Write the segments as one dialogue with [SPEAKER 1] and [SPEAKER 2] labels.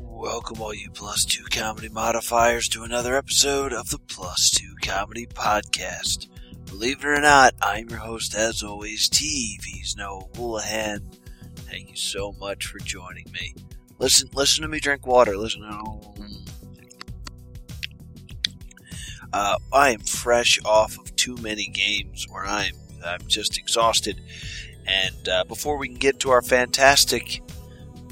[SPEAKER 1] Welcome, all you plus two comedy modifiers, to another episode of the Plus Two Comedy Podcast. Believe it or not, I'm your host, as always, TV's Noah Woolahan. Thank you so much for joining me. Listen, listen to me drink water. Listen. Oh. Uh, I am fresh off of too many games where I'm I'm just exhausted. And uh, before we can get to our fantastic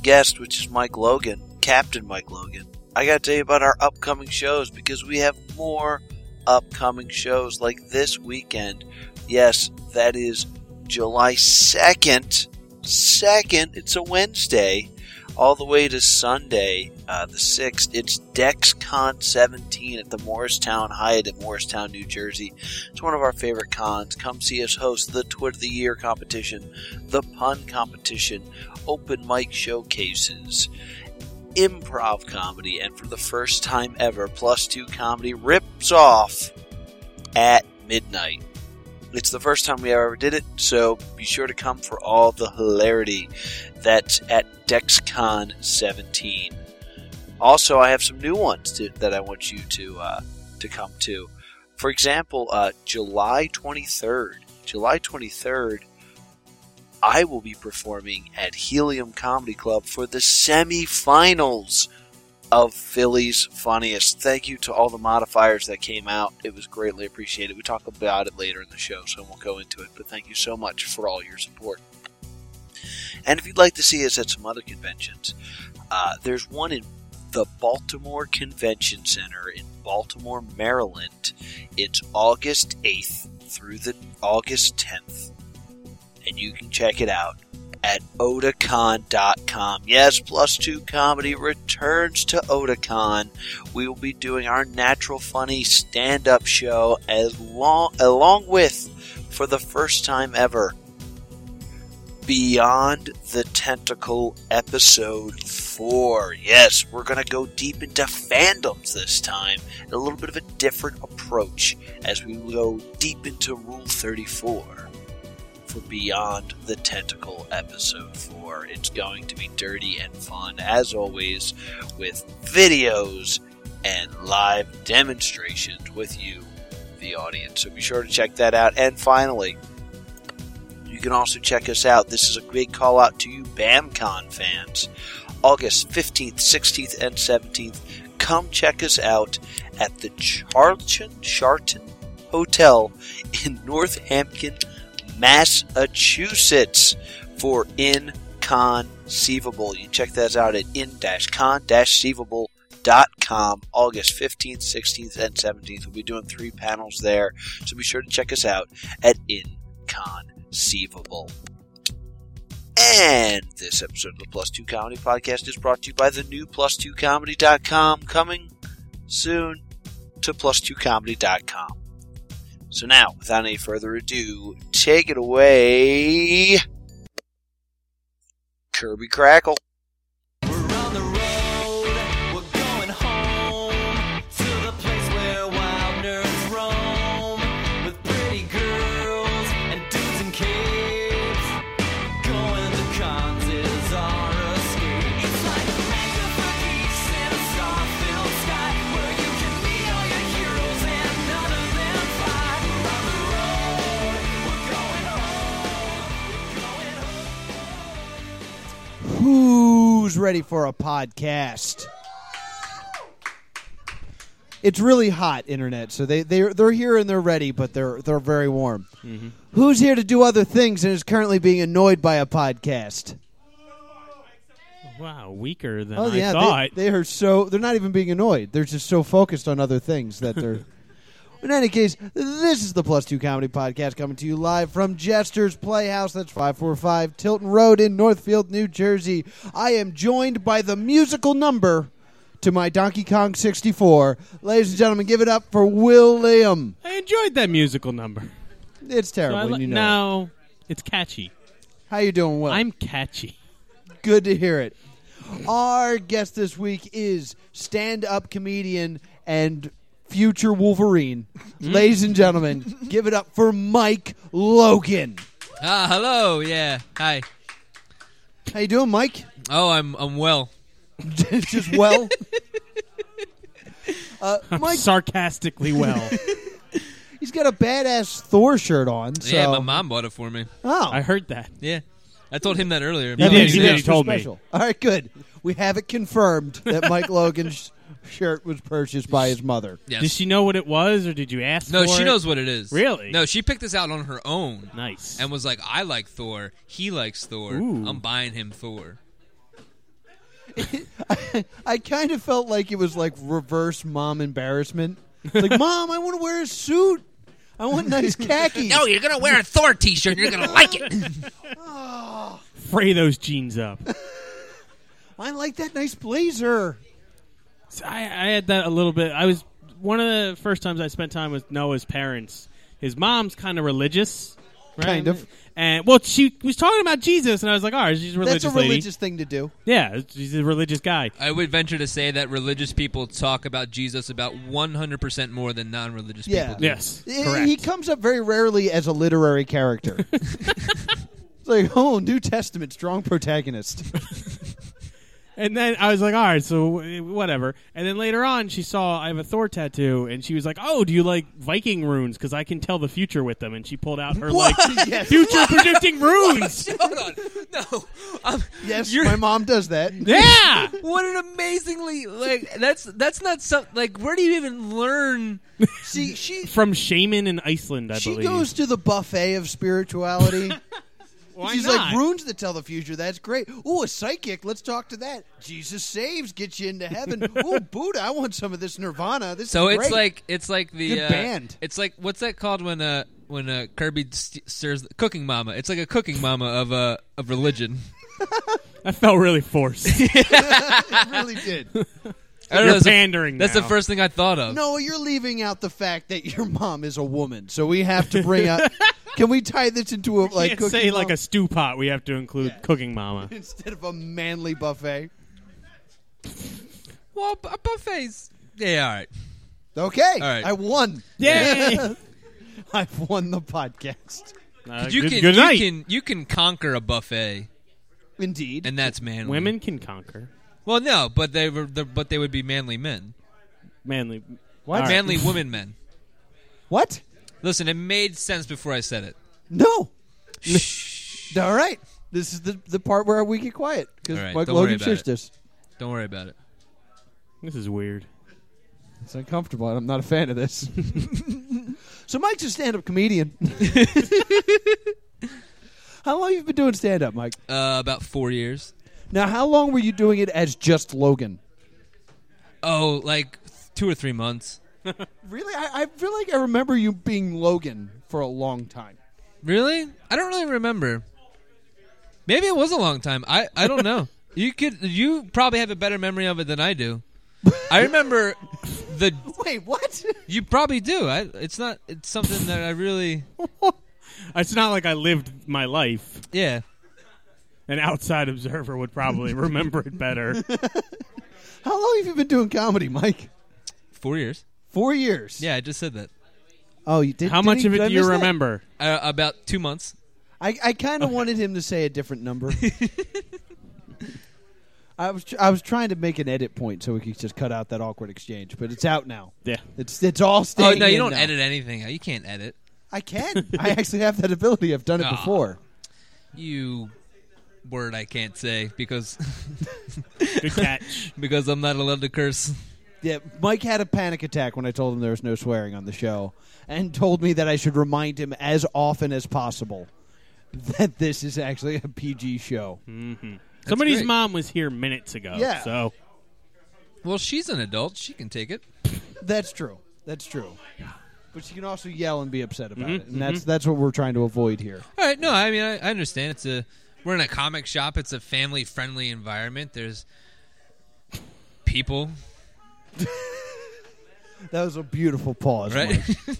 [SPEAKER 1] guest, which is Mike Logan, Captain Mike Logan, I got to tell you about our upcoming shows because we have more upcoming shows like this weekend. Yes, that is July 2nd. 2nd, it's a Wednesday, all the way to Sunday, uh, the 6th. It's DexCon 17 at the Morristown Hyatt in Morristown, New Jersey. It's one of our favorite cons. Come see us host the Twit of the Year competition, the Pun competition, open mic showcases, improv comedy, and for the first time ever, Plus Two Comedy rips off at midnight. It's the first time we ever did it, so be sure to come for all the hilarity that's at DexCon 17. Also, I have some new ones to, that I want you to uh, to come to. For example, uh, July 23rd. July 23rd, I will be performing at Helium Comedy Club for the semifinals of Philly's Funniest. Thank you to all the modifiers that came out. It was greatly appreciated. We talk about it later in the show, so I won't go into it, but thank you so much for all your support. And if you'd like to see us at some other conventions, uh, there's one in the Baltimore Convention Center in Baltimore, Maryland. It's August 8th through the August 10th and you can check it out at Otakon.com. Yes, Plus Two Comedy returns to Otakon. We will be doing our natural funny stand up show as long, along with, for the first time ever, Beyond the Tentacle Episode 4. Yes, we're going to go deep into fandoms this time, and a little bit of a different approach as we go deep into Rule 34 for Beyond the Tentacle Episode 4. It's going to be dirty and fun, as always, with videos and live demonstrations with you, the audience. So be sure to check that out. And finally, you can also check us out. This is a big call out to you, BAMCon fans. August 15th, 16th, and 17th. Come check us out at the Charlton Charlton Hotel in Northampton, Massachusetts for Inconceivable. You can check that out at in-con-ceivable.com August 15th, 16th, and 17th. We'll be doing three panels there, so be sure to check us out at Inconceivable. And this episode of the Plus Two Comedy Podcast is brought to you by the new plus2comedy.com coming soon to plus2comedy.com. So now, without any further ado, take it away, Kirby Crackle.
[SPEAKER 2] We're on the road, we're going home to the place where wild nerds roam with pretty girls and dudes in capes. Going to cons is our escape. It's like Magnified Geeks in a star-filled sky where you can meet all your heroes and none of them fly. We're on the road, we're going home, we're going home.
[SPEAKER 3] Who's ready for a podcast? It's really hot, internet. So they they they're here and they're ready, but they're they're very warm. Who's here to do other things and is currently being annoyed by a podcast?
[SPEAKER 4] Wow, weaker than
[SPEAKER 3] Oh
[SPEAKER 4] I
[SPEAKER 3] yeah,
[SPEAKER 4] thought.
[SPEAKER 3] They, they are so they're not even being annoyed. They're just so focused on other things that they're. In any case, this is the Plus Two Comedy Podcast coming to you live from Jester's Playhouse. That's five four five Tilton Road in Northfield, New Jersey. I am joined by the musical number to my Donkey Kong sixty four. Ladies and gentlemen, give it up for William.
[SPEAKER 4] I enjoyed that musical number.
[SPEAKER 3] It's terrible,
[SPEAKER 4] I
[SPEAKER 3] and
[SPEAKER 4] li-
[SPEAKER 3] you know. it. Oh.
[SPEAKER 4] no, it's catchy.
[SPEAKER 3] How you doing, Will?
[SPEAKER 4] I'm catchy.
[SPEAKER 3] Good to hear it. Our guest this week is stand-up comedian and future Wolverine.
[SPEAKER 4] Hmm?
[SPEAKER 3] Ladies and gentlemen, give it up for Mike Logan.
[SPEAKER 5] Ah, hello. Yeah. Hi.
[SPEAKER 3] How you doing, Mike?
[SPEAKER 5] Oh, I'm I'm well.
[SPEAKER 3] It's just well. Uh, Mike,
[SPEAKER 4] sarcastically well.
[SPEAKER 3] he's got a badass Thor shirt on. So.
[SPEAKER 5] Yeah, my mom bought it for me.
[SPEAKER 3] Oh,
[SPEAKER 4] I heard that.
[SPEAKER 5] Yeah. I told him that earlier.
[SPEAKER 4] You did, you
[SPEAKER 3] Extra
[SPEAKER 4] did. He told me.
[SPEAKER 3] All right, good. We have it confirmed that Mike Logan's shirt was purchased by his mother.
[SPEAKER 5] Yes.
[SPEAKER 4] Did she know what it was, or did you ask?
[SPEAKER 5] no,
[SPEAKER 4] for
[SPEAKER 5] she
[SPEAKER 4] it?
[SPEAKER 5] knows what it is.
[SPEAKER 4] Really?
[SPEAKER 5] No, she picked this out on her own
[SPEAKER 4] Nice.
[SPEAKER 5] and was like, I like Thor. He likes Thor.
[SPEAKER 4] Ooh.
[SPEAKER 5] I'm buying him Thor.
[SPEAKER 3] I kind of felt like it was like reverse mom embarrassment. It's Like, mom, I want to wear a suit. I want nice khakis.
[SPEAKER 5] you're going to wear a Thor t shirt and you're going to like it.
[SPEAKER 4] fray those jeans up.
[SPEAKER 3] I like that nice blazer.
[SPEAKER 4] So I, I had that a little bit. I was one of the first times I spent time with Noah's parents. His mom's kind of religious, right?
[SPEAKER 3] Kind of.
[SPEAKER 4] And well, she was talking about Jesus, and I was like, "All right, she's a religious
[SPEAKER 3] That's a
[SPEAKER 4] lady.
[SPEAKER 3] religious thing to do.
[SPEAKER 4] Yeah, she's a religious guy."
[SPEAKER 5] I would venture to say that religious people talk about Jesus about 100% more than non religious
[SPEAKER 3] Yeah.
[SPEAKER 5] people do.
[SPEAKER 4] Yes,
[SPEAKER 3] I-
[SPEAKER 4] correct.
[SPEAKER 3] He comes up very rarely as a literary character. it's like, oh, New Testament, strong protagonist.
[SPEAKER 4] And then I was like, all right, so eh, whatever. And then later on, she saw I have a Thor tattoo, and she was like, oh, do you like Viking runes? Because I can tell the future with them. And she pulled out her like
[SPEAKER 3] Yes.
[SPEAKER 4] future predicting runes.
[SPEAKER 5] Hold on. No. I'm-
[SPEAKER 3] Yes,
[SPEAKER 5] You're-
[SPEAKER 3] my mom does that.
[SPEAKER 4] Yeah,
[SPEAKER 5] what an amazingly like that's that's not something like where do you even learn
[SPEAKER 3] See, she
[SPEAKER 4] from Shaman in Iceland, I
[SPEAKER 3] she
[SPEAKER 4] believe.
[SPEAKER 3] goes to the buffet of spirituality.
[SPEAKER 4] Why
[SPEAKER 3] She's
[SPEAKER 4] not?
[SPEAKER 3] like runes that tell the future. That's great. Ooh, a psychic. Let's talk to that. Jesus saves, gets you into heaven. Ooh, Buddha. I want some of this Nirvana. This
[SPEAKER 5] So
[SPEAKER 3] is
[SPEAKER 5] it's
[SPEAKER 3] great.
[SPEAKER 5] like it's like the
[SPEAKER 3] Good
[SPEAKER 5] uh,
[SPEAKER 3] band.
[SPEAKER 5] It's like what's that called when uh when uh Kirby st- stirs the cooking mama? It's like a cooking mama of uh of religion.
[SPEAKER 4] I felt really forced.
[SPEAKER 3] it really did.
[SPEAKER 5] I don't
[SPEAKER 4] You're
[SPEAKER 5] that's the-
[SPEAKER 4] pandering
[SPEAKER 5] That's
[SPEAKER 4] now.
[SPEAKER 5] the first thing I thought of.
[SPEAKER 3] No, you're leaving out the fact that your mom is a woman. So we have to bring up. Can we tie this into a like
[SPEAKER 4] Can't
[SPEAKER 3] cooking
[SPEAKER 4] say like
[SPEAKER 3] mom
[SPEAKER 4] a stew pot. We have to include Cooking Mama.
[SPEAKER 3] instead of a manly buffet?
[SPEAKER 5] Well, bu- buffets. Yeah, all right.
[SPEAKER 3] Okay,
[SPEAKER 5] right.
[SPEAKER 3] I won.
[SPEAKER 4] Yay!
[SPEAKER 3] I've won the podcast.
[SPEAKER 4] Uh,
[SPEAKER 5] You
[SPEAKER 4] good,
[SPEAKER 5] can
[SPEAKER 4] good
[SPEAKER 5] you
[SPEAKER 4] night.
[SPEAKER 5] can you can conquer a buffet,
[SPEAKER 3] Indeed.
[SPEAKER 5] and that's manly.
[SPEAKER 4] Women can conquer.
[SPEAKER 5] Well, no, but they were the, but they would be manly men,
[SPEAKER 4] Manly.
[SPEAKER 3] What?
[SPEAKER 4] All right.
[SPEAKER 5] manly women men.
[SPEAKER 3] What?
[SPEAKER 5] Listen, it made sense before I said it.
[SPEAKER 3] No. All right. This is the, the part where we get quiet because
[SPEAKER 5] All right,
[SPEAKER 3] Mike
[SPEAKER 5] don't worry
[SPEAKER 3] Logan
[SPEAKER 5] about
[SPEAKER 3] shares
[SPEAKER 5] it.
[SPEAKER 3] this.
[SPEAKER 5] Don't worry about it.
[SPEAKER 4] This is weird.
[SPEAKER 3] It's uncomfortable, and I'm not a fan of this. so Mike's a stand-up comedian. how long you been doing stand-up, Mike?
[SPEAKER 5] Uh, about four years.
[SPEAKER 3] Now, how long were you doing it as just Logan?
[SPEAKER 5] Oh, like two or three months.
[SPEAKER 3] Really, I, I feel like I remember you being Logan for a long time.
[SPEAKER 5] Really? I don't really remember. Maybe it was a long time. I, I don't know. you could you probably have a better memory of it than I do. I remember the
[SPEAKER 3] Wait, what?
[SPEAKER 5] you probably do. I it's not it's something that I really
[SPEAKER 4] It's not like I lived my life.
[SPEAKER 5] yeah.
[SPEAKER 4] An outside observer would probably remember it better.
[SPEAKER 3] How long have you been doing comedy, Mike?
[SPEAKER 5] 4 years.
[SPEAKER 3] Four years.
[SPEAKER 5] Yeah, I just said that.
[SPEAKER 3] Oh, you did.
[SPEAKER 4] How
[SPEAKER 3] did
[SPEAKER 4] much
[SPEAKER 3] he-
[SPEAKER 4] of
[SPEAKER 3] did I
[SPEAKER 4] it do you
[SPEAKER 3] miss that?
[SPEAKER 4] remember?
[SPEAKER 5] Uh, about 2 months.
[SPEAKER 3] I, I kind of wanted him to say a different number. I was tr- I was trying to make an edit point so we could just cut out that awkward exchange, but it's out now.
[SPEAKER 4] Yeah.
[SPEAKER 3] It's it's all
[SPEAKER 5] Oh,
[SPEAKER 3] staying.
[SPEAKER 5] no, you
[SPEAKER 3] in
[SPEAKER 5] don't
[SPEAKER 3] now.
[SPEAKER 5] edit anything. You can't edit.
[SPEAKER 3] I can. I actually have that ability. I've done it
[SPEAKER 5] Aw.
[SPEAKER 3] before.
[SPEAKER 5] You word I can't say because
[SPEAKER 4] Good catch.
[SPEAKER 5] because I'm not allowed to curse.
[SPEAKER 3] Yeah, Mike had a panic attack when I told him there was no swearing on the show, and told me that I should remind him as often as possible that this is actually a PG show.
[SPEAKER 5] Hmm.
[SPEAKER 4] Somebody's
[SPEAKER 5] great.
[SPEAKER 4] mom was here minutes ago.
[SPEAKER 3] Yeah.
[SPEAKER 4] So
[SPEAKER 5] Well, she's an adult. She can take it.
[SPEAKER 3] That's true. That's true. But she can also yell and be upset about
[SPEAKER 5] Mm-hmm,
[SPEAKER 3] it, and that's that's what we're trying to avoid here.
[SPEAKER 5] All right, no, I mean I, I understand. It's a we're in a comic shop. It's a family friendly environment. There's people,
[SPEAKER 3] That was a beautiful pause.
[SPEAKER 5] right?
[SPEAKER 3] Mike.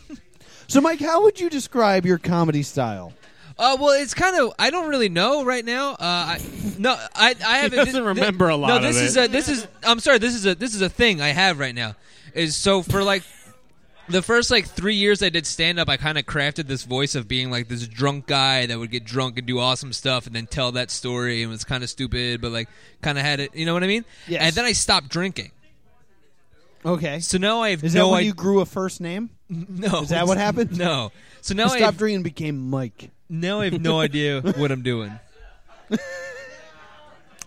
[SPEAKER 3] So, Mike, how would you describe your comedy style?
[SPEAKER 5] uh, well, it's kind of I don't really know right now. Uh, I, no, I I haven't.
[SPEAKER 4] doesn't remember a lot
[SPEAKER 5] No,
[SPEAKER 4] of
[SPEAKER 5] this
[SPEAKER 4] it.
[SPEAKER 5] is a this is I'm sorry. This is a this is a thing I have right now. Is so for like the first like three years I did stand up, I kind of crafted this voice of being like this drunk guy that would get drunk and do awesome stuff and then tell that story and was kind of stupid, but like kind of had it. You know what I mean?
[SPEAKER 3] Yes.
[SPEAKER 5] And then I stopped drinking.
[SPEAKER 3] Okay.
[SPEAKER 5] So now I have
[SPEAKER 3] Is that
[SPEAKER 5] no
[SPEAKER 3] when
[SPEAKER 5] idea.
[SPEAKER 3] you grew a first name?
[SPEAKER 5] no.
[SPEAKER 3] Is that what happened?
[SPEAKER 5] No. So now
[SPEAKER 3] You
[SPEAKER 5] I
[SPEAKER 3] stopped
[SPEAKER 5] have,
[SPEAKER 3] drinking and became Mike.
[SPEAKER 5] now I have no idea what I'm doing.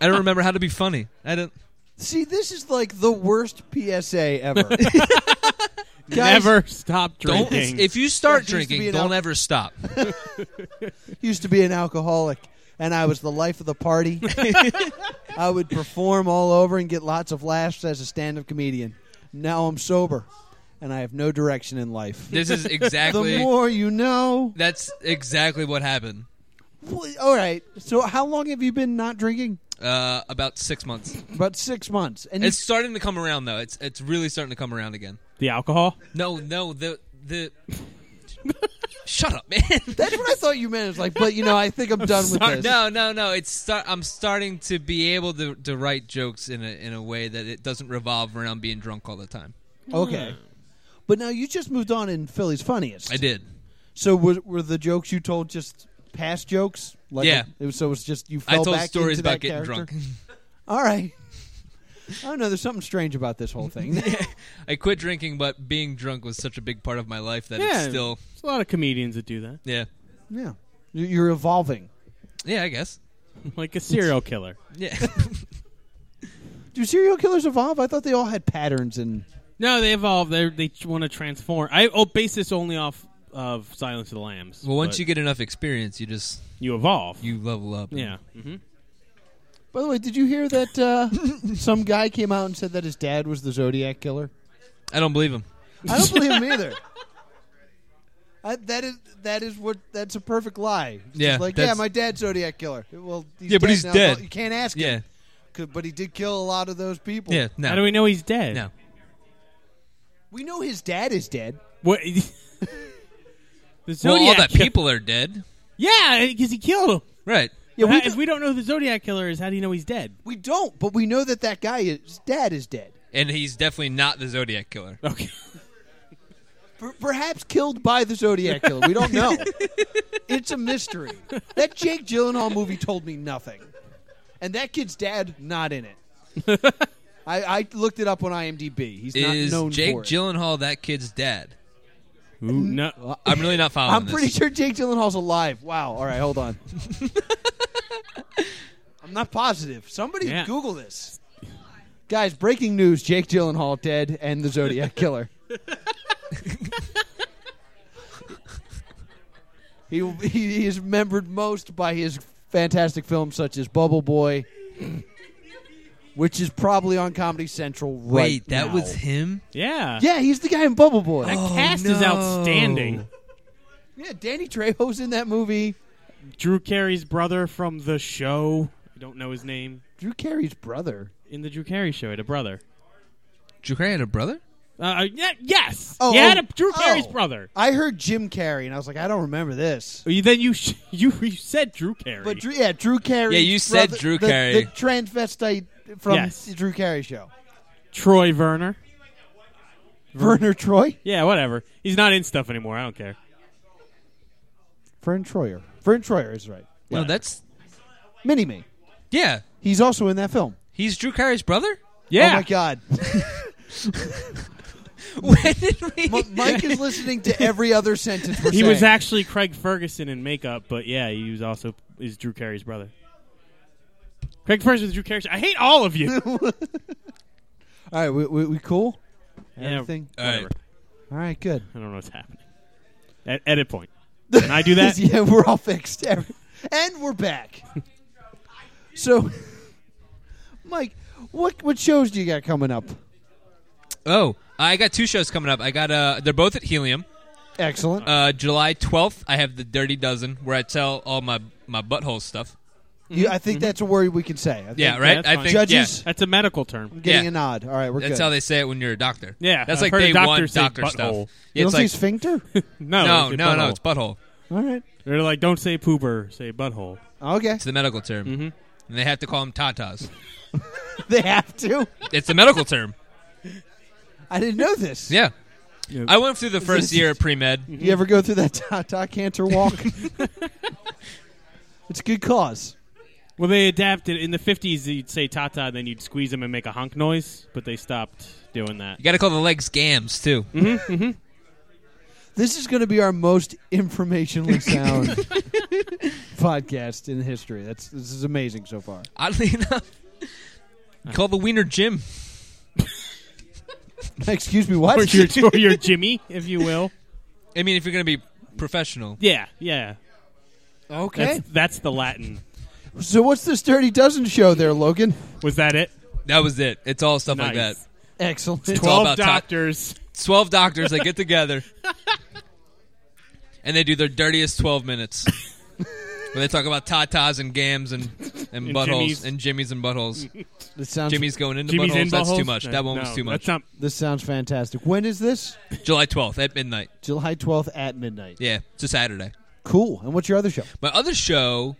[SPEAKER 5] I don't remember how to be funny. I don't.
[SPEAKER 3] See, this is like the worst PSA ever. Guys,
[SPEAKER 4] Never stop
[SPEAKER 5] Don't.
[SPEAKER 4] drinking.
[SPEAKER 5] If you start
[SPEAKER 3] That used to be
[SPEAKER 5] drinking,
[SPEAKER 3] an
[SPEAKER 5] don't
[SPEAKER 3] al-
[SPEAKER 5] ever stop.
[SPEAKER 3] used to be an alcoholic and I was the life of the party. I would perform all over and get lots of laughs as a stand up comedian. Now I'm sober and I have no direction in life.
[SPEAKER 5] This is
[SPEAKER 3] The
[SPEAKER 5] exactly.
[SPEAKER 3] more you know.
[SPEAKER 5] that's exactly what happened.
[SPEAKER 3] Wh- All right. So, how long have you been not drinking?
[SPEAKER 5] Uh, about six months.
[SPEAKER 3] About six months. And you,
[SPEAKER 5] It's starting to come around though. It's it's really starting to come around again.
[SPEAKER 4] the alcohol.
[SPEAKER 5] No, no, the the. Shut up, man.
[SPEAKER 3] that's what I thought you meant. It's like, but you know, I think I'm, done
[SPEAKER 4] sorry.
[SPEAKER 3] with this.
[SPEAKER 5] No, no, no. It's start. I'm starting to be able to to write jokes in a in a way that it doesn't revolve around being drunk all the time.
[SPEAKER 3] Okay. But now you just moved on in Philly's funniest.
[SPEAKER 5] I did.
[SPEAKER 3] So were, were the jokes you told just past jokes? Like
[SPEAKER 5] Yeah.
[SPEAKER 3] It was, so it was just you
[SPEAKER 5] I
[SPEAKER 3] fell
[SPEAKER 5] told
[SPEAKER 3] back
[SPEAKER 5] stories
[SPEAKER 3] into that
[SPEAKER 5] about getting
[SPEAKER 3] character?
[SPEAKER 5] drunk.
[SPEAKER 3] All right. Oh no, there's something strange about this whole thing.
[SPEAKER 5] I quit drinking, but being drunk was such a big part of my life that
[SPEAKER 4] Yeah.
[SPEAKER 5] it's still.
[SPEAKER 4] There's a lot of comedians that do that.
[SPEAKER 5] Yeah.
[SPEAKER 3] yeah, You- you're evolving.
[SPEAKER 5] Yeah, I guess.
[SPEAKER 4] Like a serial killer.
[SPEAKER 5] Yeah.
[SPEAKER 3] Do serial killers evolve? I thought they all had patterns and
[SPEAKER 4] No, they evolve. They they want to transform. I oh, base this only off of Silence of the Lambs.
[SPEAKER 5] well, once
[SPEAKER 4] but
[SPEAKER 5] you get enough experience, you just
[SPEAKER 4] you evolve,
[SPEAKER 5] you level up.
[SPEAKER 4] yeah. hmm
[SPEAKER 3] By the way, did you hear that uh, some guy came out and said that his dad was the Zodiac killer?
[SPEAKER 5] I don't believe him.
[SPEAKER 3] I don't believe him either. I, that is that is what that's a perfect lie. It's just
[SPEAKER 5] Yeah,
[SPEAKER 3] like yeah,
[SPEAKER 5] that's-
[SPEAKER 3] my dad's Zodiac killer. Well, he's
[SPEAKER 5] Yeah, but
[SPEAKER 3] dead
[SPEAKER 5] he's
[SPEAKER 3] now.
[SPEAKER 5] dead.
[SPEAKER 3] You can't ask him.
[SPEAKER 5] Yeah.
[SPEAKER 3] 'Cause- but he did kill a lot of those people.
[SPEAKER 5] Yeah. No.
[SPEAKER 4] How do we know he's dead?
[SPEAKER 5] No.
[SPEAKER 3] we know his dad is dead.
[SPEAKER 4] What? the
[SPEAKER 5] Well,
[SPEAKER 4] Zodiac
[SPEAKER 5] all that
[SPEAKER 4] kill-
[SPEAKER 5] people are dead.
[SPEAKER 4] Yeah, because he killed him.
[SPEAKER 5] Right.
[SPEAKER 3] Yeah,
[SPEAKER 4] How-
[SPEAKER 3] we,
[SPEAKER 4] if
[SPEAKER 3] do,
[SPEAKER 4] we don't know who the Zodiac killer is, how do you know he's dead?
[SPEAKER 3] we don't, but we know that that guy is dad is dead.
[SPEAKER 5] And he's definitely not the Zodiac killer.
[SPEAKER 4] Okay.
[SPEAKER 3] Per- perhaps killed by the Zodiac killer. We don't know. it's a mystery. That Jake Gyllenhaal movie told me nothing, and that kid's dad not in it. I, I looked it up on IMDb. He's not
[SPEAKER 5] Is
[SPEAKER 3] known
[SPEAKER 5] Jake
[SPEAKER 3] for it.
[SPEAKER 5] Gyllenhaal that kid's dad?
[SPEAKER 4] no.
[SPEAKER 5] I'm really not following
[SPEAKER 3] I'm
[SPEAKER 5] this.
[SPEAKER 3] pretty sure Jake Gyllenhaal's alive. Wow. All right, hold on. I'm not positive. Somebody
[SPEAKER 4] Yeah.
[SPEAKER 3] Google this. Guys, breaking news: Jake Gyllenhaal dead, and the Zodiac killer. he, he he is remembered most by his fantastic films such as Bubble Boy, which is probably on Comedy Central right
[SPEAKER 5] Wait, that
[SPEAKER 3] now.
[SPEAKER 5] was him?
[SPEAKER 4] Yeah.
[SPEAKER 3] Yeah, he's the guy in Bubble Boy.
[SPEAKER 4] That
[SPEAKER 5] Oh,
[SPEAKER 4] cast is
[SPEAKER 5] no.
[SPEAKER 4] outstanding.
[SPEAKER 3] Yeah, Danny Trejo's in that movie.
[SPEAKER 4] Drew Carey's brother from the show. I don't know his name.
[SPEAKER 3] Drew Carey's brother.
[SPEAKER 4] In the Drew Carey show, he had a brother.
[SPEAKER 5] Drew Carey had a brother?
[SPEAKER 4] Uh, yeah, yes.
[SPEAKER 3] Oh,
[SPEAKER 4] he had
[SPEAKER 3] oh,
[SPEAKER 4] a Drew Carey's
[SPEAKER 3] oh.
[SPEAKER 4] brother.
[SPEAKER 3] I heard Jim Carrey, and I was like, I don't remember this.
[SPEAKER 4] Oh, You- Then you sh- you you said Drew Carey.
[SPEAKER 3] But Drew, yeah, Drew Carey.
[SPEAKER 5] Yeah, you said Drew
[SPEAKER 3] the,
[SPEAKER 5] Carey.
[SPEAKER 3] the transvestite from
[SPEAKER 4] Yes.
[SPEAKER 3] the Drew Carey show.
[SPEAKER 4] Troy Verner.
[SPEAKER 3] Werner Troy,
[SPEAKER 4] Yeah, whatever. He's not in stuff anymore. I don't care.
[SPEAKER 3] Oh Vern Troyer. Vern Troyer is right.
[SPEAKER 5] No, that's
[SPEAKER 3] Mini Me.
[SPEAKER 5] Yeah.
[SPEAKER 3] He's also in that film.
[SPEAKER 5] He's Drew Carey's brother?
[SPEAKER 4] Yeah.
[SPEAKER 3] Oh my God,
[SPEAKER 5] When did we
[SPEAKER 3] M- Mike is listening to every other sentence. We're
[SPEAKER 4] He was
[SPEAKER 3] saying.
[SPEAKER 4] actually Craig Ferguson in makeup, but yeah, he was also is Drew Carey's brother. Craig Ferguson is Drew Carey. I hate all of you.
[SPEAKER 3] All right, we, we, we cool.
[SPEAKER 4] Yeah,
[SPEAKER 3] Everything.
[SPEAKER 5] All right.
[SPEAKER 4] whatever.
[SPEAKER 3] All right, good.
[SPEAKER 4] I don't know what's happening. At edit point. Can I do that?
[SPEAKER 3] yeah, we're all fixed. Every- And we're back. so, Mike, what what shows do you got coming up?
[SPEAKER 5] Oh, I got two shows coming up. I got uh they're both at Helium.
[SPEAKER 3] Excellent.
[SPEAKER 5] Uh July 12th, I have the Dirty Dozen where I tell all my my butthole stuff.
[SPEAKER 3] You, I think that's a word we can say. I think
[SPEAKER 5] Mm-hmm. Yeah, right?
[SPEAKER 4] that's
[SPEAKER 5] I
[SPEAKER 4] fine.
[SPEAKER 5] think
[SPEAKER 3] Judges?
[SPEAKER 5] yeah.
[SPEAKER 4] That's a medical term.
[SPEAKER 3] Getting
[SPEAKER 5] yeah.
[SPEAKER 3] a nod. All right, we're
[SPEAKER 5] That's
[SPEAKER 3] good.
[SPEAKER 5] how they say it when you're a doctor.
[SPEAKER 4] Yeah,
[SPEAKER 5] that's
[SPEAKER 4] I've
[SPEAKER 5] like
[SPEAKER 4] heard
[SPEAKER 5] day
[SPEAKER 4] doctors
[SPEAKER 5] one
[SPEAKER 4] say
[SPEAKER 5] doctor stuff.
[SPEAKER 4] butthole.
[SPEAKER 3] you
[SPEAKER 5] Yeah,
[SPEAKER 3] don't
[SPEAKER 5] it's
[SPEAKER 3] say
[SPEAKER 5] like
[SPEAKER 3] sphincter?
[SPEAKER 4] No,
[SPEAKER 5] no,
[SPEAKER 4] it's
[SPEAKER 5] no,
[SPEAKER 4] a
[SPEAKER 5] no,
[SPEAKER 4] butthole.
[SPEAKER 5] it's butthole.
[SPEAKER 3] All right.
[SPEAKER 4] They're like, don't say pooper, say butthole.
[SPEAKER 3] Okay.
[SPEAKER 5] It's the medical term,
[SPEAKER 3] Mm-hmm.
[SPEAKER 5] and they have to call them tatas.
[SPEAKER 3] they have to.
[SPEAKER 5] It's the medical term.
[SPEAKER 3] I didn't know this.
[SPEAKER 5] Yeah.
[SPEAKER 4] Yeah.
[SPEAKER 5] I went through the first year of pre med.
[SPEAKER 3] You ever go through that Tata Cantor walk? it's a good cause.
[SPEAKER 4] Well, they adapted in the '50s. You'd say "tata," and then you'd squeeze them and make a honk noise, but they stopped doing that.
[SPEAKER 5] You got to call the legs gams too.
[SPEAKER 3] Mm. This is going to be our most informationally sound podcast in history. That's this is amazing so far.
[SPEAKER 5] Oddly enough, call the wiener Jim.
[SPEAKER 3] Excuse me,
[SPEAKER 4] Or
[SPEAKER 3] what?
[SPEAKER 4] your, or your Jimmy, if you will.
[SPEAKER 5] I mean, if you're gonna be professional,
[SPEAKER 4] Yeah, yeah. That's,
[SPEAKER 3] okay.
[SPEAKER 4] that's the Latin.
[SPEAKER 3] So what's this dirty dozen show there, Logan?
[SPEAKER 4] Was that it?
[SPEAKER 5] that was it. It's all stuff like that.
[SPEAKER 4] Nice.
[SPEAKER 3] Excellent.
[SPEAKER 5] It's all
[SPEAKER 4] Twelve
[SPEAKER 5] about top-
[SPEAKER 4] doctors.
[SPEAKER 5] Twelve doctors that get together and they do their dirtiest twelve minutes. Where they talk about tatas and gams and, and, buttholes
[SPEAKER 4] jimmies.
[SPEAKER 5] and jimmies and buttholes.
[SPEAKER 3] This sounds
[SPEAKER 5] Jimmy's going into
[SPEAKER 4] Jimmy's
[SPEAKER 5] buttholes.
[SPEAKER 4] in
[SPEAKER 5] that's too
[SPEAKER 4] buttholes?
[SPEAKER 5] much.
[SPEAKER 4] No,
[SPEAKER 5] that one was
[SPEAKER 4] no,
[SPEAKER 5] too much.
[SPEAKER 4] That's not.
[SPEAKER 3] this sounds fantastic. When is this?
[SPEAKER 5] July 12th at midnight.
[SPEAKER 3] July 12th at midnight.
[SPEAKER 5] Yeah, it's a Saturday.
[SPEAKER 3] Cool. And what's your other show?
[SPEAKER 5] My other show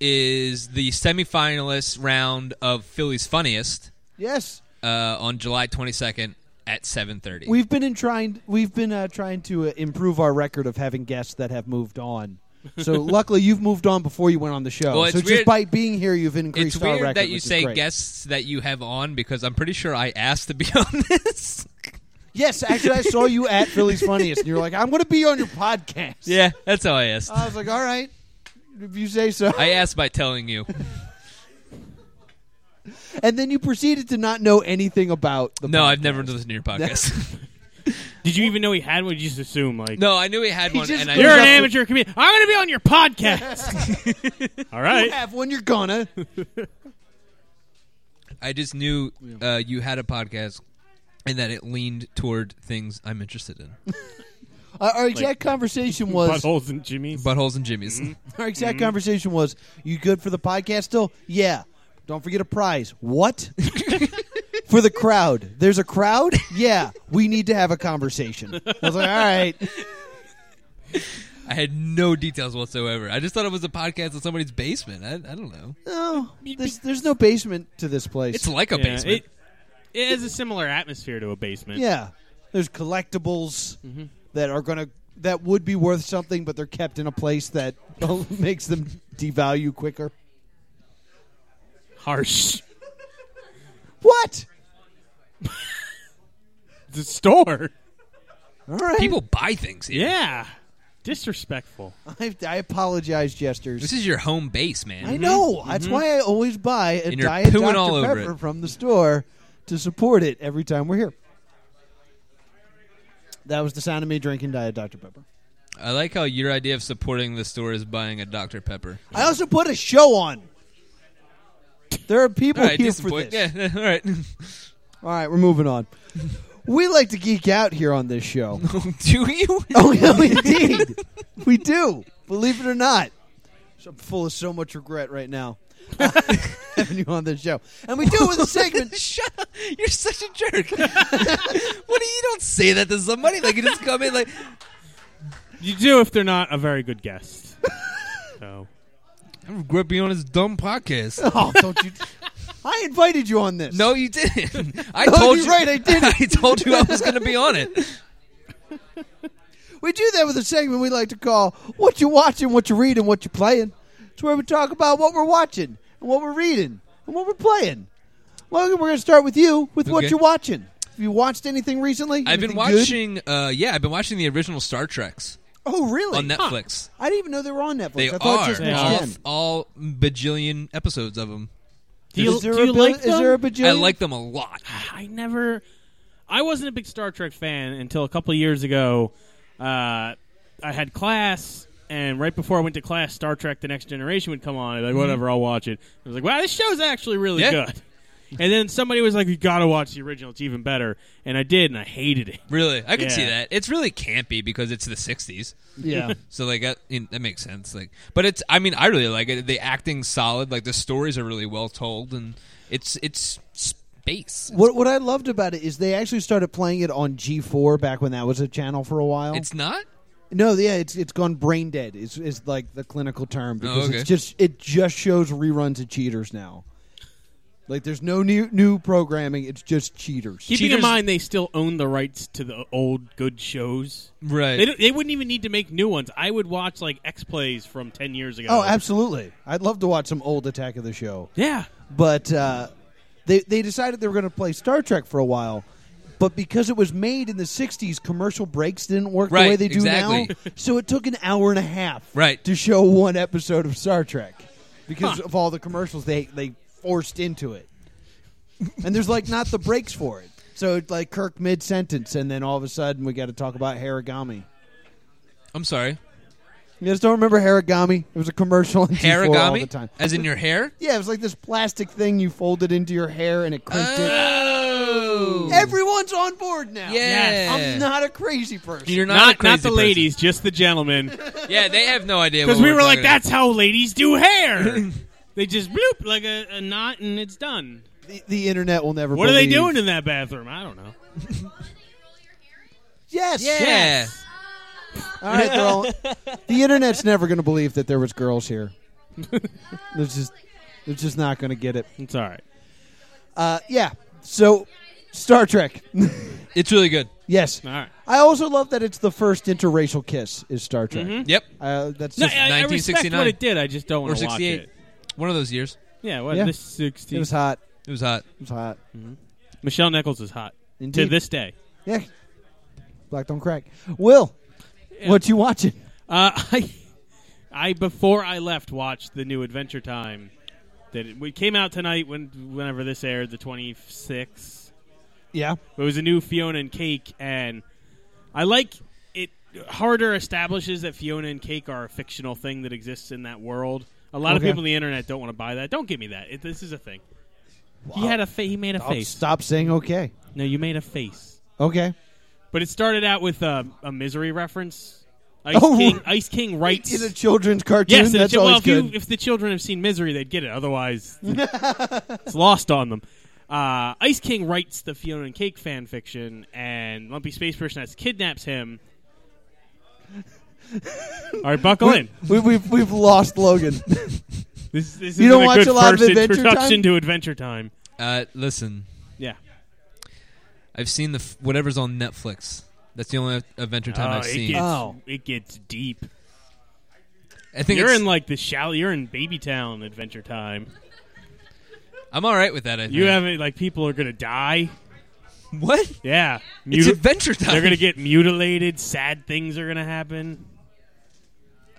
[SPEAKER 5] is the semifinalist round of Philly's Funniest
[SPEAKER 3] Yes.
[SPEAKER 5] uh, on July 22nd at 7:30.
[SPEAKER 3] We've been in trying we've been uh, trying to uh, improve our record of having guests that have moved on. So luckily you've moved on before you went on the show.
[SPEAKER 5] Well, it's
[SPEAKER 3] so just
[SPEAKER 5] weird-
[SPEAKER 3] by being here you've increased
[SPEAKER 5] it's
[SPEAKER 3] our
[SPEAKER 5] weird
[SPEAKER 3] record.
[SPEAKER 5] that you
[SPEAKER 3] which is
[SPEAKER 5] say
[SPEAKER 3] great.
[SPEAKER 5] guests that you have on because I'm pretty sure I asked to be on this.
[SPEAKER 3] Yes, actually I saw you at Philly's Funniest and you're like, I'm gonna be on your podcast.
[SPEAKER 5] yeah, that's how I asked.
[SPEAKER 3] I was like, All right. If you say so.
[SPEAKER 5] I asked by telling you.
[SPEAKER 3] and then you proceeded to not know anything about the
[SPEAKER 5] No,
[SPEAKER 3] podcast.
[SPEAKER 5] I've never listened to your podcast.
[SPEAKER 4] Did you even know he had one? You just assume like.
[SPEAKER 5] no, I knew he had one,
[SPEAKER 3] just
[SPEAKER 5] and
[SPEAKER 3] goes
[SPEAKER 4] You're
[SPEAKER 5] I
[SPEAKER 4] an
[SPEAKER 3] up-
[SPEAKER 4] amateur comedian. I'm going to be on your podcast. All
[SPEAKER 3] You
[SPEAKER 4] right.
[SPEAKER 3] have one you're gonna Uh,
[SPEAKER 5] I just knew uh, you had a podcast, and that it leaned toward things I'm interested in:
[SPEAKER 3] Uh, our exact conversation was
[SPEAKER 4] Buttholes and Jimmy's.
[SPEAKER 5] buttholes and jimmies.
[SPEAKER 3] Our exact
[SPEAKER 5] Mm-hmm.
[SPEAKER 3] conversation was, "You good for the podcast still? Yeah. Don't forget a prize. What? for the crowd. There's a crowd. Yeah. We need to have a conversation." I was like, "All right."
[SPEAKER 5] I had no details whatsoever. I just thought it was a podcast in somebody's basement. I, I don't know.
[SPEAKER 3] No, there's, there's no basement to this place.
[SPEAKER 5] It's like a
[SPEAKER 4] Yeah,
[SPEAKER 5] basement.
[SPEAKER 4] It, it has a similar atmosphere to a basement.
[SPEAKER 3] yeah. There's collectibles
[SPEAKER 5] Mm-hmm.
[SPEAKER 3] that are gonna that would be worth something, but they're kept in a place that makes them devalue quicker.
[SPEAKER 4] Harsh.
[SPEAKER 3] What?
[SPEAKER 4] It's a store.
[SPEAKER 3] All right.
[SPEAKER 5] People buy things. Here.
[SPEAKER 4] Yeah. Disrespectful.
[SPEAKER 3] I, I apologize, jesters.
[SPEAKER 5] This is your home base, man.
[SPEAKER 3] I know. That's why I always buy a
[SPEAKER 5] Mm-hmm. And you're
[SPEAKER 3] diet
[SPEAKER 5] pooing
[SPEAKER 3] Dr.
[SPEAKER 5] all over
[SPEAKER 3] Pepper
[SPEAKER 5] it.
[SPEAKER 3] from the store to support it every time we're here. That was the sound of me drinking diet Dr. Pepper.
[SPEAKER 5] I like how your idea of supporting the store is buying a Dr. Pepper.
[SPEAKER 3] I also put a show on. There are people
[SPEAKER 5] All right,
[SPEAKER 3] here
[SPEAKER 5] decent
[SPEAKER 3] for
[SPEAKER 5] point.
[SPEAKER 3] this.
[SPEAKER 5] Yeah, all right.
[SPEAKER 3] All right, we're moving on. We like to geek out here on this show.
[SPEAKER 5] Do you?
[SPEAKER 3] oh, yeah, we indeed. we do. Believe it or not. So I'm full of so much regret right now having you on this show. And we do it with a segment
[SPEAKER 5] Shut up. You're such a jerk. what do you don't say that to somebody? Like you just come in like
[SPEAKER 4] You do if they're not a very good guest. so.
[SPEAKER 5] I regret being on this dumb podcast.
[SPEAKER 3] Oh, don't you? I invited you on this.
[SPEAKER 5] No, you didn't. I
[SPEAKER 3] No,
[SPEAKER 5] told
[SPEAKER 3] you're
[SPEAKER 5] you
[SPEAKER 3] right, I didn't.
[SPEAKER 5] I told you I was going to be on it.
[SPEAKER 3] we do that with a segment we like to call "What You Watching, What You Reading, What You Playing." It's where we talk about what we're watching and what we're reading and what we're playing. Well, we're going to start with you with what
[SPEAKER 5] Okay.
[SPEAKER 3] you're watching. Have you watched anything recently?
[SPEAKER 5] I've been
[SPEAKER 3] Anything good?
[SPEAKER 5] watching. Uh, yeah, I've been watching the original Star Treks
[SPEAKER 3] Oh, really?
[SPEAKER 5] on Netflix.
[SPEAKER 3] I didn't even know they were on Netflix.
[SPEAKER 5] They
[SPEAKER 3] I thought
[SPEAKER 5] are
[SPEAKER 3] just
[SPEAKER 4] They
[SPEAKER 3] next
[SPEAKER 4] are.
[SPEAKER 5] all,
[SPEAKER 3] gen.
[SPEAKER 5] all bajillion episodes of them.
[SPEAKER 4] Do you,
[SPEAKER 3] is there
[SPEAKER 4] do
[SPEAKER 3] a
[SPEAKER 4] you
[SPEAKER 3] bill-
[SPEAKER 4] like
[SPEAKER 3] is
[SPEAKER 4] them?
[SPEAKER 3] there a bajillion?
[SPEAKER 5] I like them a lot.
[SPEAKER 4] I never. I wasn't a big Star Trek fan until a couple of years ago. Uh, I had class, and right before I went to class, Star Trek: The Next Generation would come on. I'd be like, whatever, I'll watch it. I was like, wow, this show's actually really
[SPEAKER 5] Mm-hmm. Yeah.
[SPEAKER 4] good. And then somebody was like, you gotta watch the original; it's even better. And I did, and I hated it.
[SPEAKER 5] Really, I can see
[SPEAKER 4] Yeah.
[SPEAKER 5] that. It's really campy because it's the '60s,
[SPEAKER 3] Yeah.
[SPEAKER 5] so like that, you know, that makes sense. Like, but it's. I mean, I really like it. The acting's solid. Like the stories are really well told, and it's it's space.
[SPEAKER 3] What what I loved about it is they actually started playing it on G4 back when that was a channel for a while.
[SPEAKER 5] It's not.
[SPEAKER 3] No, yeah, it's it's gone brain dead. Is is like the clinical term because
[SPEAKER 5] okay.
[SPEAKER 3] it's just it just shows reruns of cheaters now. Like there's no new new programming. It's just cheaters.
[SPEAKER 4] Keeping in
[SPEAKER 5] Cheaters-
[SPEAKER 4] mind they still own the rights to the old good shows.
[SPEAKER 5] Right.
[SPEAKER 4] They, don't, they wouldn't even need to make new ones. I would watch like X plays from ten years ago.
[SPEAKER 3] Oh, absolutely. I'd love to watch some old Attack of the Show.
[SPEAKER 4] Yeah,
[SPEAKER 3] but uh, they they decided they were going to play Star Trek for a while. But because it was made in the '60s, commercial breaks didn't work the
[SPEAKER 5] Right,
[SPEAKER 3] way they do now.
[SPEAKER 5] exactly.
[SPEAKER 3] So it took an hour and a half
[SPEAKER 5] Right.
[SPEAKER 3] to show one episode of Star Trek because of all the commercials they they forced into it. And there's like not the breaks for it. So it's like Kirk mid sentence, and then all of a sudden we got to talk about Harigami.
[SPEAKER 5] I'm sorry.
[SPEAKER 3] You guys don't remember Harigami? It was a commercial on T4 all the
[SPEAKER 5] Harigami,
[SPEAKER 3] time.
[SPEAKER 5] as in your hair.
[SPEAKER 3] Yeah, it was like this plastic thing you folded into your hair and it
[SPEAKER 5] Ah,
[SPEAKER 3] crimped it.
[SPEAKER 5] Oh,
[SPEAKER 3] Everyone's on board now.
[SPEAKER 5] yeah.
[SPEAKER 3] I'm not a crazy person.
[SPEAKER 5] You're not a
[SPEAKER 4] not
[SPEAKER 5] crazy
[SPEAKER 4] not the
[SPEAKER 5] person.
[SPEAKER 4] ladies, just the gentlemen.
[SPEAKER 5] Yeah, they have no idea
[SPEAKER 4] Because
[SPEAKER 5] what
[SPEAKER 4] we were like,
[SPEAKER 5] talking
[SPEAKER 4] that's how ladies do hair. they just bloop like a, a knot and it's done.
[SPEAKER 3] the, the internet will never
[SPEAKER 4] What are they
[SPEAKER 3] believe.
[SPEAKER 4] doing in that bathroom? I don't know.
[SPEAKER 3] Yes.
[SPEAKER 5] about. Yeah.
[SPEAKER 3] All right, they're all- the internet's never going to believe that there was girls here. they're just they're just not going to get it.
[SPEAKER 4] It's all right.
[SPEAKER 3] Uh, yeah. So Star Trek.
[SPEAKER 5] It's really good.
[SPEAKER 3] yes.
[SPEAKER 4] All right.
[SPEAKER 3] I also love that it's the first interracial kiss is Star Trek.
[SPEAKER 5] Yep.
[SPEAKER 3] Uh, that's
[SPEAKER 4] Mm-hmm. No,
[SPEAKER 3] just,
[SPEAKER 4] I, I respect
[SPEAKER 5] 1969.
[SPEAKER 4] what it did. I just don't
[SPEAKER 5] Or
[SPEAKER 4] want to watch
[SPEAKER 5] 68.
[SPEAKER 4] it.
[SPEAKER 5] One of those years.
[SPEAKER 4] Yeah, what
[SPEAKER 3] Yeah.
[SPEAKER 4] this
[SPEAKER 3] it
[SPEAKER 4] sixty?
[SPEAKER 3] was hot.
[SPEAKER 5] It was hot.
[SPEAKER 3] It was hot.
[SPEAKER 4] Michelle Nichols is hot to
[SPEAKER 3] Indeed.
[SPEAKER 4] this day.
[SPEAKER 3] Yeah. Black don't crack. Will, what you watching?
[SPEAKER 4] Uh, I, I before I left, watched the new Adventure Time that it, we came out tonight when whenever this aired, the twenty sixth.
[SPEAKER 3] Yeah.
[SPEAKER 4] It was a new Fiona and Cake, and I like it. Harder establishes that Fiona and Cake are a fictional thing that exists in that world. A lot of
[SPEAKER 3] Okay.
[SPEAKER 4] people on the internet don't want to buy that. Don't give me that. It, this is a thing. He had a fa- he made a
[SPEAKER 3] I'll
[SPEAKER 4] face.
[SPEAKER 3] stop saying okay.
[SPEAKER 4] No, you made a face.
[SPEAKER 3] Okay.
[SPEAKER 4] But it started out with uh, a misery reference. Ice
[SPEAKER 3] Oh.
[SPEAKER 4] King. Ice King writes.
[SPEAKER 3] In a children's cartoon,
[SPEAKER 4] yes, in a
[SPEAKER 3] that's
[SPEAKER 4] chi- well,
[SPEAKER 3] always
[SPEAKER 4] if, you,
[SPEAKER 3] good.
[SPEAKER 4] if the children have seen Misery, they'd get it. Otherwise, it's lost on them. Uh, Ice King writes the Fiona and Cake fan fiction, and Lumpy Space Person has kidnaps him. All right, buckle in.
[SPEAKER 3] we, we've, we've lost Logan.
[SPEAKER 4] This, this
[SPEAKER 3] You
[SPEAKER 4] isn't
[SPEAKER 3] don't
[SPEAKER 4] a
[SPEAKER 3] watch
[SPEAKER 4] good
[SPEAKER 3] a lot of
[SPEAKER 4] first
[SPEAKER 3] Adventure
[SPEAKER 4] introduction
[SPEAKER 3] Time?
[SPEAKER 4] to Adventure Time.
[SPEAKER 5] Uh, listen,
[SPEAKER 4] Yeah,
[SPEAKER 5] I've seen the f- whatever's on Netflix. That's the only Adventure Time
[SPEAKER 4] Oh,
[SPEAKER 5] I've
[SPEAKER 4] it
[SPEAKER 5] seen.
[SPEAKER 4] Gets,
[SPEAKER 3] Oh.
[SPEAKER 4] it gets deep.
[SPEAKER 5] I think
[SPEAKER 4] You're
[SPEAKER 5] it's-
[SPEAKER 4] in like the shall. You're in Baby Town Adventure Time.
[SPEAKER 5] I'm all right with that. I think.
[SPEAKER 4] You haven't like people are gonna die.
[SPEAKER 5] what?
[SPEAKER 4] Yeah,
[SPEAKER 5] It's
[SPEAKER 4] Muti-
[SPEAKER 5] Adventure Time.
[SPEAKER 4] they're gonna get mutilated. Sad things are gonna happen.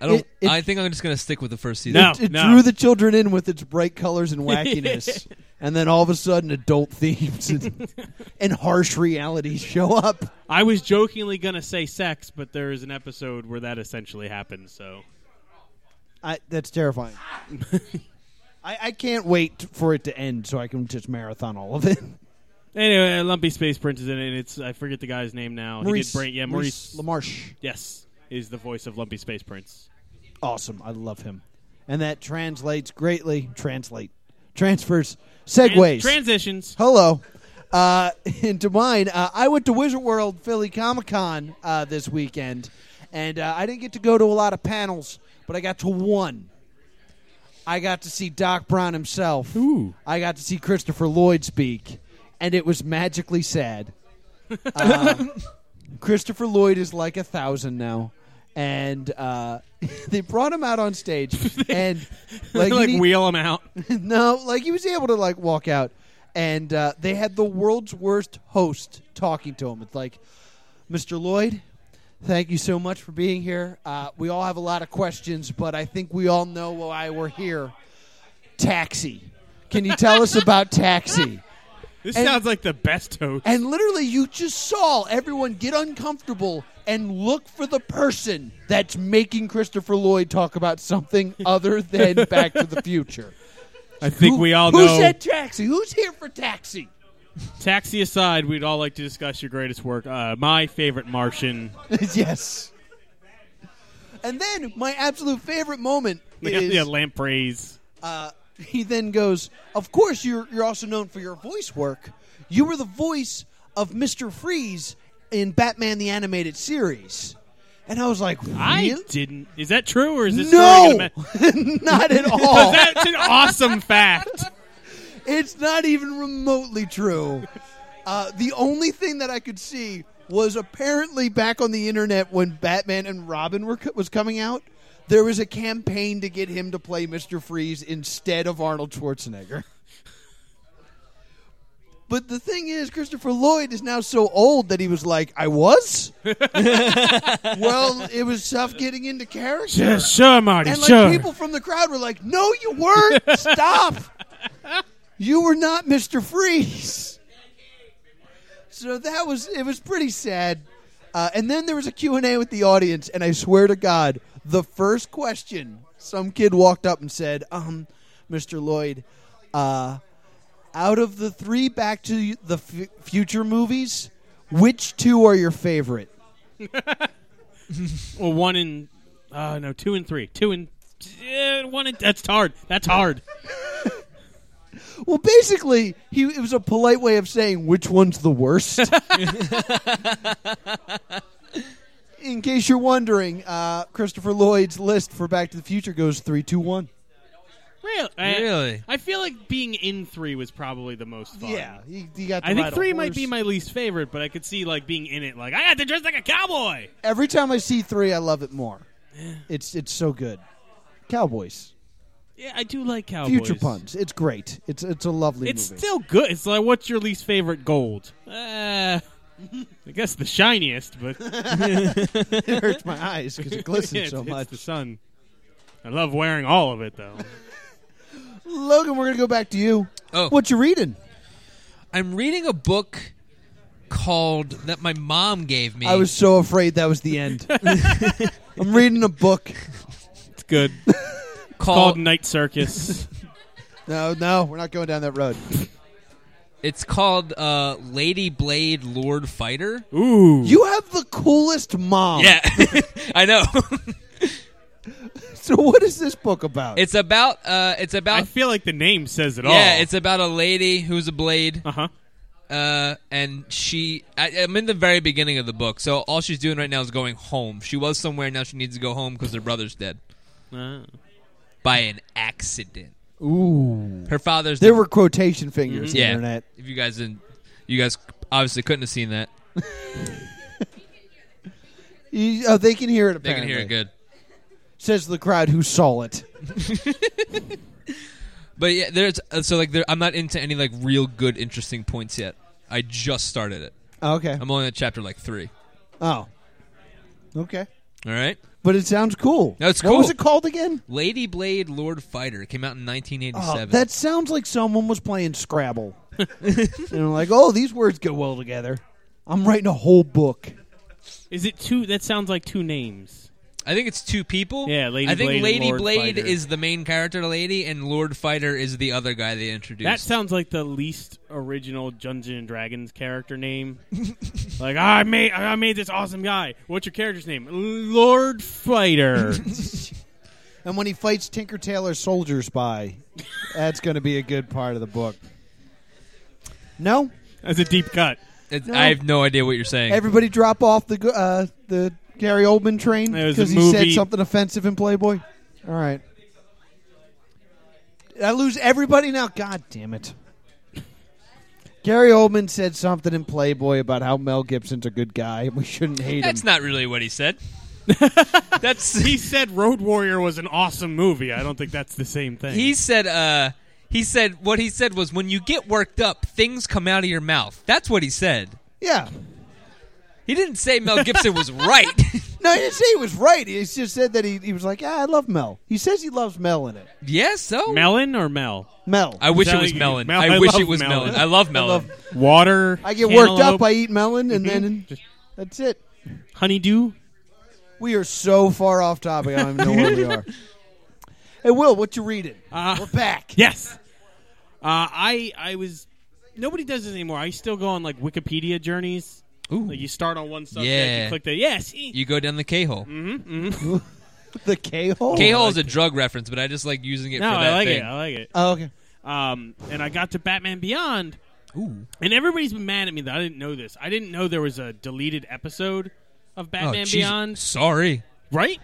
[SPEAKER 5] I don't.
[SPEAKER 3] It- it-
[SPEAKER 5] I think I'm just gonna stick with the first season.
[SPEAKER 4] No,
[SPEAKER 3] it
[SPEAKER 4] no.
[SPEAKER 3] drew the children in with its bright colors and wackiness. and then all of a sudden, adult themes and, and harsh realities show up.
[SPEAKER 4] I was jokingly gonna say sex, but there is an episode where that essentially happens. So
[SPEAKER 3] I, that's terrifying. I, I can't wait for it to end so I can just marathon all of it.
[SPEAKER 4] anyway, uh, Lumpy Space Prince is in it. And it's I forget the guy's name now.
[SPEAKER 3] Maurice,
[SPEAKER 4] he did bring yeah Maurice.
[SPEAKER 3] LaMarche.
[SPEAKER 4] yes, is the voice of Lumpy Space Prince.
[SPEAKER 3] Awesome. I love him. And that translates greatly. Translate. Transfers. Segues.
[SPEAKER 4] transitions.
[SPEAKER 3] Hello. Uh, into mine, uh, I went to Wizard World Philly Comic Con uh, this weekend, and uh, I didn't get to go to a lot of panels, but I got to one. I got to see Doc Brown himself.
[SPEAKER 4] Ooh.
[SPEAKER 3] I got to see Christopher Lloyd speak, and it was magically sad. Uh, Christopher Lloyd is like a thousand now, and uh, they brought him out on stage, and
[SPEAKER 4] Like,
[SPEAKER 3] like, he-
[SPEAKER 4] wheel him out.
[SPEAKER 3] no, like he was able to like walk out, and uh, they had the world's worst host talking to him. It's like, Mr. Lloyd, thank you so much for being here. Uh, we all have a lot of questions, but I think we all know why we're here. Taxi, can you tell us about Taxi?
[SPEAKER 4] This
[SPEAKER 3] And-
[SPEAKER 4] sounds like the best host.
[SPEAKER 3] And literally, you just saw everyone get uncomfortable and look for the person that's making Christopher Lloyd talk about something other than Back to the Future.
[SPEAKER 4] I think
[SPEAKER 3] Who-
[SPEAKER 4] we all
[SPEAKER 3] who
[SPEAKER 4] know.
[SPEAKER 3] said taxi? Who's here for taxi?
[SPEAKER 4] taxi aside, we'd all like to discuss your greatest work. Uh, my favorite Martian.
[SPEAKER 3] yes. And then my absolute favorite moment is
[SPEAKER 4] yeah, lampreys.
[SPEAKER 3] uh, he then goes, "Of course, you're you're also known for your voice work. You were the voice of Mister Freeze in Batman the Animated Series." And I was like,
[SPEAKER 4] I
[SPEAKER 3] "Really?
[SPEAKER 4] didn't. Is that true or is this story
[SPEAKER 3] no,
[SPEAKER 4] gonna ma-
[SPEAKER 3] not at all."
[SPEAKER 4] That's an awesome fact.
[SPEAKER 3] It's not even remotely true. Uh, the only thing that I could see was apparently back on the internet when Batman and Robin were co- was coming out. There was a campaign to get him to play Mister Freeze instead of Arnold Schwarzenegger. But the thing is, Christopher Lloyd is now so old that he was like, "I was." well, it was tough getting into character.
[SPEAKER 4] Yeah, sure, Marty,
[SPEAKER 3] And like
[SPEAKER 4] sure.
[SPEAKER 3] people from the crowd were like, "No, you weren't. Stop. You were not Mr. Freeze." So that was it was pretty sad. Uh, and then there was a Q&A with the audience and I swear to god, the first question some kid walked up and said, "Um, Mr. Lloyd, uh out of the 3 back to the F- future movies, which two are your favorite?"
[SPEAKER 4] well, one and uh, no, two and three, two and eh, one. And, that's hard. That's hard.
[SPEAKER 3] Well, basically, he it was a polite way of saying which one's the worst. In case you're wondering, uh, Christopher Lloyd's list for Back to the Future goes three, two, one.
[SPEAKER 4] Really?
[SPEAKER 5] Really?
[SPEAKER 4] I feel like being in three was probably the most fun.
[SPEAKER 3] Yeah, he, he got. To
[SPEAKER 4] I
[SPEAKER 3] ride
[SPEAKER 4] think
[SPEAKER 3] a
[SPEAKER 4] three might be
[SPEAKER 3] horse.
[SPEAKER 4] my least favorite, but I could see like being in it, like I got to dress like a cowboy.
[SPEAKER 3] Every time I see three, I love it more. It's it's so good. Cowboys,
[SPEAKER 4] Yeah, I do like cowboys.
[SPEAKER 3] future puns. It's great. It's it's a lovely
[SPEAKER 4] It's
[SPEAKER 3] movie.
[SPEAKER 4] still good. It's like what's your least favorite gold? Uh, I guess the shiniest, but
[SPEAKER 3] it hurts my eyes because it glistens
[SPEAKER 4] yeah, it's,
[SPEAKER 3] so
[SPEAKER 4] it's
[SPEAKER 3] much.
[SPEAKER 4] the sun. I love wearing all of it though.
[SPEAKER 3] Logan, we're gonna go back to you.
[SPEAKER 5] Oh.
[SPEAKER 3] What you reading?
[SPEAKER 5] I'm reading a book called that my mom gave me.
[SPEAKER 3] I was so afraid that was the end. I'm reading a book.
[SPEAKER 4] It's good. Called Night Circus.
[SPEAKER 3] No, no, we're not going down that road.
[SPEAKER 5] It's called uh, Lady Blade Lord Fighter.
[SPEAKER 4] Ooh.
[SPEAKER 3] You have the coolest mom.
[SPEAKER 5] Yeah, I know.
[SPEAKER 3] So what is this book about?
[SPEAKER 5] it's about uh, it's about
[SPEAKER 4] I feel like the name says it all.
[SPEAKER 5] yeah, it's about a lady who's a blade,
[SPEAKER 4] uh huh.
[SPEAKER 5] uh, and she. I, I'm in the very beginning of the book, so all she's doing right now is going home. She was somewhere now; she needs to go home because her brother's dead by an accident.
[SPEAKER 3] Ooh. Mm-hmm.
[SPEAKER 5] Her father's
[SPEAKER 3] There
[SPEAKER 5] the-
[SPEAKER 3] were quotation fingers
[SPEAKER 5] yeah.
[SPEAKER 3] in the internet.
[SPEAKER 5] If you guys didn't, you guys obviously couldn't have seen that.
[SPEAKER 3] You- oh, they can hear it
[SPEAKER 5] They
[SPEAKER 3] apparently.
[SPEAKER 5] can hear it good.
[SPEAKER 3] Says the crowd who saw it.
[SPEAKER 5] But yeah, there's uh, so like there, I'm not into any like real good interesting points yet. I just started it.
[SPEAKER 3] Oh, okay.
[SPEAKER 5] I'm only at chapter like three.
[SPEAKER 3] Oh. Okay.
[SPEAKER 5] All right,
[SPEAKER 3] But it sounds cool.
[SPEAKER 5] No, it's
[SPEAKER 3] What was
[SPEAKER 5] cool.
[SPEAKER 3] it called again?
[SPEAKER 5] Lady Blade Lord Fighter came out in
[SPEAKER 3] Oh,
[SPEAKER 5] 1987.
[SPEAKER 3] that sounds like someone was playing Scrabble. and I'm like, oh, these words go well together. I'm writing a whole book.
[SPEAKER 4] Is it two? That sounds like two names.
[SPEAKER 5] I think it's two people.
[SPEAKER 4] Yeah, Lady
[SPEAKER 5] I think
[SPEAKER 4] Blade and
[SPEAKER 5] Lady
[SPEAKER 4] Lord
[SPEAKER 5] Blade
[SPEAKER 4] Fighter.
[SPEAKER 5] is the main character, lady, and Lord Fighter is the other guy they introduced.
[SPEAKER 4] That sounds like the least original Dungeons and Dragons character name. like "Ah, I made, I made this awesome guy. What's your character's name? Lord Fighter.
[SPEAKER 3] And when he fights Tinker Tailor Soldier Spy, that's going to be a good part of the book. No,
[SPEAKER 4] That's a deep cut.
[SPEAKER 5] It's-
[SPEAKER 3] No.
[SPEAKER 5] I have no idea what you're saying.
[SPEAKER 3] everybody drop off the uh, the Gary Oldman train
[SPEAKER 4] It was a
[SPEAKER 3] because he said
[SPEAKER 4] movie.
[SPEAKER 3] something offensive in Playboy. All right, Did I lose everybody now. God damn it! Gary Oldman said something in Playboy about how Mel Gibson's a good guy and we shouldn't hate
[SPEAKER 5] That's
[SPEAKER 3] him.
[SPEAKER 5] not really what he said. that's
[SPEAKER 4] He said Road Warrior was an awesome movie. I don't think that's the same thing.
[SPEAKER 5] he said. Uh, he said what he said was when you get worked up, things come out of your mouth. That's what he said.
[SPEAKER 3] yeah,
[SPEAKER 5] He didn't say Mel Gibson was right.
[SPEAKER 3] no, he didn't say he was right. He just said that he, he was like, ah, I love Mel. He says he loves Mel in it.
[SPEAKER 5] yes, so
[SPEAKER 4] Melon or Mel?
[SPEAKER 3] Mel.
[SPEAKER 5] I wish it
[SPEAKER 4] Sound
[SPEAKER 5] was
[SPEAKER 4] like-
[SPEAKER 5] melon.
[SPEAKER 4] Mel-
[SPEAKER 5] I,
[SPEAKER 4] I
[SPEAKER 5] wish
[SPEAKER 4] love
[SPEAKER 5] it was melon.
[SPEAKER 4] melon.
[SPEAKER 5] I love melon.
[SPEAKER 3] love-
[SPEAKER 4] Water.
[SPEAKER 3] I get worked up.
[SPEAKER 4] cantaloupe, Mm-hmm.
[SPEAKER 3] I eat melon, and then that's it.
[SPEAKER 4] honeydew.
[SPEAKER 3] We are so far off topic. I don't even know where we are. Hey, Will, what you reading?
[SPEAKER 4] Uh,
[SPEAKER 3] We're back.
[SPEAKER 4] Yes. Uh, I I was. Nobody does this anymore. I still go on like Wikipedia journeys.
[SPEAKER 5] Ooh.
[SPEAKER 4] Like you start on one subject,
[SPEAKER 5] Yeah.
[SPEAKER 4] you click the yes. see? mm-hmm,
[SPEAKER 5] you go down the K hole.
[SPEAKER 4] Mm.
[SPEAKER 3] The K hole.
[SPEAKER 5] K
[SPEAKER 4] Oh,
[SPEAKER 5] hole is a drug reference, but I just like using it
[SPEAKER 4] No,
[SPEAKER 5] for that
[SPEAKER 4] I like
[SPEAKER 5] thing.
[SPEAKER 4] it. I like it.
[SPEAKER 3] Oh, okay.
[SPEAKER 4] Um, and I got to Batman Beyond,
[SPEAKER 5] Ooh.
[SPEAKER 4] and everybody's been mad at me that I didn't know this. I didn't know there was a deleted episode of
[SPEAKER 5] Oh,
[SPEAKER 4] Batman
[SPEAKER 5] jeez.
[SPEAKER 4] Beyond,
[SPEAKER 5] Sorry.
[SPEAKER 4] right?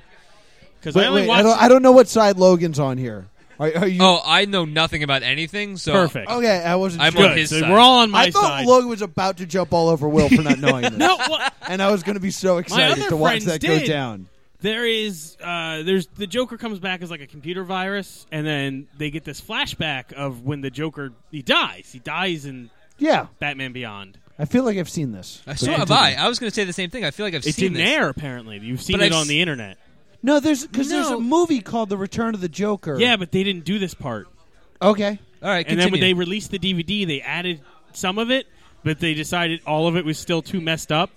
[SPEAKER 4] Because I
[SPEAKER 3] Wait,
[SPEAKER 4] only
[SPEAKER 3] wait, I
[SPEAKER 4] watched.
[SPEAKER 3] don't, I don't know what side Logan's on here. Are, are you
[SPEAKER 5] Oh, I know nothing about anything, so
[SPEAKER 4] Perfect.
[SPEAKER 3] okay? I wasn't.
[SPEAKER 5] I'm
[SPEAKER 3] sure.
[SPEAKER 5] on
[SPEAKER 4] Good.
[SPEAKER 5] his
[SPEAKER 4] So
[SPEAKER 5] side.
[SPEAKER 4] we're all Oh. on my
[SPEAKER 3] I thought
[SPEAKER 4] side.
[SPEAKER 3] Logan was about to jump all over Will for not knowing this,
[SPEAKER 4] no, well,
[SPEAKER 3] and I was going to be so excited
[SPEAKER 4] other
[SPEAKER 3] to watch
[SPEAKER 4] friends
[SPEAKER 3] that go
[SPEAKER 4] did.
[SPEAKER 3] down.
[SPEAKER 4] there is uh, there's the Joker comes back as like a computer virus, and then they get this flashback of when the Joker he dies. He dies in
[SPEAKER 3] Yeah,
[SPEAKER 4] Batman Beyond.
[SPEAKER 3] I feel like I've seen this.
[SPEAKER 5] I
[SPEAKER 3] But
[SPEAKER 5] so
[SPEAKER 3] I
[SPEAKER 5] have
[SPEAKER 3] didn't.
[SPEAKER 5] I. I was going to say the same thing. I feel like I've
[SPEAKER 4] It's
[SPEAKER 5] seen
[SPEAKER 4] in
[SPEAKER 5] this.
[SPEAKER 4] there apparently. You've seen
[SPEAKER 5] But
[SPEAKER 4] it
[SPEAKER 5] I've
[SPEAKER 4] on the internet.
[SPEAKER 3] No, there's because there's
[SPEAKER 5] No.
[SPEAKER 3] a movie called The Return of the Joker.
[SPEAKER 4] Yeah, but they didn't do this part.
[SPEAKER 3] Okay.
[SPEAKER 5] All right,
[SPEAKER 4] And then when they
[SPEAKER 5] continue.
[SPEAKER 4] released the DVD, they added some of it, but they decided all of it was still too messed up.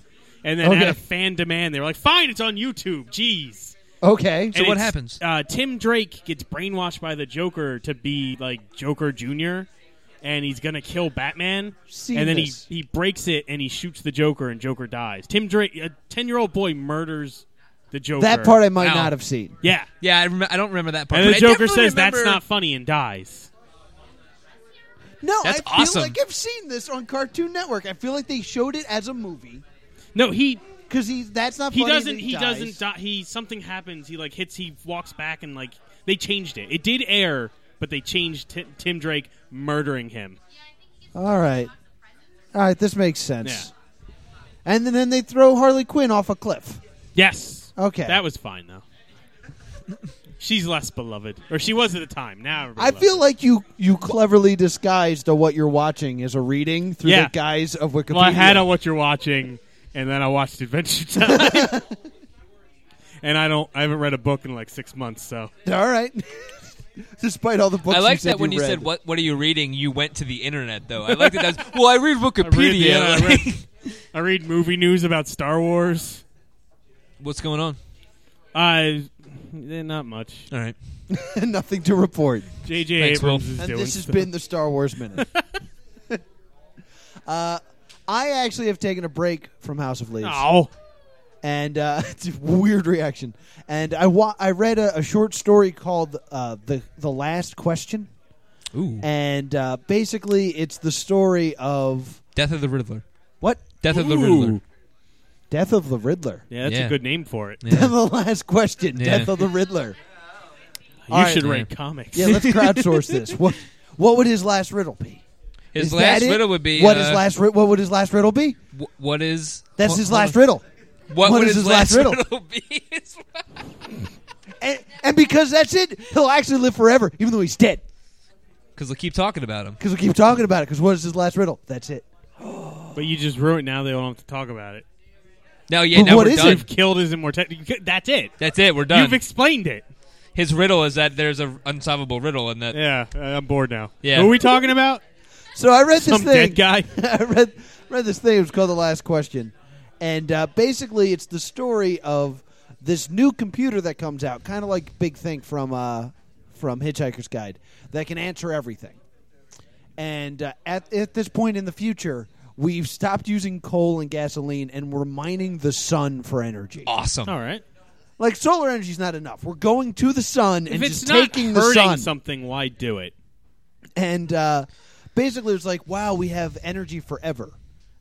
[SPEAKER 4] And then
[SPEAKER 3] Okay.
[SPEAKER 4] out of fan demand, they were like, "Fine, it's on YouTube." Jeez.
[SPEAKER 3] Okay.
[SPEAKER 5] So
[SPEAKER 4] And
[SPEAKER 5] what
[SPEAKER 4] it's,
[SPEAKER 5] happens?
[SPEAKER 4] Uh, Tim Drake gets brainwashed by the Joker to be like Joker Junior, and he's gonna kill Batman.
[SPEAKER 3] Seen
[SPEAKER 4] and then
[SPEAKER 3] this.
[SPEAKER 4] he he breaks it and he shoots the Joker, and Joker dies. Tim Drake, a ten year old boy, murders the Joker.
[SPEAKER 3] that part I might
[SPEAKER 5] Ow.
[SPEAKER 3] not have seen.
[SPEAKER 4] yeah.
[SPEAKER 5] yeah, I, remem- I don't remember that part.
[SPEAKER 4] And the
[SPEAKER 5] but I
[SPEAKER 4] Joker
[SPEAKER 5] definitely
[SPEAKER 4] says that's
[SPEAKER 5] remember-
[SPEAKER 4] not funny and dies.
[SPEAKER 3] No,
[SPEAKER 5] That's
[SPEAKER 3] I feel
[SPEAKER 5] awesome.
[SPEAKER 3] like I've seen this on Cartoon Network. I feel like they showed it as a movie
[SPEAKER 4] No, he
[SPEAKER 3] because he. That's not.
[SPEAKER 4] he
[SPEAKER 3] funny
[SPEAKER 4] doesn't
[SPEAKER 3] that
[SPEAKER 4] he,
[SPEAKER 3] dies.
[SPEAKER 4] doesn't die he something happens he like hits he walks back and like they changed it it did air but they changed Ti- tim drake murdering him
[SPEAKER 3] All right. All right. This makes sense. And then, then they throw Harley Quinn off a cliff.
[SPEAKER 4] yes
[SPEAKER 3] Okay.
[SPEAKER 4] that was fine though she's less beloved or she was at the time now everybody
[SPEAKER 3] I
[SPEAKER 4] loves
[SPEAKER 3] feel
[SPEAKER 4] her.
[SPEAKER 3] like you you cleverly disguised a, what you're watching as a reading through
[SPEAKER 4] Yeah.
[SPEAKER 3] the guise of Wikipedia.
[SPEAKER 4] well i had on what you're watching and then i watched adventure time and i don't i haven't read a book in like six months so
[SPEAKER 3] All right. Despite all the books,
[SPEAKER 5] I
[SPEAKER 3] you
[SPEAKER 5] like
[SPEAKER 3] said
[SPEAKER 5] that when you
[SPEAKER 3] read.
[SPEAKER 5] said what What are you reading? You went to the internet though. I like that. That's, well, I read Wikipedia.
[SPEAKER 4] I read-
[SPEAKER 5] like,
[SPEAKER 4] i read movie news about star wars
[SPEAKER 5] what's going on?
[SPEAKER 4] i eh, not much
[SPEAKER 5] All right.
[SPEAKER 3] nothing to report.
[SPEAKER 4] jj
[SPEAKER 5] Thanks, Will.
[SPEAKER 4] abrams is
[SPEAKER 3] And
[SPEAKER 4] doing
[SPEAKER 3] this has
[SPEAKER 4] stuff.
[SPEAKER 3] been the Star Wars Minute. uh, I actually have taken a break from House of Leaves,
[SPEAKER 4] Ow.
[SPEAKER 3] and uh, it's a weird reaction. And I wa- I read a, a short story called uh, the the Last Question,
[SPEAKER 5] Ooh,
[SPEAKER 3] and uh, basically it's the story of
[SPEAKER 5] Death of the Riddler.
[SPEAKER 3] what
[SPEAKER 5] Death of the
[SPEAKER 4] Ooh.
[SPEAKER 5] Riddler.
[SPEAKER 3] death of the Riddler.
[SPEAKER 4] Yeah, that's
[SPEAKER 5] Yeah.
[SPEAKER 4] a good name for it.
[SPEAKER 5] Yeah.
[SPEAKER 3] the last question,
[SPEAKER 5] Yeah.
[SPEAKER 3] death of the Riddler.
[SPEAKER 4] You
[SPEAKER 3] All right.
[SPEAKER 4] should
[SPEAKER 5] Yeah.
[SPEAKER 4] write comics.
[SPEAKER 3] Yeah, let's crowdsource this. What what would his last riddle be?
[SPEAKER 5] His
[SPEAKER 3] Is that
[SPEAKER 5] last
[SPEAKER 3] it?
[SPEAKER 5] riddle would be
[SPEAKER 3] what
[SPEAKER 5] uh,
[SPEAKER 3] his last ri- what would his last riddle be?
[SPEAKER 5] wh- what is
[SPEAKER 3] That's
[SPEAKER 5] hold-
[SPEAKER 3] his
[SPEAKER 5] hold
[SPEAKER 3] last
[SPEAKER 5] on.
[SPEAKER 3] riddle.
[SPEAKER 5] What,
[SPEAKER 3] What
[SPEAKER 5] would
[SPEAKER 3] is
[SPEAKER 5] his,
[SPEAKER 3] his last
[SPEAKER 5] last
[SPEAKER 3] riddle?
[SPEAKER 5] be? His last-
[SPEAKER 3] and, and because that's it, he'll actually live forever, even though he's dead.
[SPEAKER 5] Because we'll keep talking about him.
[SPEAKER 3] Because we keep talking about it. Because what is his last riddle? That's it.
[SPEAKER 4] But you just ruined it. Now they don't have to talk about it.
[SPEAKER 5] No, yeah,
[SPEAKER 3] But
[SPEAKER 5] now
[SPEAKER 3] what
[SPEAKER 5] we're
[SPEAKER 3] is
[SPEAKER 5] done.
[SPEAKER 4] You've killed his immortality. You could- That's it.
[SPEAKER 5] That's it. We're done.
[SPEAKER 4] You've explained it.
[SPEAKER 5] his riddle is that there's an unsolvable riddle, and that
[SPEAKER 4] Yeah, uh, I'm bored now.
[SPEAKER 5] Yeah.
[SPEAKER 4] What are we talking about?
[SPEAKER 3] So I read this
[SPEAKER 4] Some
[SPEAKER 3] thing.
[SPEAKER 4] dead guy?
[SPEAKER 3] I read read this thing. It was called the last question, and uh, basically it's the story of this new computer that comes out, kind of like Big Thing from uh, from Hitchhiker's Guide, that can answer everything. And uh, at at this point in the future, we've stopped using coal and gasoline, and we're mining the sun for energy.
[SPEAKER 5] awesome.
[SPEAKER 4] All right.
[SPEAKER 3] Like solar energy's not enough. We're going to the sun and
[SPEAKER 4] if it's
[SPEAKER 3] just
[SPEAKER 4] not
[SPEAKER 3] taking the
[SPEAKER 4] hurting
[SPEAKER 3] sun.
[SPEAKER 4] something, why do it?
[SPEAKER 3] And uh, basically, it's like, wow, we have energy forever.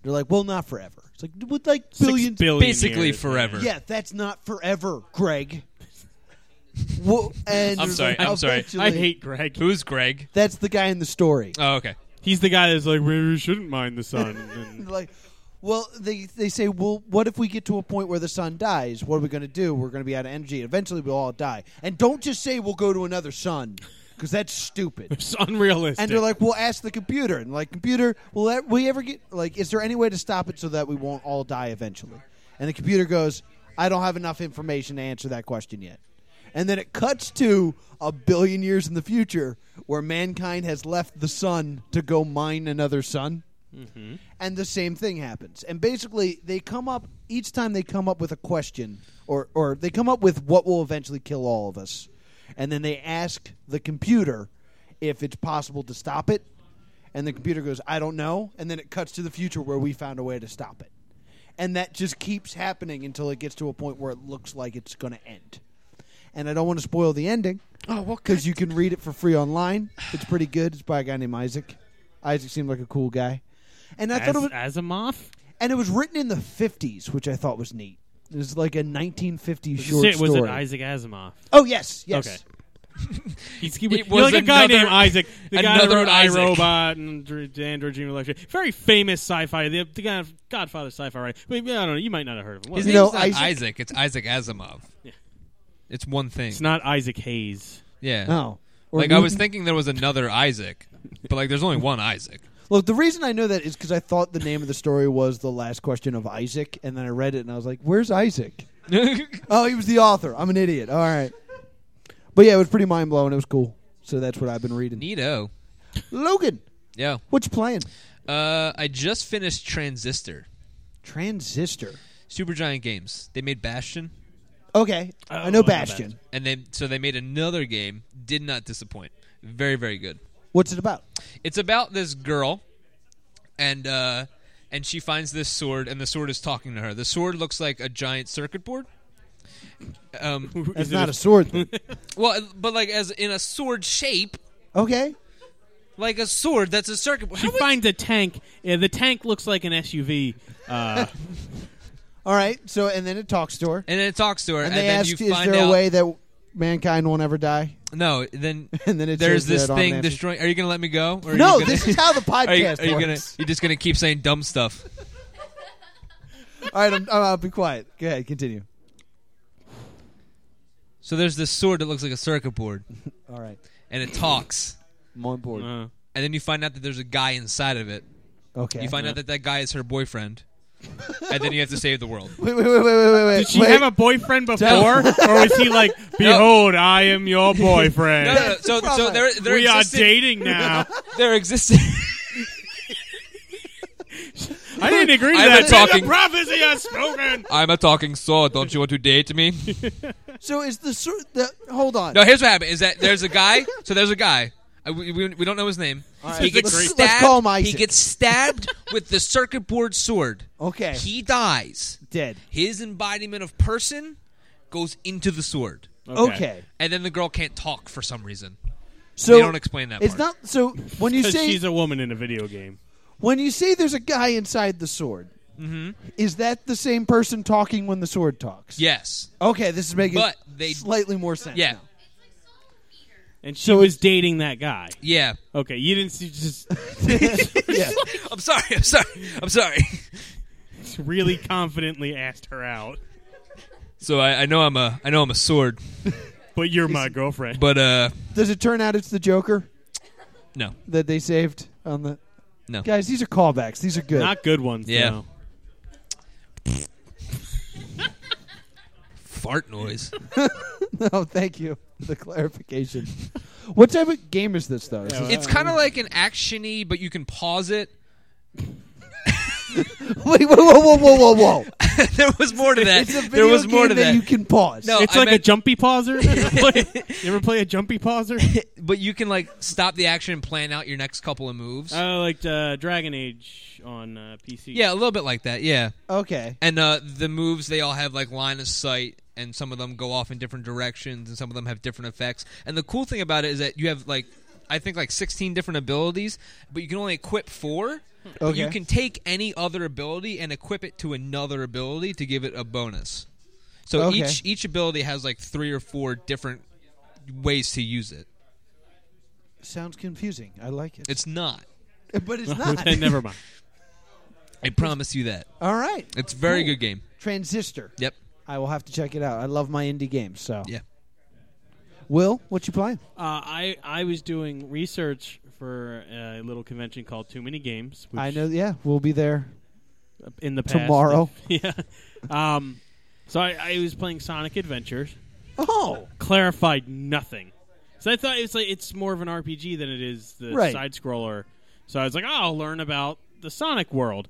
[SPEAKER 3] They're like, well, not forever. It's like with like
[SPEAKER 4] Six
[SPEAKER 3] billions.
[SPEAKER 4] billion
[SPEAKER 5] Basically
[SPEAKER 4] years.
[SPEAKER 5] forever.
[SPEAKER 3] Yeah, that's not forever, Greg. well, and
[SPEAKER 5] I'm sorry, I'm sorry.
[SPEAKER 3] eventually-
[SPEAKER 4] I hate Greg.
[SPEAKER 5] Who's Greg?
[SPEAKER 3] That's the guy in the story.
[SPEAKER 5] Oh, okay.
[SPEAKER 4] He's the guy that's like, maybe we shouldn't mind the sun.
[SPEAKER 3] And
[SPEAKER 4] And
[SPEAKER 3] like, well, they they say, well, what if we get to a point where the sun dies? What are we going to do? We're going to be out of energy. Eventually, we'll all die. And don't just say we'll go to another sun because that's stupid.
[SPEAKER 4] it's unrealistic.
[SPEAKER 3] And they're like, "Well, ask the computer." And like, computer, will that, we ever get like? Is there any way to stop it so that we won't all die eventually? And the computer goes, "I don't have enough information to answer that question yet." And then it cuts to a billion years in the future, where mankind has left the sun to go mine another sun, and the same thing happens. And basically, they come up each time they come up with a question, or or they come up with what will eventually kill all of us, and then they ask the computer if it's possible to stop it. And the computer goes, I don't know. And then it cuts to the future where we found a way to stop it. And that just keeps happening until it gets to a point where it looks like it's going to end. And I don't want to spoil the ending. Oh, well, Because you can read it for free online. It's pretty good. It's by a guy named Isaac. Isaac seemed like a cool guy. And I
[SPEAKER 4] As,
[SPEAKER 3] thought it was,
[SPEAKER 4] Asimov?
[SPEAKER 3] and it was written in the 50s, which I thought was neat. It was like a 1950s
[SPEAKER 4] Was
[SPEAKER 3] short
[SPEAKER 4] it- was
[SPEAKER 3] story.
[SPEAKER 4] it Isaac Asimov?
[SPEAKER 3] Oh yes, yes.
[SPEAKER 4] Okay. He's, he, you're
[SPEAKER 5] was
[SPEAKER 4] like a guy
[SPEAKER 5] another-
[SPEAKER 4] named Isaac, the guy that
[SPEAKER 5] another
[SPEAKER 4] wrote
[SPEAKER 5] Isaac.
[SPEAKER 4] iRobot and Dr- Android Dream Electric. Very famous sci-fi, the, the guy, Godfather sci-fi writer. But, yeah, I don't know. You might not have heard of him.
[SPEAKER 5] His
[SPEAKER 4] Whatever.
[SPEAKER 5] name's
[SPEAKER 3] You know,
[SPEAKER 5] not
[SPEAKER 3] Isaac-
[SPEAKER 5] Isaac. It's Isaac Asimov. It's one thing.
[SPEAKER 4] It's not Isaac Hayes.
[SPEAKER 5] yeah.
[SPEAKER 3] No. Oh, Or
[SPEAKER 5] Like I was
[SPEAKER 3] Newton.
[SPEAKER 5] thinking there was another Isaac, but like there's only one Isaac.
[SPEAKER 3] Look, the reason I know that is because I thought the name of the story was The Last Question of Isaac, and then I read it and I was like, where's Isaac? oh, he was the author. I'm an idiot. All right. But yeah, it was pretty mind blowing. It was cool. So that's what I've been reading.
[SPEAKER 5] Neato.
[SPEAKER 3] Logan,
[SPEAKER 5] Yeah.
[SPEAKER 3] what you playing?
[SPEAKER 5] Uh, I just finished Transistor.
[SPEAKER 3] Transistor.
[SPEAKER 5] Supergiant Games. They made Bastion,
[SPEAKER 3] Okay. I know Bastion.
[SPEAKER 5] and they so they made another game. Did not disappoint. Very very good.
[SPEAKER 3] What's it about?
[SPEAKER 5] It's about this girl, and uh, and she finds this sword, and the sword is talking to her. The sword looks like a giant circuit board. Um,
[SPEAKER 3] That's not a sword. then.
[SPEAKER 5] well, but like as in a sword shape,
[SPEAKER 3] okay.
[SPEAKER 5] like a sword that's a circuit board.
[SPEAKER 4] She
[SPEAKER 5] How would-
[SPEAKER 4] finds a tank. Yeah, the tank looks like an SUV. Uh,
[SPEAKER 3] All right. So, and then it talks to her.
[SPEAKER 5] and then it talks to her,
[SPEAKER 3] And
[SPEAKER 5] and,
[SPEAKER 3] they
[SPEAKER 5] then
[SPEAKER 3] ask,
[SPEAKER 5] you
[SPEAKER 3] is
[SPEAKER 5] find
[SPEAKER 3] there
[SPEAKER 5] out.
[SPEAKER 3] a way that mankind won't ever die?
[SPEAKER 5] No, then
[SPEAKER 3] And then it
[SPEAKER 5] there's
[SPEAKER 3] shows you
[SPEAKER 5] this
[SPEAKER 3] that
[SPEAKER 5] thing
[SPEAKER 3] automatically.
[SPEAKER 5] destroying. Are you gonna let me go? Or are
[SPEAKER 3] No,
[SPEAKER 5] you gonna-
[SPEAKER 3] this is how the
[SPEAKER 5] Are you,
[SPEAKER 3] podcast
[SPEAKER 5] are you gonna?
[SPEAKER 3] works.
[SPEAKER 5] You're just gonna keep saying dumb stuff.
[SPEAKER 3] All right, I'm, I'll be quiet. Go ahead, continue.
[SPEAKER 5] So there's this sword that looks like a circuit board,
[SPEAKER 3] All right,
[SPEAKER 5] and it talks.
[SPEAKER 3] I'm on board.
[SPEAKER 4] uh,
[SPEAKER 5] And then you find out that there's a guy inside of it.
[SPEAKER 3] okay.
[SPEAKER 5] You find out that that guy is her boyfriend, and then you have to save the world.
[SPEAKER 3] wait, wait, wait, wait, wait, wait, wait.
[SPEAKER 4] Did she
[SPEAKER 3] wait.
[SPEAKER 4] have a boyfriend before, or was he like, "Behold, I am your boyfriend.
[SPEAKER 5] No, no, no. So, so they're, they're
[SPEAKER 4] we are
[SPEAKER 5] existing.
[SPEAKER 4] dating now."
[SPEAKER 5] They're existing.
[SPEAKER 4] I didn't agree to
[SPEAKER 5] I've
[SPEAKER 4] that.
[SPEAKER 5] been
[SPEAKER 4] Say
[SPEAKER 5] talking-
[SPEAKER 4] The prophecy has spoken.
[SPEAKER 5] I'm a talking sword. Don't you want to date me?
[SPEAKER 3] So is the, sur- the hold on?
[SPEAKER 5] No, here's what happened: is that there's a guy. So there's a guy. I- we, we, we don't know his name.
[SPEAKER 3] right,
[SPEAKER 5] He
[SPEAKER 3] let's-
[SPEAKER 5] gets
[SPEAKER 3] let's
[SPEAKER 5] stabbed.
[SPEAKER 3] call him
[SPEAKER 5] he
[SPEAKER 3] Isaac.
[SPEAKER 5] gets stabbed with the circuit board sword.
[SPEAKER 3] Okay.
[SPEAKER 5] He dies.
[SPEAKER 3] dead.
[SPEAKER 5] His embodiment of person goes into the sword,
[SPEAKER 3] Okay.
[SPEAKER 5] and then the girl can't talk for some reason.
[SPEAKER 3] So
[SPEAKER 5] They don't explain that
[SPEAKER 3] It's
[SPEAKER 5] part.
[SPEAKER 3] not. So when you
[SPEAKER 4] 'Cause
[SPEAKER 3] say
[SPEAKER 4] she's a woman in a video game.
[SPEAKER 3] when you say there's a guy inside the sword,
[SPEAKER 5] Mm-hmm.
[SPEAKER 3] is that the same person talking when the sword talks?
[SPEAKER 5] Yes.
[SPEAKER 3] Okay, this is making
[SPEAKER 5] But they-
[SPEAKER 3] slightly more sense.
[SPEAKER 5] Yeah.
[SPEAKER 3] now.
[SPEAKER 4] And she
[SPEAKER 3] So
[SPEAKER 4] was
[SPEAKER 3] it's-
[SPEAKER 4] dating that guy.
[SPEAKER 5] Yeah.
[SPEAKER 4] Okay, you didn't see, just
[SPEAKER 3] yeah.
[SPEAKER 5] I'm sorry. I'm sorry. I'm sorry.
[SPEAKER 4] really confidently asked her out,
[SPEAKER 5] So I, I know I'm a I know I'm a sword,
[SPEAKER 4] but you're my girlfriend.
[SPEAKER 5] but uh
[SPEAKER 3] Does it turn out it's the Joker
[SPEAKER 5] no.
[SPEAKER 3] that they saved on the?
[SPEAKER 5] No.
[SPEAKER 3] Guys, these are callbacks. These are good.
[SPEAKER 4] Not good ones.
[SPEAKER 5] Yeah.
[SPEAKER 4] no.
[SPEAKER 5] Fart noise.
[SPEAKER 3] Oh, thank you for the clarification. what type of game is this, though? Is this-
[SPEAKER 5] It's kind of like an actiony, but you can pause it.
[SPEAKER 3] Wait, whoa, whoa, whoa, whoa, whoa, whoa!
[SPEAKER 5] there was more to that.
[SPEAKER 3] It's a video
[SPEAKER 5] there was
[SPEAKER 3] game
[SPEAKER 5] more to that.
[SPEAKER 3] you can pause.
[SPEAKER 5] No,
[SPEAKER 4] It's
[SPEAKER 5] I
[SPEAKER 4] like a
[SPEAKER 5] meant-
[SPEAKER 4] jumpy pauser. You ever play, you ever play a jumpy pauser?
[SPEAKER 5] but you can like stop the action and plan out your next couple of moves.
[SPEAKER 4] Oh, like uh, Dragon Age on uh, PC.
[SPEAKER 5] yeah, a little bit like that. Yeah.
[SPEAKER 3] Okay.
[SPEAKER 5] And uh, the moves they all have like line of sight, and some of them go off in different directions, and some of them have different effects. And the cool thing about it is that you have like I think like sixteen different abilities, but you can only equip four. But you
[SPEAKER 3] Okay.
[SPEAKER 5] can take any other ability and equip it to another ability to give it a bonus. So
[SPEAKER 3] Okay.
[SPEAKER 5] each each ability has like three or four different ways to use it.
[SPEAKER 3] Sounds confusing. I like it,
[SPEAKER 5] It's not.
[SPEAKER 3] but it's not.
[SPEAKER 4] Then never mind.
[SPEAKER 5] I promise you that.
[SPEAKER 3] All right.
[SPEAKER 5] It's a very
[SPEAKER 3] Cool.
[SPEAKER 5] good game.
[SPEAKER 3] Transistor.
[SPEAKER 5] Yep.
[SPEAKER 3] I will have to check it out. I love my indie games. So,
[SPEAKER 5] Yeah.
[SPEAKER 3] Will, what you playing?
[SPEAKER 4] Uh, I I was doing research for uh, a little convention called Too Many Games. Which
[SPEAKER 3] I know. Yeah, we'll be there.
[SPEAKER 4] in the past.
[SPEAKER 3] Tomorrow.
[SPEAKER 4] yeah. Um, so I, I was playing Sonic Adventures.
[SPEAKER 3] Oh,
[SPEAKER 4] Clarified nothing. So I thought it's like it's more of an RPG than it is the
[SPEAKER 3] Right.
[SPEAKER 4] side scroller. So I was like, oh, I'll learn about the Sonic world.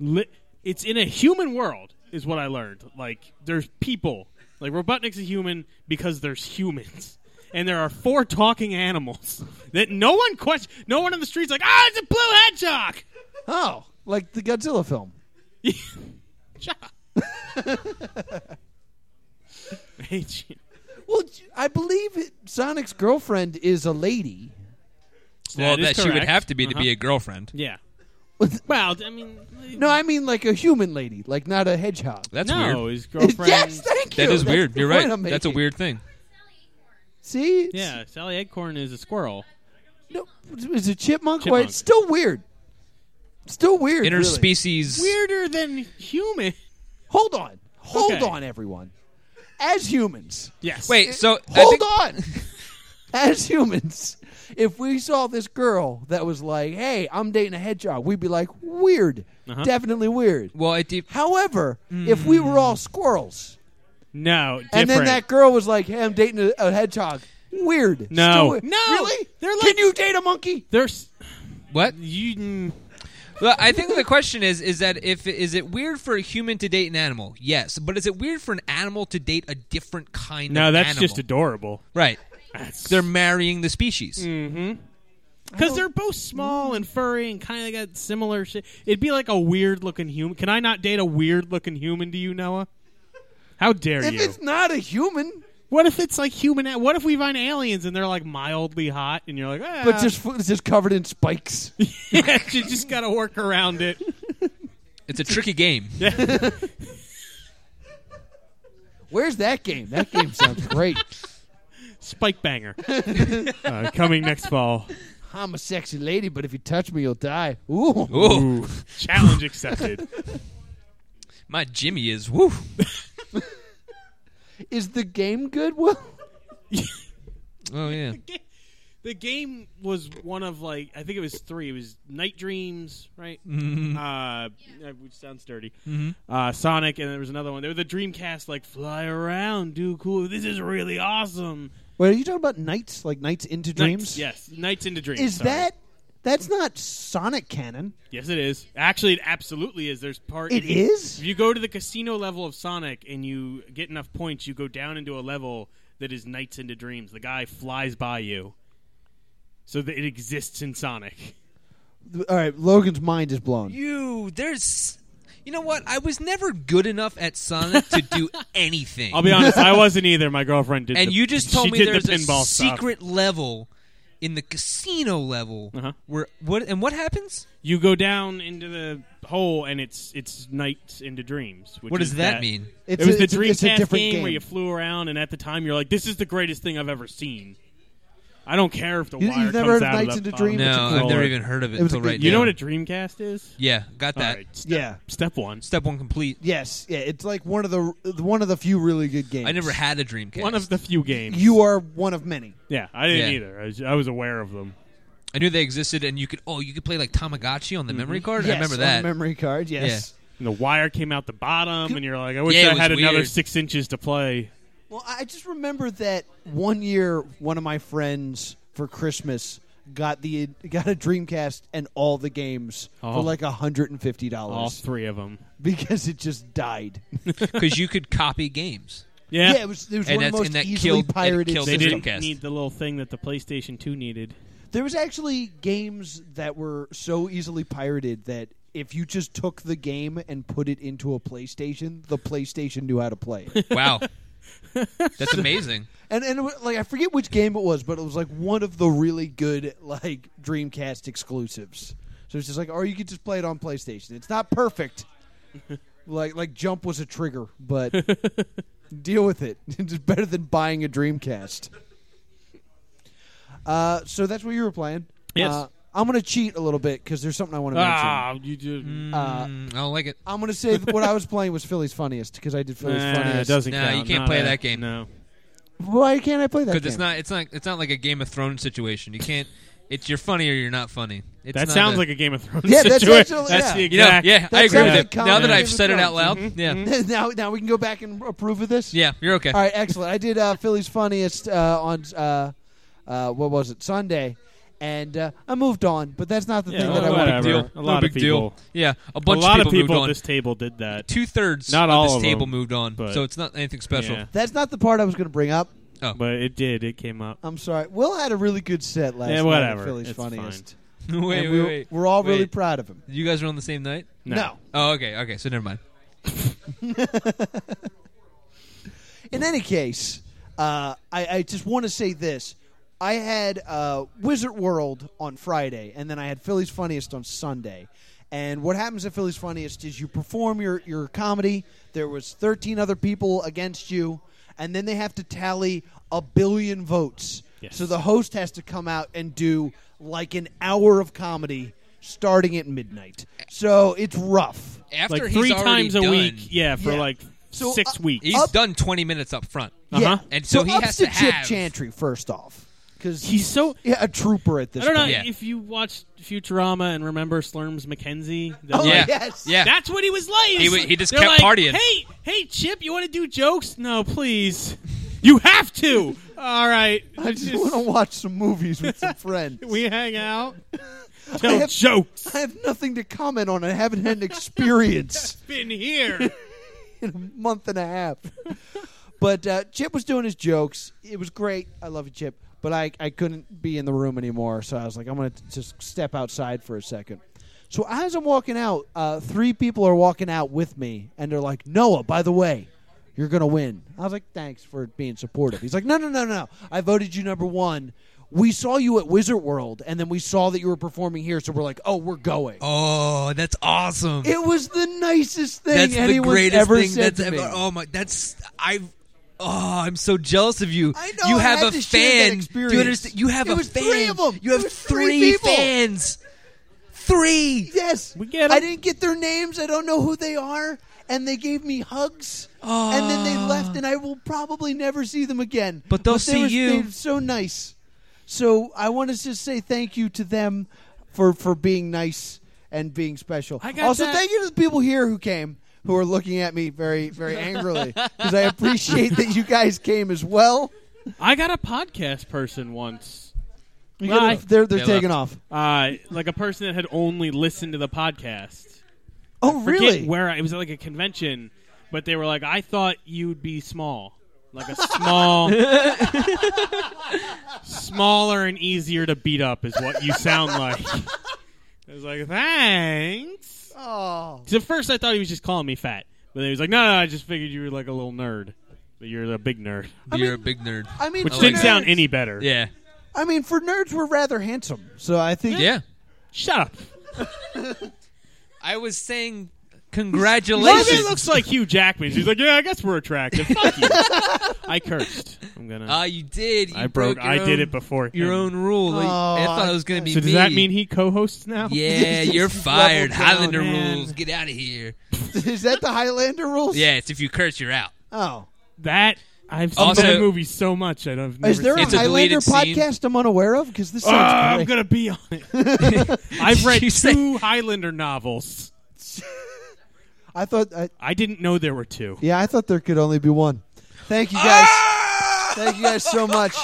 [SPEAKER 4] Li- it's in a human world, is what I learned. Like there's people. Like Robotnik's a human because there's humans. And there are four talking animals that no one question. No one on the streets like, ah, it's a blue hedgehog.
[SPEAKER 3] oh, like the Godzilla film.
[SPEAKER 4] Ja. I hate you.
[SPEAKER 3] Well, I believe it, Sonic's girlfriend is a lady.
[SPEAKER 5] well,
[SPEAKER 4] is
[SPEAKER 5] that she would
[SPEAKER 4] correct.
[SPEAKER 5] have to be to be
[SPEAKER 4] Uh-huh.
[SPEAKER 5] a girlfriend.
[SPEAKER 4] Yeah.
[SPEAKER 3] What?
[SPEAKER 4] Well, I mean,
[SPEAKER 3] No, I mean like a human lady, like not a hedgehog.
[SPEAKER 5] That's
[SPEAKER 4] no,
[SPEAKER 5] weird.
[SPEAKER 4] his girlfriend.
[SPEAKER 3] Yes, thank you.
[SPEAKER 5] That is
[SPEAKER 3] That's
[SPEAKER 5] weird.
[SPEAKER 3] the
[SPEAKER 5] You're
[SPEAKER 3] point
[SPEAKER 5] right.
[SPEAKER 3] I'm
[SPEAKER 5] That's a
[SPEAKER 3] making.
[SPEAKER 5] weird thing.
[SPEAKER 3] See? It's-
[SPEAKER 4] Yeah, Sally Eggcorn is a squirrel.
[SPEAKER 3] No, it's a chipmunk. Wait,
[SPEAKER 4] Chipmunk.
[SPEAKER 3] it's still weird. Still weird. really.
[SPEAKER 5] Interspecies.
[SPEAKER 4] Weirder than human.
[SPEAKER 3] Hold on. Hold
[SPEAKER 4] Okay.
[SPEAKER 3] on, everyone. As humans,
[SPEAKER 4] Yes.
[SPEAKER 5] Wait, so I
[SPEAKER 3] hold
[SPEAKER 5] think,
[SPEAKER 3] on. As humans, if we saw this girl that was like, "Hey, I'm dating a hedgehog," we'd be like, "Weird,
[SPEAKER 4] Uh-huh.
[SPEAKER 3] definitely weird."
[SPEAKER 5] Well, it de-
[SPEAKER 3] However, if we were all squirrels,
[SPEAKER 4] No. Different.
[SPEAKER 3] and then that girl was like, "Hey, I'm dating a, a hedgehog," weird.
[SPEAKER 4] No.
[SPEAKER 3] Still we-
[SPEAKER 4] No.
[SPEAKER 3] really?
[SPEAKER 4] They're
[SPEAKER 3] Can
[SPEAKER 4] like-
[SPEAKER 3] you date a monkey?
[SPEAKER 4] there's
[SPEAKER 5] what?
[SPEAKER 4] you. mm,
[SPEAKER 5] Well, I think the question is: is that if is it weird for a human to date an animal? Yes, but is it weird for an animal to date a different kind?
[SPEAKER 4] No,
[SPEAKER 5] of
[SPEAKER 4] that's
[SPEAKER 5] animal?
[SPEAKER 4] just adorable.
[SPEAKER 5] right.
[SPEAKER 4] That's-
[SPEAKER 5] They're marrying the species.
[SPEAKER 4] Because they're both small and furry and kind of got similar shit. It'd be like a weird looking human. Can I not date a weird looking human? Do you, Noah? How dare
[SPEAKER 3] If
[SPEAKER 4] you?
[SPEAKER 3] it's not a human,
[SPEAKER 4] What if it's like human? What if we find aliens and they're like mildly hot, and you're like, ah,
[SPEAKER 3] but just it's just covered in spikes.
[SPEAKER 4] yeah, you just gotta work around it.
[SPEAKER 5] It's a tricky game.
[SPEAKER 3] Where's that game? That game sounds great.
[SPEAKER 4] Spike banger uh, coming next fall.
[SPEAKER 3] I'm a sexy lady, but if you touch me, you'll die. Ooh.
[SPEAKER 5] Ooh,
[SPEAKER 4] Ooh, challenge accepted.
[SPEAKER 5] my Jimmy is woo.
[SPEAKER 3] Is the game good? Well,
[SPEAKER 5] Oh yeah.
[SPEAKER 4] the game was one of like I think it was three. It was Night Dreams, right? Uh, yeah, which sounds dirty. Uh, Sonic, and there was another one. There was the Dreamcast, like fly around, do cool. This is really awesome.
[SPEAKER 3] wait, are you talking about nights? Like nights into dreams?
[SPEAKER 4] Nights, yes, Nights into Dreams.
[SPEAKER 3] Is
[SPEAKER 4] sorry.
[SPEAKER 3] that that's not Sonic canon?
[SPEAKER 4] Yes, it is. Actually, it absolutely is. There's part.
[SPEAKER 3] It
[SPEAKER 4] if you-
[SPEAKER 3] is.
[SPEAKER 4] If you go to the casino level of Sonic and you get enough points, you go down into a level that is Nights into Dreams. The guy flies by you, so that it exists in Sonic.
[SPEAKER 3] All right, Logan's mind is blown.
[SPEAKER 5] You there's. You know what? I was never good enough at Sonic to do anything.
[SPEAKER 4] I'll be honest, I wasn't either. My girlfriend did.
[SPEAKER 5] and
[SPEAKER 4] the-
[SPEAKER 5] you just
[SPEAKER 4] she
[SPEAKER 5] told me
[SPEAKER 4] did the
[SPEAKER 5] there's a
[SPEAKER 4] pinball stuff.
[SPEAKER 5] secret level in the casino level
[SPEAKER 4] Uh-huh.
[SPEAKER 5] where what and what happens?
[SPEAKER 4] You go down into the hole, and it's it's Nights into Dreams. Which
[SPEAKER 5] What does
[SPEAKER 4] is
[SPEAKER 5] that mean?
[SPEAKER 3] It's
[SPEAKER 4] it was
[SPEAKER 3] a-
[SPEAKER 4] the
[SPEAKER 3] it's a- it's a
[SPEAKER 4] Dreamcast
[SPEAKER 3] different
[SPEAKER 4] game, where
[SPEAKER 3] game.
[SPEAKER 4] you flew around, and at the time you're like, "This is the greatest thing I've ever seen." I don't care if the
[SPEAKER 3] You-
[SPEAKER 4] wire
[SPEAKER 3] you've never heard
[SPEAKER 4] comes
[SPEAKER 3] of
[SPEAKER 4] out
[SPEAKER 3] Nights
[SPEAKER 4] of the
[SPEAKER 3] into
[SPEAKER 4] bottom of
[SPEAKER 3] Dreams?
[SPEAKER 4] the
[SPEAKER 5] No, I've never
[SPEAKER 4] controller.
[SPEAKER 5] even heard of it
[SPEAKER 3] It was a
[SPEAKER 5] until
[SPEAKER 3] good-
[SPEAKER 5] right
[SPEAKER 4] You
[SPEAKER 5] now.
[SPEAKER 4] know what a Dreamcast is?
[SPEAKER 5] Yeah, got
[SPEAKER 4] All
[SPEAKER 5] that.
[SPEAKER 4] right, step,
[SPEAKER 3] Yeah.
[SPEAKER 4] Step one.
[SPEAKER 5] Step one complete.
[SPEAKER 3] Yes, yeah, it's like one of the one of the few really good games.
[SPEAKER 5] I never had a Dreamcast.
[SPEAKER 4] One of the few games.
[SPEAKER 3] You are one of many.
[SPEAKER 4] yeah, I didn't
[SPEAKER 5] Yeah.
[SPEAKER 4] either. I was, I was aware of them.
[SPEAKER 5] I knew they existed, and you could oh, you could play like Tamagotchi on the memory
[SPEAKER 4] Mm-hmm.
[SPEAKER 5] card. I
[SPEAKER 3] Yes,
[SPEAKER 5] remember
[SPEAKER 3] on
[SPEAKER 5] that.
[SPEAKER 3] memory card. Yes.
[SPEAKER 4] And the wire came out the bottom, and you're like, "I wish
[SPEAKER 5] Yeah, it
[SPEAKER 4] I
[SPEAKER 5] was
[SPEAKER 4] had another
[SPEAKER 5] weird.
[SPEAKER 4] six inches to play."
[SPEAKER 3] Well, I just remember that one year, one of my friends for Christmas got the got a Dreamcast and all the games
[SPEAKER 4] Oh.
[SPEAKER 3] for like hundred and fifty
[SPEAKER 4] All
[SPEAKER 3] dollars
[SPEAKER 4] three of them.
[SPEAKER 3] because it just died.
[SPEAKER 5] because you could copy games.
[SPEAKER 4] Yeah,
[SPEAKER 3] it was it was
[SPEAKER 5] And
[SPEAKER 3] one of the
[SPEAKER 5] that's-
[SPEAKER 3] most
[SPEAKER 5] and that
[SPEAKER 3] easily
[SPEAKER 5] killed- that
[SPEAKER 3] pirated.
[SPEAKER 5] killed
[SPEAKER 4] they
[SPEAKER 5] the
[SPEAKER 3] systems.
[SPEAKER 4] didn't
[SPEAKER 5] Dreamcast.
[SPEAKER 4] need the little thing that the PlayStation Two needed.
[SPEAKER 3] There was actually games that were so easily pirated that if you just took the game and put it into a PlayStation, the PlayStation knew how to play it.
[SPEAKER 5] Wow, that's amazing.
[SPEAKER 3] and and it wa- like I forget which game it was, but it was like one of the really good like Dreamcast exclusives. So it's just like, or you could just play it on PlayStation. It's not perfect. like like Jump was a trigger, but deal with it. It's better than buying a Dreamcast. Uh, so that's what you were playing.
[SPEAKER 4] Yes.
[SPEAKER 3] Uh, I'm gonna cheat a little bit because there's something I want to mention.
[SPEAKER 4] Ah, you just
[SPEAKER 3] Uh,
[SPEAKER 5] Mm, I don't like it.
[SPEAKER 3] I'm gonna say that what I was playing was Philly's funniest because I did Philly's
[SPEAKER 4] Nah, it
[SPEAKER 3] funniest.
[SPEAKER 4] doesn't
[SPEAKER 5] Nah,
[SPEAKER 4] count.
[SPEAKER 5] you can't
[SPEAKER 4] Not
[SPEAKER 5] play
[SPEAKER 4] a-
[SPEAKER 5] that game.
[SPEAKER 4] No,
[SPEAKER 3] Why can't I play that?
[SPEAKER 5] Because it's
[SPEAKER 3] game?
[SPEAKER 5] not, it's not, it's not like a Game of Thrones situation. You can't. It's you're funny or you're not funny. It's
[SPEAKER 4] that
[SPEAKER 5] not
[SPEAKER 4] sounds
[SPEAKER 5] a-
[SPEAKER 4] like a Game of Thrones.
[SPEAKER 3] Yeah, that's
[SPEAKER 4] situation.
[SPEAKER 3] actually- yeah.
[SPEAKER 4] the
[SPEAKER 5] You know,
[SPEAKER 4] exact.
[SPEAKER 5] yeah,
[SPEAKER 3] That
[SPEAKER 5] I agree
[SPEAKER 3] sounds
[SPEAKER 5] with
[SPEAKER 3] like
[SPEAKER 5] it. Now
[SPEAKER 3] common
[SPEAKER 5] that I've
[SPEAKER 3] Game of
[SPEAKER 5] said it out loud,
[SPEAKER 3] Thrones. Mm-hmm.
[SPEAKER 5] yeah,
[SPEAKER 3] now, now we can go back and approve of this.
[SPEAKER 5] yeah, you're okay.
[SPEAKER 3] All right, excellent. I did uh, Philly's funniest uh, on uh, uh, what was it Sunday, and uh, I moved on. But that's not the
[SPEAKER 4] Yeah,
[SPEAKER 3] thing
[SPEAKER 4] well,
[SPEAKER 3] that I
[SPEAKER 5] no
[SPEAKER 3] want
[SPEAKER 5] big
[SPEAKER 4] whatever.
[SPEAKER 3] to do.
[SPEAKER 5] deal.
[SPEAKER 4] A lot
[SPEAKER 5] no
[SPEAKER 4] of
[SPEAKER 5] big deal.
[SPEAKER 4] people-
[SPEAKER 5] Yeah, a
[SPEAKER 4] A
[SPEAKER 5] bunch
[SPEAKER 4] lot of people,
[SPEAKER 5] moved
[SPEAKER 4] at
[SPEAKER 5] on.
[SPEAKER 4] this table did that.
[SPEAKER 5] Two thirds
[SPEAKER 4] Not
[SPEAKER 5] of
[SPEAKER 4] all
[SPEAKER 5] this
[SPEAKER 4] of
[SPEAKER 5] table
[SPEAKER 4] them,
[SPEAKER 5] moved on,
[SPEAKER 4] but-
[SPEAKER 5] so it's not anything special.
[SPEAKER 4] Yeah.
[SPEAKER 3] That's not the part I was going to bring up.
[SPEAKER 4] But it did. It came up.
[SPEAKER 3] I'm sorry. Will had a really good set last
[SPEAKER 4] Yeah,
[SPEAKER 3] night. at
[SPEAKER 4] whatever.
[SPEAKER 3] Philly's
[SPEAKER 4] It's
[SPEAKER 3] funniest.
[SPEAKER 5] wait,
[SPEAKER 3] And
[SPEAKER 5] wait,
[SPEAKER 3] we,
[SPEAKER 5] wait.
[SPEAKER 3] We're all really
[SPEAKER 5] Wait.
[SPEAKER 3] proud of him.
[SPEAKER 5] You guys were on the same night.
[SPEAKER 4] No.
[SPEAKER 5] Oh, okay, okay. So never mind.
[SPEAKER 3] In any case, uh, I, I just want to say this. I had uh, Wizard World on Friday, and then I had Philly's Funniest on Sunday. And what happens at Philly's Funniest is you perform your, your comedy. There was 13 other people against you, and then they have to tally a billion votes.
[SPEAKER 4] Yes.
[SPEAKER 3] So the host has to come out and do like an hour of comedy starting at midnight. So it's rough.
[SPEAKER 5] After
[SPEAKER 4] like
[SPEAKER 5] he's
[SPEAKER 4] three
[SPEAKER 5] already
[SPEAKER 4] times a
[SPEAKER 5] done,
[SPEAKER 4] week. Yeah, for
[SPEAKER 3] Yeah.
[SPEAKER 4] like
[SPEAKER 3] So,
[SPEAKER 4] six
[SPEAKER 3] uh,
[SPEAKER 4] weeks.
[SPEAKER 5] He's
[SPEAKER 3] Up- Oh,
[SPEAKER 5] done 20 minutes up front.
[SPEAKER 4] Uh-huh.
[SPEAKER 5] And so he
[SPEAKER 3] ups
[SPEAKER 5] has
[SPEAKER 3] to
[SPEAKER 5] to
[SPEAKER 3] Chip
[SPEAKER 5] have-
[SPEAKER 3] Chantry first off, because
[SPEAKER 4] He's so.
[SPEAKER 3] yeah, a trooper at this.
[SPEAKER 4] I don't know
[SPEAKER 3] point.
[SPEAKER 5] Yeah.
[SPEAKER 4] if you watched Futurama and remember Slurms McKenzie. the,
[SPEAKER 3] Oh,
[SPEAKER 4] like,
[SPEAKER 5] yeah.
[SPEAKER 3] yes.
[SPEAKER 5] Yeah.
[SPEAKER 4] That's what he was like.
[SPEAKER 5] He wa- he just
[SPEAKER 4] They're
[SPEAKER 5] kept
[SPEAKER 4] like,
[SPEAKER 5] partying.
[SPEAKER 4] Hey, hey, Chip, you want to do jokes? No, please. You have to. All right.
[SPEAKER 3] I just want to watch some movies with some friends.
[SPEAKER 4] we hang out.
[SPEAKER 3] I
[SPEAKER 4] Tell
[SPEAKER 3] have-
[SPEAKER 4] jokes.
[SPEAKER 3] I have nothing to comment on. I haven't had an experience
[SPEAKER 4] Been here.
[SPEAKER 3] in a month and a half. But uh, Chip was doing his jokes. It was great. I love you, Chip. But I, I couldn't be in the room anymore, so I was like, I'm going to just step outside for a second. So as I'm walking out, uh, three people are walking out with me, and they're like, Noah, by the way, you're going to win. I was like, thanks for being supportive. He's like, no, no, no, no. I voted you number one. We saw you at Wizard World, and then we saw that you were performing here, so we're like, oh, we're going.
[SPEAKER 5] Oh, that's awesome.
[SPEAKER 3] It was the nicest thing
[SPEAKER 5] that's the
[SPEAKER 3] anyone's
[SPEAKER 5] greatest
[SPEAKER 3] ever
[SPEAKER 5] thing
[SPEAKER 3] said
[SPEAKER 5] that's
[SPEAKER 3] to me.
[SPEAKER 5] ever. Oh my, that's I've. Oh, I'm so jealous of you.
[SPEAKER 3] I know,
[SPEAKER 5] You
[SPEAKER 3] I
[SPEAKER 5] have
[SPEAKER 3] had
[SPEAKER 5] a
[SPEAKER 3] to share that
[SPEAKER 5] fan. Do
[SPEAKER 3] experience.
[SPEAKER 5] you understand? You have
[SPEAKER 3] It
[SPEAKER 5] a
[SPEAKER 3] was
[SPEAKER 5] fan.
[SPEAKER 3] three of 'em.
[SPEAKER 5] You have
[SPEAKER 3] It was three people.
[SPEAKER 5] fans. Three.
[SPEAKER 3] Yes,
[SPEAKER 4] We get 'em.
[SPEAKER 3] I didn't get their names. I don't know who they are, and they gave me hugs, and then
[SPEAKER 4] Ah.
[SPEAKER 3] they left, and I will probably never see them again.
[SPEAKER 5] But they'll
[SPEAKER 3] they
[SPEAKER 5] see
[SPEAKER 3] were,
[SPEAKER 5] you.
[SPEAKER 3] They were so nice. So I want to just say thank you to them for for being nice and being special.
[SPEAKER 4] I got
[SPEAKER 3] also,
[SPEAKER 4] that-
[SPEAKER 3] thank you to the people here who came. Who are looking at me very, very angrily because I appreciate that you guys came as well.
[SPEAKER 4] I got a podcast person once.
[SPEAKER 3] You
[SPEAKER 4] Well, I-
[SPEAKER 3] gotta- they're they're
[SPEAKER 5] They
[SPEAKER 3] taking off.
[SPEAKER 4] Uh, like a person that had only listened to the podcast.
[SPEAKER 3] Oh,
[SPEAKER 4] Forget
[SPEAKER 3] really?
[SPEAKER 4] where I, it was at like a convention, but they were like, I thought you'd be small. Like a small, smaller and easier to beat up is what you sound like. I was like, thanks.
[SPEAKER 3] oh,
[SPEAKER 4] 'Cause at first I thought he was just calling me fat, but then he was like, no, no, I just figured you were like a little nerd, but you're a big nerd,
[SPEAKER 5] You're a big nerd.
[SPEAKER 3] I mean,
[SPEAKER 4] which
[SPEAKER 3] for
[SPEAKER 4] didn't
[SPEAKER 3] nerds-
[SPEAKER 4] sound any better.
[SPEAKER 5] yeah.
[SPEAKER 3] I mean, for nerds, we're rather handsome, so I think
[SPEAKER 5] Yeah.
[SPEAKER 4] Shut up.
[SPEAKER 5] I was saying
[SPEAKER 4] Logan
[SPEAKER 5] congratulations.
[SPEAKER 4] looks like Hugh Jackman. She's like, yeah, I guess we're attractive. Fuck you. I cursed. I'm gonna.
[SPEAKER 5] Ah, you did. You
[SPEAKER 4] I broke.
[SPEAKER 5] your
[SPEAKER 4] I did
[SPEAKER 5] own-
[SPEAKER 4] it before.
[SPEAKER 5] Your
[SPEAKER 4] him.
[SPEAKER 5] own rule. I- I
[SPEAKER 3] Oh,
[SPEAKER 5] thought
[SPEAKER 3] I-
[SPEAKER 5] it was going to be
[SPEAKER 4] So does
[SPEAKER 5] me.
[SPEAKER 4] that mean he co-hosts now?
[SPEAKER 5] Yeah, you're fired.
[SPEAKER 3] Level down,
[SPEAKER 5] Highlander
[SPEAKER 4] man.
[SPEAKER 5] rules. Get out of here.
[SPEAKER 3] Is that the Highlander rules?
[SPEAKER 5] Yeah, it's if you curse, you're out.
[SPEAKER 3] Oh.
[SPEAKER 4] That I've seen
[SPEAKER 5] Also-
[SPEAKER 4] that movie so much. I don't. I've
[SPEAKER 3] Is there
[SPEAKER 4] never
[SPEAKER 3] a
[SPEAKER 5] It's a
[SPEAKER 4] seen it.
[SPEAKER 3] Highlander
[SPEAKER 5] deleted scene.
[SPEAKER 3] podcast I'm unaware of? Because this
[SPEAKER 4] Oh,
[SPEAKER 3] sounds
[SPEAKER 4] I'm
[SPEAKER 3] great.
[SPEAKER 4] gonna be on it. I've read
[SPEAKER 5] You
[SPEAKER 4] two
[SPEAKER 5] say-
[SPEAKER 4] Highlander novels.
[SPEAKER 3] I thought, I,
[SPEAKER 4] I didn't know there were two.
[SPEAKER 3] yeah, I thought there could only be one. Thank you guys. Thank you guys so much.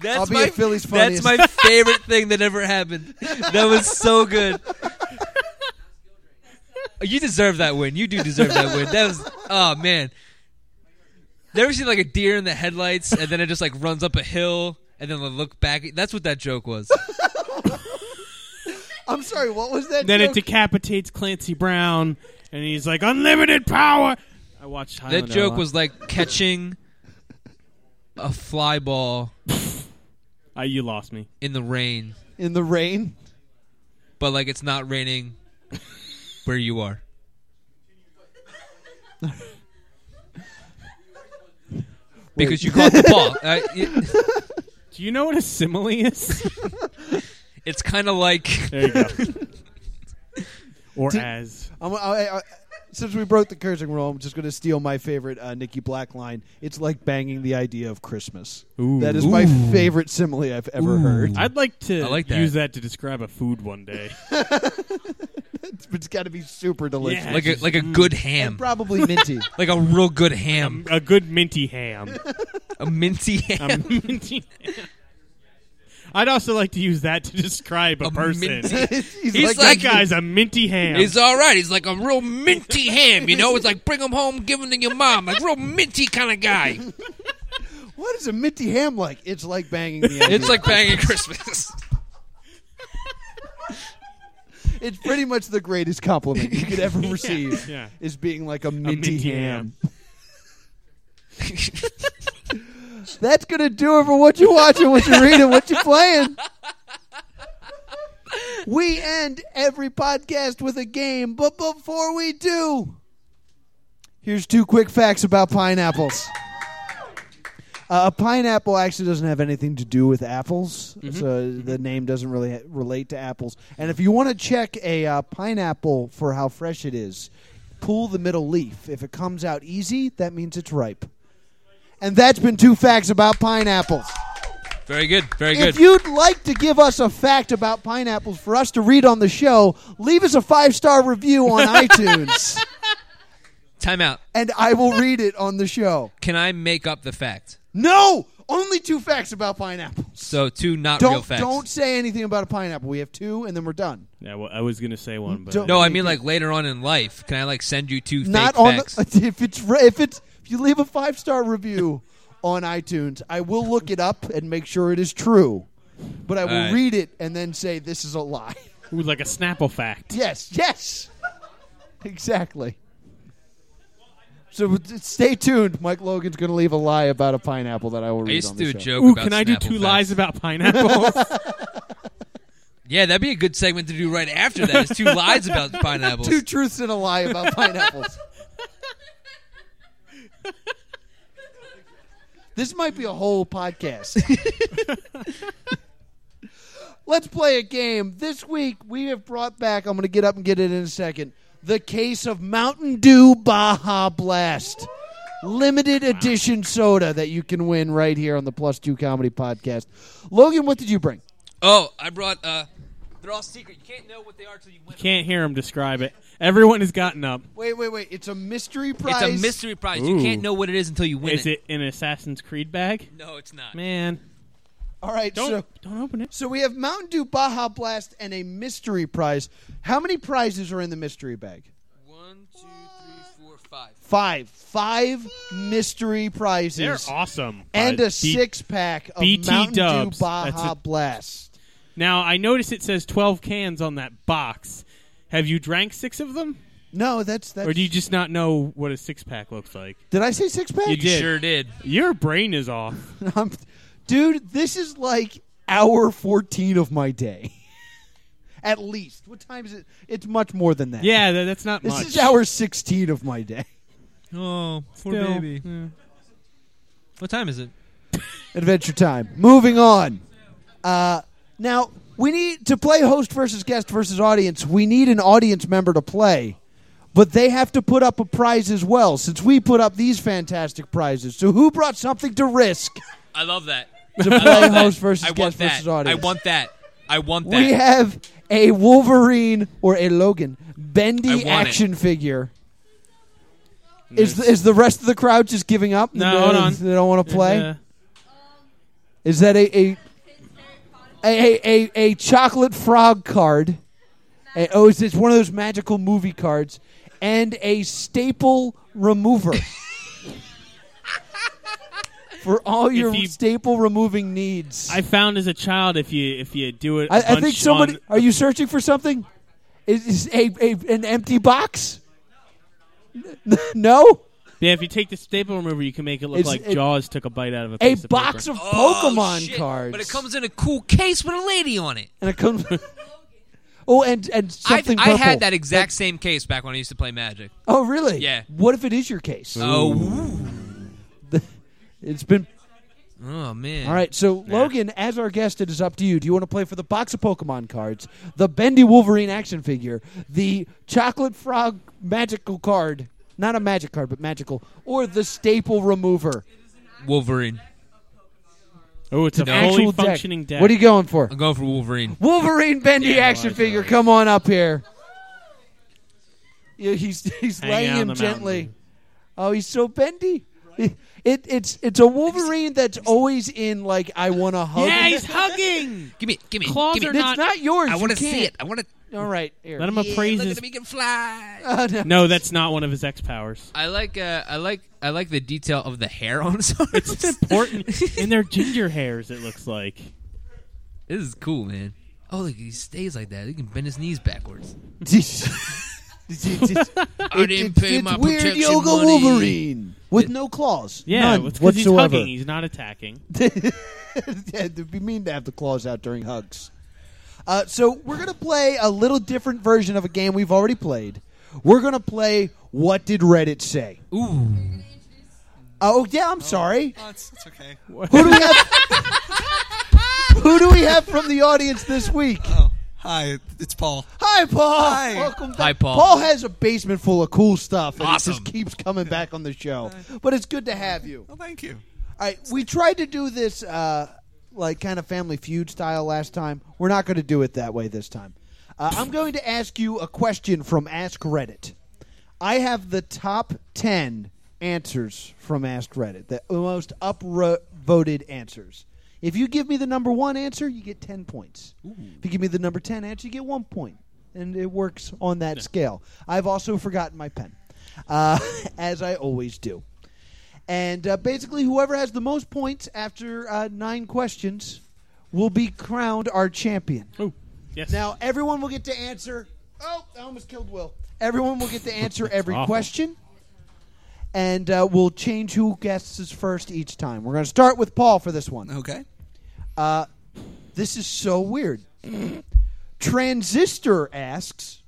[SPEAKER 5] That's
[SPEAKER 3] I'll be
[SPEAKER 5] my,
[SPEAKER 3] at Philly's
[SPEAKER 5] That's
[SPEAKER 3] funniest.
[SPEAKER 5] my favorite thing that ever happened. That was so good. You deserve that win. You do deserve that win. That was oh man. You ever seen like a deer in the headlights and then it just like runs up a hill and then they look back? That's what that joke was.
[SPEAKER 3] I'm sorry. What was that?
[SPEAKER 4] Then it
[SPEAKER 3] joke?
[SPEAKER 4] decapitates Clancy Brown, and he's like, "Unlimited power." I watched Highlander.
[SPEAKER 5] That
[SPEAKER 4] a
[SPEAKER 5] joke
[SPEAKER 4] lot.
[SPEAKER 5] was like catching a fly ball
[SPEAKER 4] Uh, you lost me.
[SPEAKER 5] in the rain,
[SPEAKER 3] in the rain.
[SPEAKER 5] but like it's not raining where you are. because you caught the ball. Uh, it-
[SPEAKER 4] Do you know what a simile is?
[SPEAKER 5] it's kind of like
[SPEAKER 4] there you go. or as
[SPEAKER 3] I'm, I, I, since we broke the cursing rule, I'm just going to steal my favorite uh, Nikki Black line. It's like banging the idea of Christmas.
[SPEAKER 4] Ooh.
[SPEAKER 3] That is my favorite simile I've ever heard.
[SPEAKER 4] I'd like to
[SPEAKER 5] I like that.
[SPEAKER 4] use that to describe a food one day.
[SPEAKER 3] It's got to be super delicious.
[SPEAKER 4] Yeah.
[SPEAKER 5] like a, like a good ham,
[SPEAKER 3] And probably minty.
[SPEAKER 5] like a real good ham,
[SPEAKER 4] a good minty ham.
[SPEAKER 5] a minty ham.
[SPEAKER 4] A minty ham. I'd also like to use that to describe a,
[SPEAKER 5] A
[SPEAKER 4] person.
[SPEAKER 5] minty-
[SPEAKER 3] He's,
[SPEAKER 5] He's
[SPEAKER 3] that
[SPEAKER 5] like-
[SPEAKER 4] That guy's a minty ham.
[SPEAKER 5] He's all right. He's like a real minty ham, you know. It's like bring him home, give him to your mom, like real minty kind of guy.
[SPEAKER 3] What is a minty ham like? It's like banging the idea.
[SPEAKER 5] It's like banging Christmas.
[SPEAKER 3] it's pretty much the greatest compliment you could ever receive.
[SPEAKER 4] yeah.
[SPEAKER 3] Is being like a minty,
[SPEAKER 4] minty
[SPEAKER 3] ham. That's gonna do it for what you watching, what you reading, what you playing. We end every podcast with a game, but before we do, Here's two quick facts about pineapples. Uh, a pineapple actually doesn't have anything to do with apples,
[SPEAKER 5] Mm-hmm.
[SPEAKER 3] so the name doesn't really ha- relate to apples. And if you want to check a uh, pineapple for how fresh it is, pull the middle leaf. If it comes out easy, that means it's ripe. And that's been two facts about pineapples.
[SPEAKER 5] Very good. Very good.
[SPEAKER 3] If you'd like to give us a fact about pineapples for us to read on the show, leave us a five star review on iTunes,
[SPEAKER 5] Time out.
[SPEAKER 3] and I will read it on the show.
[SPEAKER 5] Can I make up the fact?
[SPEAKER 3] No, only two facts about pineapples.
[SPEAKER 5] So two not real
[SPEAKER 3] Don't
[SPEAKER 5] facts.
[SPEAKER 3] don't say anything about a pineapple. We have two, and then we're done.
[SPEAKER 4] Yeah, well, I was gonna say one, but
[SPEAKER 3] Don't-
[SPEAKER 5] No, I mean like later on in life. Can I like send you two
[SPEAKER 3] Not
[SPEAKER 5] fake
[SPEAKER 3] on
[SPEAKER 5] facts?
[SPEAKER 3] the, if it's re- if it's if you leave a five star review on iTunes, I will look it up and make sure it is true. But I will
[SPEAKER 5] right.
[SPEAKER 3] read it and then say this is a lie.
[SPEAKER 4] Ooh, like a Snapple fact.
[SPEAKER 3] Yes, yes. exactly. So w- stay tuned. Mike Logan's going to leave a lie about a pineapple that I will
[SPEAKER 5] I
[SPEAKER 3] read
[SPEAKER 5] used
[SPEAKER 3] on
[SPEAKER 5] to
[SPEAKER 3] the
[SPEAKER 5] do a
[SPEAKER 3] show.
[SPEAKER 5] joke.
[SPEAKER 4] Ooh,
[SPEAKER 5] about
[SPEAKER 4] can I do
[SPEAKER 5] Snapple
[SPEAKER 4] two
[SPEAKER 5] facts.
[SPEAKER 4] lies about pineapples?
[SPEAKER 5] Yeah, that'd be a good segment to do right after that. Is two lies about pineapples.
[SPEAKER 3] Two truths and a lie about pineapples. this might be a whole podcast. Let's play a game. This week we have brought back, I'm going to get up and get it in a second, the case of Mountain Dew Baja Blast. Limited edition soda that you can win right here on the Plus Two Comedy Podcast. Logan, what did you bring?
[SPEAKER 5] Oh, I brought. uh They're all secret. You can't know what they are till you win.
[SPEAKER 4] Can't hear him describe it. Everyone has gotten up.
[SPEAKER 3] Wait, wait, wait. It's a mystery
[SPEAKER 5] It's
[SPEAKER 3] prize.
[SPEAKER 5] a mystery prize. You
[SPEAKER 4] Ooh.
[SPEAKER 5] can't know what it is until you win
[SPEAKER 4] Is it an Assassin's Creed bag?
[SPEAKER 5] No, it's not.
[SPEAKER 4] Man,
[SPEAKER 3] All right,
[SPEAKER 4] don't
[SPEAKER 3] so
[SPEAKER 4] don't open it.
[SPEAKER 3] So we have Mountain Dew Baja Blast and a mystery prize. How many prizes are in the mystery bag?
[SPEAKER 5] One, two, three, four, five.
[SPEAKER 3] Five. Five mystery prizes.
[SPEAKER 4] They're awesome.
[SPEAKER 3] And
[SPEAKER 4] Uh,
[SPEAKER 3] a
[SPEAKER 4] be-
[SPEAKER 3] six pack of
[SPEAKER 4] BT
[SPEAKER 3] Mountain
[SPEAKER 4] dubs.
[SPEAKER 3] Dew Baja
[SPEAKER 4] That's a-
[SPEAKER 3] Blast.
[SPEAKER 4] Now I notice it says twelve cans on that box. Have you drank six of them,
[SPEAKER 3] No, that's that's.
[SPEAKER 4] or do you just not know what a six pack looks like?
[SPEAKER 3] did I say six pack?
[SPEAKER 4] You
[SPEAKER 5] You
[SPEAKER 4] did.
[SPEAKER 5] sure did.
[SPEAKER 4] Your brain is off.
[SPEAKER 3] I'm- dude, this is like hour fourteen of my day. At least. What time is it? It's much more than that.
[SPEAKER 4] Yeah, that, that's not
[SPEAKER 3] This
[SPEAKER 4] much.
[SPEAKER 3] is hour sixteen of my day.
[SPEAKER 5] Oh, poor
[SPEAKER 4] Still,
[SPEAKER 5] baby.
[SPEAKER 4] yeah.
[SPEAKER 5] What time is it?
[SPEAKER 3] Adventure Time. Moving on. Uh, now we need to play host versus guest versus audience. We need an audience member to play, but they have to put up a prize as well. Since we put up these fantastic prizes, so who brought something to risk
[SPEAKER 5] I love that.
[SPEAKER 3] to
[SPEAKER 5] I love
[SPEAKER 3] play
[SPEAKER 5] that.
[SPEAKER 3] host versus
[SPEAKER 5] I want
[SPEAKER 3] guest
[SPEAKER 5] that.
[SPEAKER 3] versus audience?
[SPEAKER 5] I want that. I want that.
[SPEAKER 3] we have a Wolverine or a Logan
[SPEAKER 5] I
[SPEAKER 3] bendy
[SPEAKER 5] want it.
[SPEAKER 3] action figure. Is the, is the rest of the crowd just giving up?
[SPEAKER 4] No,
[SPEAKER 3] they,
[SPEAKER 4] hold on.
[SPEAKER 3] They don't want to play.
[SPEAKER 4] Uh,
[SPEAKER 3] Is that a a a, a, a, a chocolate frog card? A- oh, it's, it's one of those magical movie cards, and a staple remover for all your
[SPEAKER 4] you-
[SPEAKER 3] staple removing needs.
[SPEAKER 4] I found as a child if you if you do it. a
[SPEAKER 3] I, I think
[SPEAKER 4] bunch
[SPEAKER 3] somebody.
[SPEAKER 4] on-
[SPEAKER 3] are you searching for something? Is, is a, a an empty box? N- No,
[SPEAKER 4] yeah, if you take the staple remover, you can make it look
[SPEAKER 3] It's-
[SPEAKER 4] like
[SPEAKER 3] it-
[SPEAKER 4] Jaws took a bite out of a,
[SPEAKER 3] a
[SPEAKER 4] piece
[SPEAKER 3] box
[SPEAKER 4] of
[SPEAKER 3] of
[SPEAKER 5] Oh,
[SPEAKER 3] Pokemon
[SPEAKER 5] shit.
[SPEAKER 3] cards.
[SPEAKER 5] But it comes in a cool case with a lady on it.
[SPEAKER 3] and it comes. oh, and and
[SPEAKER 5] I,
[SPEAKER 3] something.
[SPEAKER 5] I
[SPEAKER 3] purple.
[SPEAKER 5] had that exact same case back when I used to play Magic.
[SPEAKER 3] Oh, really?
[SPEAKER 5] Yeah.
[SPEAKER 3] What if it is your case?
[SPEAKER 5] Oh, ooh.
[SPEAKER 3] It's been
[SPEAKER 5] oh man.
[SPEAKER 3] all right. So Logan, as our guest, it is up to you. Do you want to play for the box of Pokemon cards, the Bendy Wolverine action figure, the Chocolate Frog magical card? Not a magic card, but magical, or the staple remover.
[SPEAKER 5] Wolverine.
[SPEAKER 4] Oh, it's a fully
[SPEAKER 3] Actual deck.
[SPEAKER 4] functioning deck.
[SPEAKER 3] What are you going for?
[SPEAKER 5] I'm going for Wolverine.
[SPEAKER 3] Wolverine Bendy
[SPEAKER 5] Yeah,
[SPEAKER 3] action
[SPEAKER 5] why
[SPEAKER 3] figure.
[SPEAKER 5] not?
[SPEAKER 3] Come on up here. Yeah, he's he's
[SPEAKER 4] Hang
[SPEAKER 3] laying
[SPEAKER 4] out on
[SPEAKER 3] him
[SPEAKER 4] the
[SPEAKER 3] gently.
[SPEAKER 4] mountain.
[SPEAKER 3] Oh, he's so bendy. It, it it's it's a Wolverine that's always in like I want to hug.
[SPEAKER 4] yeah, he's hugging.
[SPEAKER 5] Give me, give me,
[SPEAKER 4] Claws
[SPEAKER 5] give me.
[SPEAKER 4] are
[SPEAKER 3] It's
[SPEAKER 4] not-
[SPEAKER 3] not yours.
[SPEAKER 5] I
[SPEAKER 3] want to
[SPEAKER 5] see it. I want to.
[SPEAKER 3] All right, here.
[SPEAKER 4] Let him appraise
[SPEAKER 5] look
[SPEAKER 4] his.
[SPEAKER 5] at him, he can fly.
[SPEAKER 3] Oh, no.
[SPEAKER 4] No, that's not one of his X powers.
[SPEAKER 5] Uh. I like, uh, I like, I like the detail of the hair on his arms.
[SPEAKER 4] It's important in their ginger hairs. It looks like.
[SPEAKER 5] This is cool, man. Oh, look, he stays like that. He can bend his knees backwards. I didn't pay my
[SPEAKER 3] weird
[SPEAKER 5] protection
[SPEAKER 3] yoga
[SPEAKER 5] money.
[SPEAKER 3] Wolverine with no claws.
[SPEAKER 4] Yeah,
[SPEAKER 3] None
[SPEAKER 4] because he's
[SPEAKER 3] whatsoever.
[SPEAKER 4] hugging. He's not attacking.
[SPEAKER 3] yeah, it'd be mean to have the claws out during hugs. Uh, so we're gonna play a little different version of a game we've already played. We're gonna play What did Reddit say? Uh,
[SPEAKER 5] Ooh.
[SPEAKER 3] Oh yeah, I'm sorry.
[SPEAKER 6] Oh, it's, it's okay.
[SPEAKER 3] Who do we have? Who do we have from the audience this week?
[SPEAKER 6] Oh, hi, it's Paul.
[SPEAKER 3] Hi, Paul.
[SPEAKER 6] Hi.
[SPEAKER 3] Welcome back.
[SPEAKER 5] Hi, Paul.
[SPEAKER 3] Paul has a basement full of cool stuff, and
[SPEAKER 5] Awesome.
[SPEAKER 3] it just keeps coming back on the show. But it's good to have you.
[SPEAKER 6] Well, thank you.
[SPEAKER 3] All right, we tried to do this uh, like kind of Family Feud style last time. We're not going to do it that way this time. Uh, I'm going to ask you a question from Ask Reddit. I have the top ten answers from Ask Reddit, the most upvoted answers. If you give me the number one answer, you get ten points. If you give me the number ten answer, you get one point, and it works on that scale. I've also forgotten my pen, uh, as I always do. And uh, basically, whoever has the most points after uh, nine questions will be crowned our champion.
[SPEAKER 4] Ooh. Yes.
[SPEAKER 3] Now, everyone will get to answer. Oh, I almost killed Will. Everyone will get to answer every
[SPEAKER 4] awful.
[SPEAKER 3] question. And uh, we'll change who guesses first each time. We're going to start with Paul for this one. Uh,
[SPEAKER 6] Okay.
[SPEAKER 3] This is so weird. Transistor asks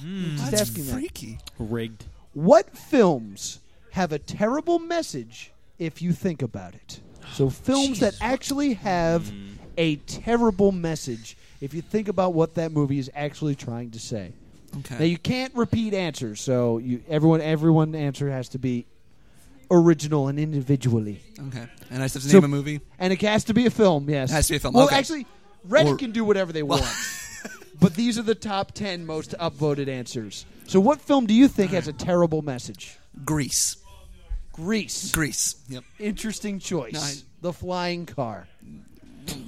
[SPEAKER 6] Hmm. That's
[SPEAKER 3] asking that.
[SPEAKER 6] freaky.
[SPEAKER 4] rigged.
[SPEAKER 3] What films have a terrible message if you think about it? So, films that actually have
[SPEAKER 6] Mm.
[SPEAKER 3] a terrible message if you think about what that movie is actually trying to say.
[SPEAKER 6] Okay.
[SPEAKER 3] Now, you can't repeat answers, so you, everyone everyone answer has to be original and individually.
[SPEAKER 6] okay. And I just have to
[SPEAKER 3] So-
[SPEAKER 6] name a movie.
[SPEAKER 3] And it has to be a film, yes.
[SPEAKER 6] It has to be a film,
[SPEAKER 3] Well,
[SPEAKER 6] okay.
[SPEAKER 3] actually, Reddit
[SPEAKER 6] Or-
[SPEAKER 3] can do whatever they want. but these are the top 10 most upvoted answers. So, what film do you think has a terrible message?
[SPEAKER 6] Grease.
[SPEAKER 3] Grease.
[SPEAKER 6] Grease. Yep.
[SPEAKER 3] Interesting choice.
[SPEAKER 6] No, I-
[SPEAKER 3] the flying car.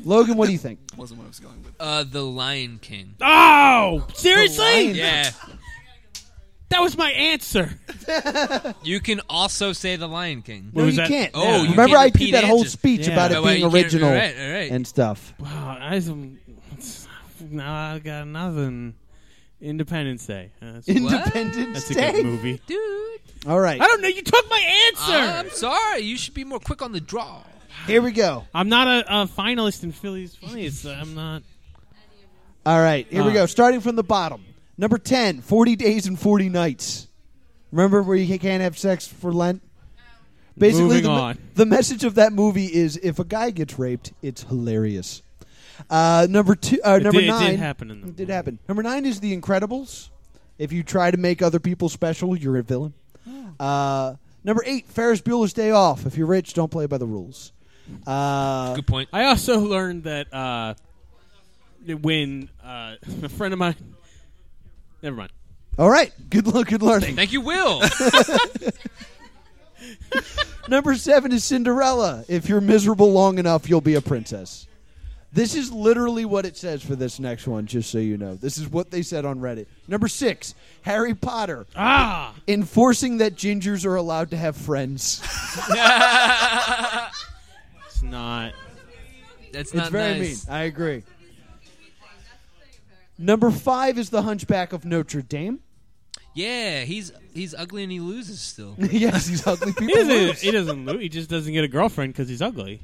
[SPEAKER 3] Logan, what do you think?
[SPEAKER 6] Wasn't what I was going with.
[SPEAKER 5] Uh, The Lion King.
[SPEAKER 4] Oh, seriously?
[SPEAKER 5] Yeah.
[SPEAKER 4] That was my answer.
[SPEAKER 5] You can also say The Lion King.
[SPEAKER 4] What
[SPEAKER 3] no,
[SPEAKER 4] was
[SPEAKER 3] you
[SPEAKER 4] that?
[SPEAKER 3] can't.
[SPEAKER 5] Oh, Yeah. you
[SPEAKER 3] remember
[SPEAKER 5] can't
[SPEAKER 3] I
[SPEAKER 5] repeat
[SPEAKER 3] did that whole
[SPEAKER 5] answers.
[SPEAKER 3] speech
[SPEAKER 4] Yeah.
[SPEAKER 3] about
[SPEAKER 5] Oh,
[SPEAKER 3] it
[SPEAKER 5] wait,
[SPEAKER 3] being
[SPEAKER 5] you can't-
[SPEAKER 3] original
[SPEAKER 5] all right, all right.
[SPEAKER 3] and stuff.
[SPEAKER 4] Wow, I some- now I got nothing. Independence Day. Uh, That's,
[SPEAKER 3] Independence
[SPEAKER 4] that's a good
[SPEAKER 3] Day.
[SPEAKER 4] movie.
[SPEAKER 5] Dude.
[SPEAKER 3] All right,
[SPEAKER 4] I don't know. You took my answer.
[SPEAKER 5] Ah, I'm sorry. You should be more quick on the draw.
[SPEAKER 3] here we go.
[SPEAKER 4] I'm not a, a finalist in Philly's Funniest. uh, I'm not.
[SPEAKER 3] All right, here we
[SPEAKER 4] Uh.
[SPEAKER 3] go. Starting from the bottom. Number 10, 40 days and 40 nights. Remember where you can't have sex for Lent? Basically,
[SPEAKER 4] Moving
[SPEAKER 3] the, me-
[SPEAKER 4] on.
[SPEAKER 3] the message of that movie is if a guy gets raped, it's hilarious. Uh, number two, uh,
[SPEAKER 4] It
[SPEAKER 3] number
[SPEAKER 4] did,
[SPEAKER 3] nine.
[SPEAKER 4] It did happen in the
[SPEAKER 3] It did happen. Number nine is The Incredibles. If you try to make other people special, you're a villain. Uh, number eight, Ferris Bueller's Day Off. If you're rich, don't play by the rules. Uh,
[SPEAKER 5] Good point.
[SPEAKER 4] I also learned that uh, that when uh, a friend of mine. Never mind.
[SPEAKER 3] all right, good luck, good learning.
[SPEAKER 5] Thank you, Will.
[SPEAKER 3] Number seven is Cinderella. If you're miserable long enough, you'll be a princess. This is literally what it says for this next one, just so you know. This is what they said on Reddit. Number six, Harry Potter.
[SPEAKER 4] Ah,
[SPEAKER 3] Enforcing that gingers are allowed to have friends.
[SPEAKER 4] it's not.
[SPEAKER 5] That's
[SPEAKER 3] It's
[SPEAKER 5] not
[SPEAKER 3] very
[SPEAKER 5] nice.
[SPEAKER 3] mean. I agree. Number five is the Hunchback of Notre Dame.
[SPEAKER 5] Yeah, he's he's ugly and he loses still.
[SPEAKER 3] yes, these ugly people.
[SPEAKER 4] He doesn't.
[SPEAKER 3] lose.
[SPEAKER 4] He doesn't. Lose. He just doesn't get a girlfriend because he's ugly.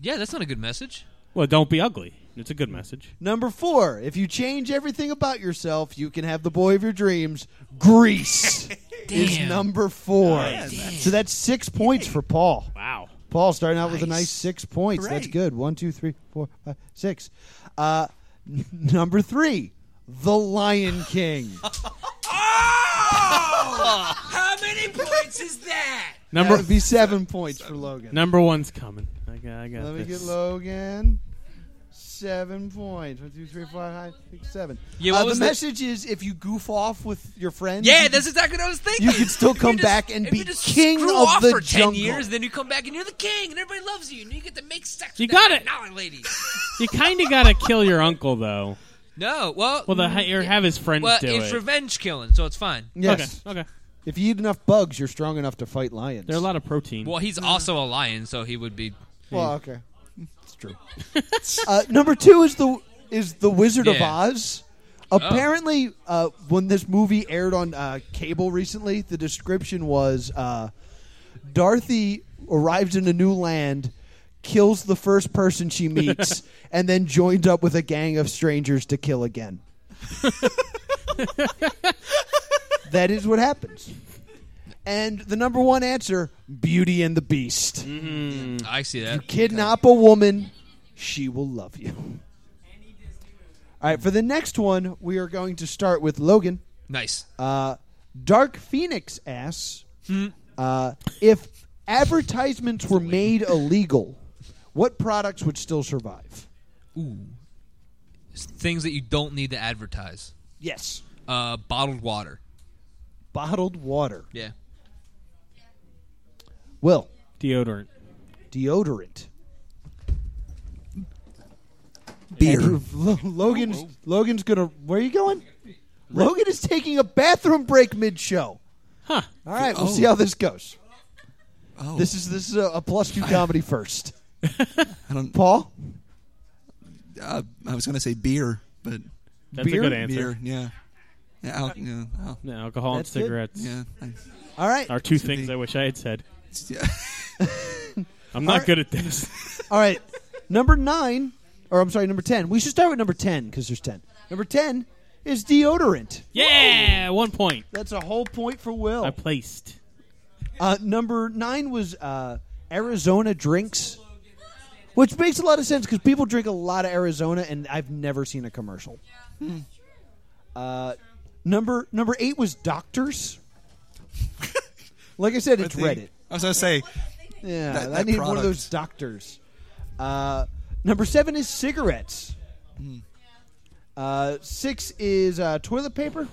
[SPEAKER 5] Yeah, that's not a good message.
[SPEAKER 4] Well, don't be ugly. It's a good message.
[SPEAKER 3] Number four, if you change everything about yourself, you can have the boy of your dreams. Greece is
[SPEAKER 5] Damn. Oh,
[SPEAKER 3] number four. so that's six points for Paul.
[SPEAKER 4] Wow.
[SPEAKER 3] Paul starting out with a nice six points. That's
[SPEAKER 6] Hooray.
[SPEAKER 3] good. One, two, three, four, five, six. Uh, n- number three, The Lion King.
[SPEAKER 5] How many points is that?
[SPEAKER 3] Number
[SPEAKER 4] Number
[SPEAKER 3] would be seven points for Logan.
[SPEAKER 4] number one's coming. I got. I got
[SPEAKER 3] Let me
[SPEAKER 4] this.
[SPEAKER 3] get Logan. Seven points. One, two, three, four, five, six, seven.
[SPEAKER 5] Yeah,
[SPEAKER 3] Uh,
[SPEAKER 5] what
[SPEAKER 3] the
[SPEAKER 5] was the-
[SPEAKER 3] message is if you goof off with your friends. you
[SPEAKER 5] Yeah,
[SPEAKER 3] can-
[SPEAKER 5] that's exactly what I was thinking.
[SPEAKER 3] you could still
[SPEAKER 5] If you
[SPEAKER 3] come
[SPEAKER 5] just-
[SPEAKER 3] back and
[SPEAKER 5] if you
[SPEAKER 3] be
[SPEAKER 5] just
[SPEAKER 3] king
[SPEAKER 5] screw
[SPEAKER 3] of
[SPEAKER 5] off
[SPEAKER 3] the
[SPEAKER 5] for
[SPEAKER 3] jungle.
[SPEAKER 5] ten years, then you come back and you're the king, and everybody loves you, and you get to make sex.
[SPEAKER 4] You
[SPEAKER 5] with
[SPEAKER 4] got
[SPEAKER 5] that
[SPEAKER 4] it.
[SPEAKER 5] dollar lady.
[SPEAKER 4] You kind of gotta kill your uncle though.
[SPEAKER 5] No, well,
[SPEAKER 4] Well, the, or have his friends
[SPEAKER 5] well,
[SPEAKER 4] do
[SPEAKER 5] it's
[SPEAKER 4] it.
[SPEAKER 5] revenge killing, so it's fine.
[SPEAKER 3] Yes.
[SPEAKER 4] Okay. Okay.
[SPEAKER 3] If you eat enough bugs, you're strong enough to fight lions.
[SPEAKER 4] There are a lot of protein.
[SPEAKER 5] Well, he's also a lion, so he would be.
[SPEAKER 3] Well, okay. It's true. uh, number two is the is the Wizard of
[SPEAKER 5] Yeah.
[SPEAKER 3] Oz. Apparently, uh, when this movie aired on uh, cable recently, the description was uh, Dorothy arrives in a new land, kills the first person she meets, and then joins up with a gang of strangers to kill again. that is what happens. And the number one answer Beauty and the Beast.
[SPEAKER 5] I see that.
[SPEAKER 3] Kidnap a woman, she will love you. All right, for the next one, we are going to start with Logan.
[SPEAKER 5] Nice.
[SPEAKER 3] Uh, Dark Phoenix asks uh, if advertisements were made illegal, what products would still survive?
[SPEAKER 5] Things that you don't need to advertise.
[SPEAKER 3] Yes,
[SPEAKER 5] Uh, bottled water.
[SPEAKER 3] bottled water.
[SPEAKER 5] Yeah.
[SPEAKER 3] Will
[SPEAKER 4] Deodorant.
[SPEAKER 3] deodorant.
[SPEAKER 6] Beer.
[SPEAKER 3] Andrew, Lo- Logan's Logan's gonna. Where are you going? Logan is taking a bathroom break mid-show.
[SPEAKER 4] Huh.
[SPEAKER 3] All right, we'll
[SPEAKER 6] Oh.
[SPEAKER 3] see how this goes.
[SPEAKER 6] Oh,
[SPEAKER 3] This is this is a, a plus two comedy first.
[SPEAKER 6] I don't.
[SPEAKER 3] Paul,
[SPEAKER 6] Uh, I was gonna say beer, but
[SPEAKER 4] That's
[SPEAKER 3] Beer?
[SPEAKER 4] a good answer.
[SPEAKER 6] beer. Yeah. Yeah. Out, yeah. Oh,
[SPEAKER 4] No, alcohol
[SPEAKER 3] That's it?
[SPEAKER 4] and cigarettes
[SPEAKER 6] yeah. I,
[SPEAKER 3] all right,
[SPEAKER 4] are two
[SPEAKER 6] To
[SPEAKER 4] things
[SPEAKER 6] me.
[SPEAKER 4] I wish I had said.
[SPEAKER 6] yeah.
[SPEAKER 4] I'm not
[SPEAKER 3] right.
[SPEAKER 4] good at this.
[SPEAKER 3] all right. Number nine, or I'm sorry, number ten. We should start with number ten because there's ten. Number ten is deodorant.
[SPEAKER 4] yeah, one point.
[SPEAKER 3] That's a whole point for Will.
[SPEAKER 4] I placed.
[SPEAKER 3] Uh, number nine was uh, Arizona drinks, which makes a lot of sense because people drink a lot of Arizona, and I've never seen a commercial. Hmm. Uh, number number eight was doctors. like I said, it's
[SPEAKER 6] I think-
[SPEAKER 3] Reddit.
[SPEAKER 6] I was gonna say.
[SPEAKER 3] Yeah,
[SPEAKER 6] That-
[SPEAKER 3] I
[SPEAKER 6] that
[SPEAKER 3] need one of those
[SPEAKER 6] product.
[SPEAKER 3] doctors. Uh, number seven is cigarettes.
[SPEAKER 6] Hmm.
[SPEAKER 3] Uh, six is uh, toilet paper,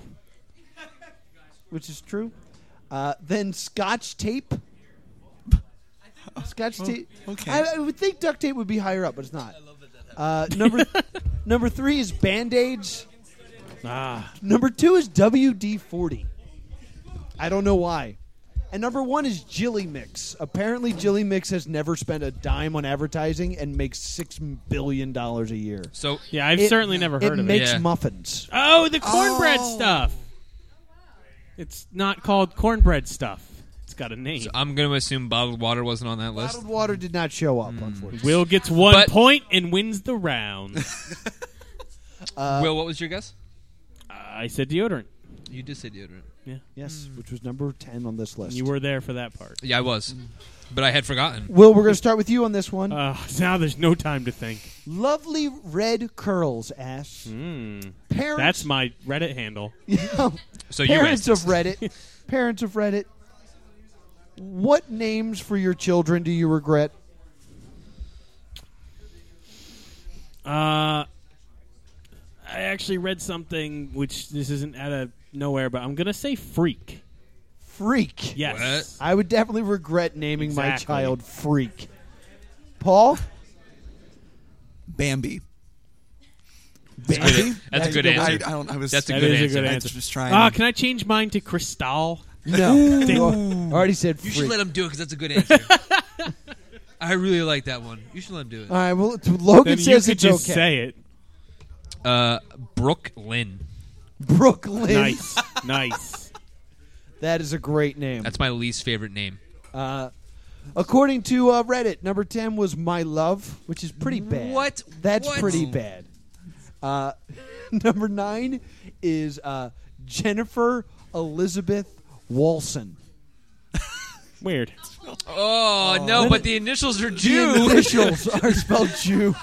[SPEAKER 3] which is true. Uh, then scotch tape. Scotch tape.
[SPEAKER 6] okay.
[SPEAKER 3] I, I would think duct tape would be higher up, but it's not. Uh, number number three is band aids.
[SPEAKER 4] Ah,
[SPEAKER 3] Number two is WD 40. I don't know why. And number one is Jilly Mix. Apparently, Jilly Mix has never spent a dime on advertising and makes six billion dollars a year.
[SPEAKER 5] So
[SPEAKER 4] yeah, I've
[SPEAKER 3] It-
[SPEAKER 4] certainly never heard
[SPEAKER 3] it
[SPEAKER 4] of
[SPEAKER 3] makes
[SPEAKER 4] it.
[SPEAKER 5] Yeah.
[SPEAKER 3] muffins.
[SPEAKER 4] Oh, the cornbread
[SPEAKER 6] Oh.
[SPEAKER 4] stuff. It's not called cornbread stuff. It's got a name.
[SPEAKER 5] I'm gonna assume bottled water wasn't on that list.
[SPEAKER 3] Bottled water did not show up, unfortunately.
[SPEAKER 4] Hmm. Will gets one
[SPEAKER 5] But-
[SPEAKER 4] point and wins the round.
[SPEAKER 5] Will, what was your guess?
[SPEAKER 4] I said deodorant.
[SPEAKER 5] You just said deodorant.
[SPEAKER 4] Yeah,
[SPEAKER 3] Yes, which was number 10 on this list.
[SPEAKER 4] you were there for that part.
[SPEAKER 5] Yeah, I was, but I had forgotten.
[SPEAKER 3] Will, we're going to start with you on this one.
[SPEAKER 4] Uh, now there's no time to think.
[SPEAKER 3] Lovely red curls, Ash.
[SPEAKER 4] Hmm.
[SPEAKER 3] Parents,
[SPEAKER 4] That's my Reddit handle.
[SPEAKER 5] So you
[SPEAKER 3] parents
[SPEAKER 5] answered.
[SPEAKER 3] of Reddit. parents of Reddit. What names for your children do you regret?
[SPEAKER 4] Uh, I actually read something which this isn't out of nowhere, but I'm gonna say freak.
[SPEAKER 3] Freak.
[SPEAKER 4] Yes.
[SPEAKER 3] I would definitely regret naming my
[SPEAKER 4] Exactly.
[SPEAKER 3] child Freak. Paul?
[SPEAKER 6] Bambi.
[SPEAKER 5] That's a
[SPEAKER 3] Bambi?
[SPEAKER 5] good- That's a good
[SPEAKER 6] I, I
[SPEAKER 5] answer.
[SPEAKER 6] don't. I was.
[SPEAKER 5] That's a
[SPEAKER 4] That
[SPEAKER 5] good
[SPEAKER 4] is
[SPEAKER 5] answer.
[SPEAKER 4] a good
[SPEAKER 6] I
[SPEAKER 4] answer.
[SPEAKER 6] was just trying.
[SPEAKER 4] Ah,
[SPEAKER 6] to-
[SPEAKER 4] can I change mine to Cristal?
[SPEAKER 3] No. I already said
[SPEAKER 5] You
[SPEAKER 3] Freak.
[SPEAKER 5] should let him do it because that's a good answer. I really like that one. You should let him do
[SPEAKER 3] All
[SPEAKER 5] it.
[SPEAKER 3] right, well, t- Logan
[SPEAKER 4] Then you
[SPEAKER 3] says
[SPEAKER 4] could
[SPEAKER 3] it's
[SPEAKER 4] just
[SPEAKER 3] okay.
[SPEAKER 4] say it.
[SPEAKER 5] Uh, Brooklyn.
[SPEAKER 3] Brooklyn.
[SPEAKER 4] Nice, nice.
[SPEAKER 3] That is a great name.
[SPEAKER 5] That's my least favorite name.
[SPEAKER 3] Uh, according to uh, Reddit, number 10 was My Love, which is pretty bad.
[SPEAKER 5] What?
[SPEAKER 3] That's
[SPEAKER 5] What?
[SPEAKER 4] Hmm.
[SPEAKER 3] pretty bad. Uh, number 9 is uh, Jennifer Elizabeth Walson.
[SPEAKER 4] Weird.
[SPEAKER 5] Oh, no, but the initials are
[SPEAKER 3] The
[SPEAKER 5] Jew.
[SPEAKER 3] initials are spelled Jew.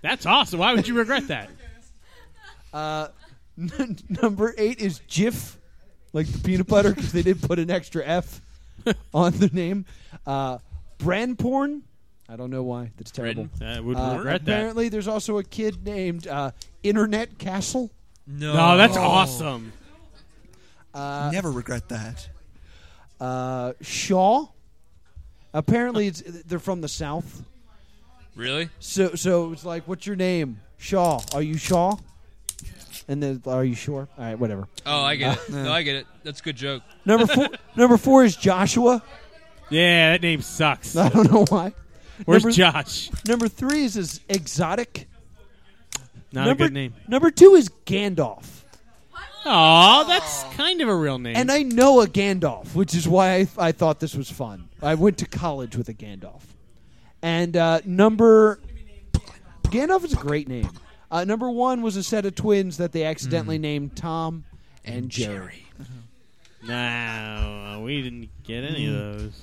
[SPEAKER 4] That's awesome. Why would you regret that?
[SPEAKER 3] N- number eight is Jif, like the peanut butter, because they did put an extra F on the name. Uh, brand porn. I don't know why. That's terrible.
[SPEAKER 4] I would
[SPEAKER 3] Uh,
[SPEAKER 4] regret that.
[SPEAKER 3] apparently, there's also a kid named uh, Internet Castle.
[SPEAKER 5] No,
[SPEAKER 4] No, Oh,
[SPEAKER 3] Oh.
[SPEAKER 4] that's awesome.
[SPEAKER 6] never regret that.
[SPEAKER 3] Uh, Shaw. Apparently, it's they're from the south.
[SPEAKER 5] Really?
[SPEAKER 3] So, so it's like, what's your name? Shaw. Are you Shaw? And then, are you sure? All right, whatever.
[SPEAKER 5] Oh, I get it. No, I get it. That's a good joke.
[SPEAKER 3] Number four. number four is Joshua.
[SPEAKER 4] Yeah, that name sucks.
[SPEAKER 3] I don't know why.
[SPEAKER 4] Where's
[SPEAKER 3] number-
[SPEAKER 4] Josh?
[SPEAKER 3] Number three is, is exotic.
[SPEAKER 4] Not
[SPEAKER 3] number,
[SPEAKER 4] a good name.
[SPEAKER 3] Number two is Gandalf.
[SPEAKER 4] Oh, that's kind of a real name.
[SPEAKER 3] And I know a Gandalf, which is why I, I thought this was fun. I went to college with a Gandalf. And uh, number. Gandalf is a great
[SPEAKER 4] Mm-hmm.
[SPEAKER 3] name. Uh, number one was a set of twins that they accidentally named Tom and Jerry.
[SPEAKER 4] No, we didn't get any
[SPEAKER 5] Mm.
[SPEAKER 4] of those.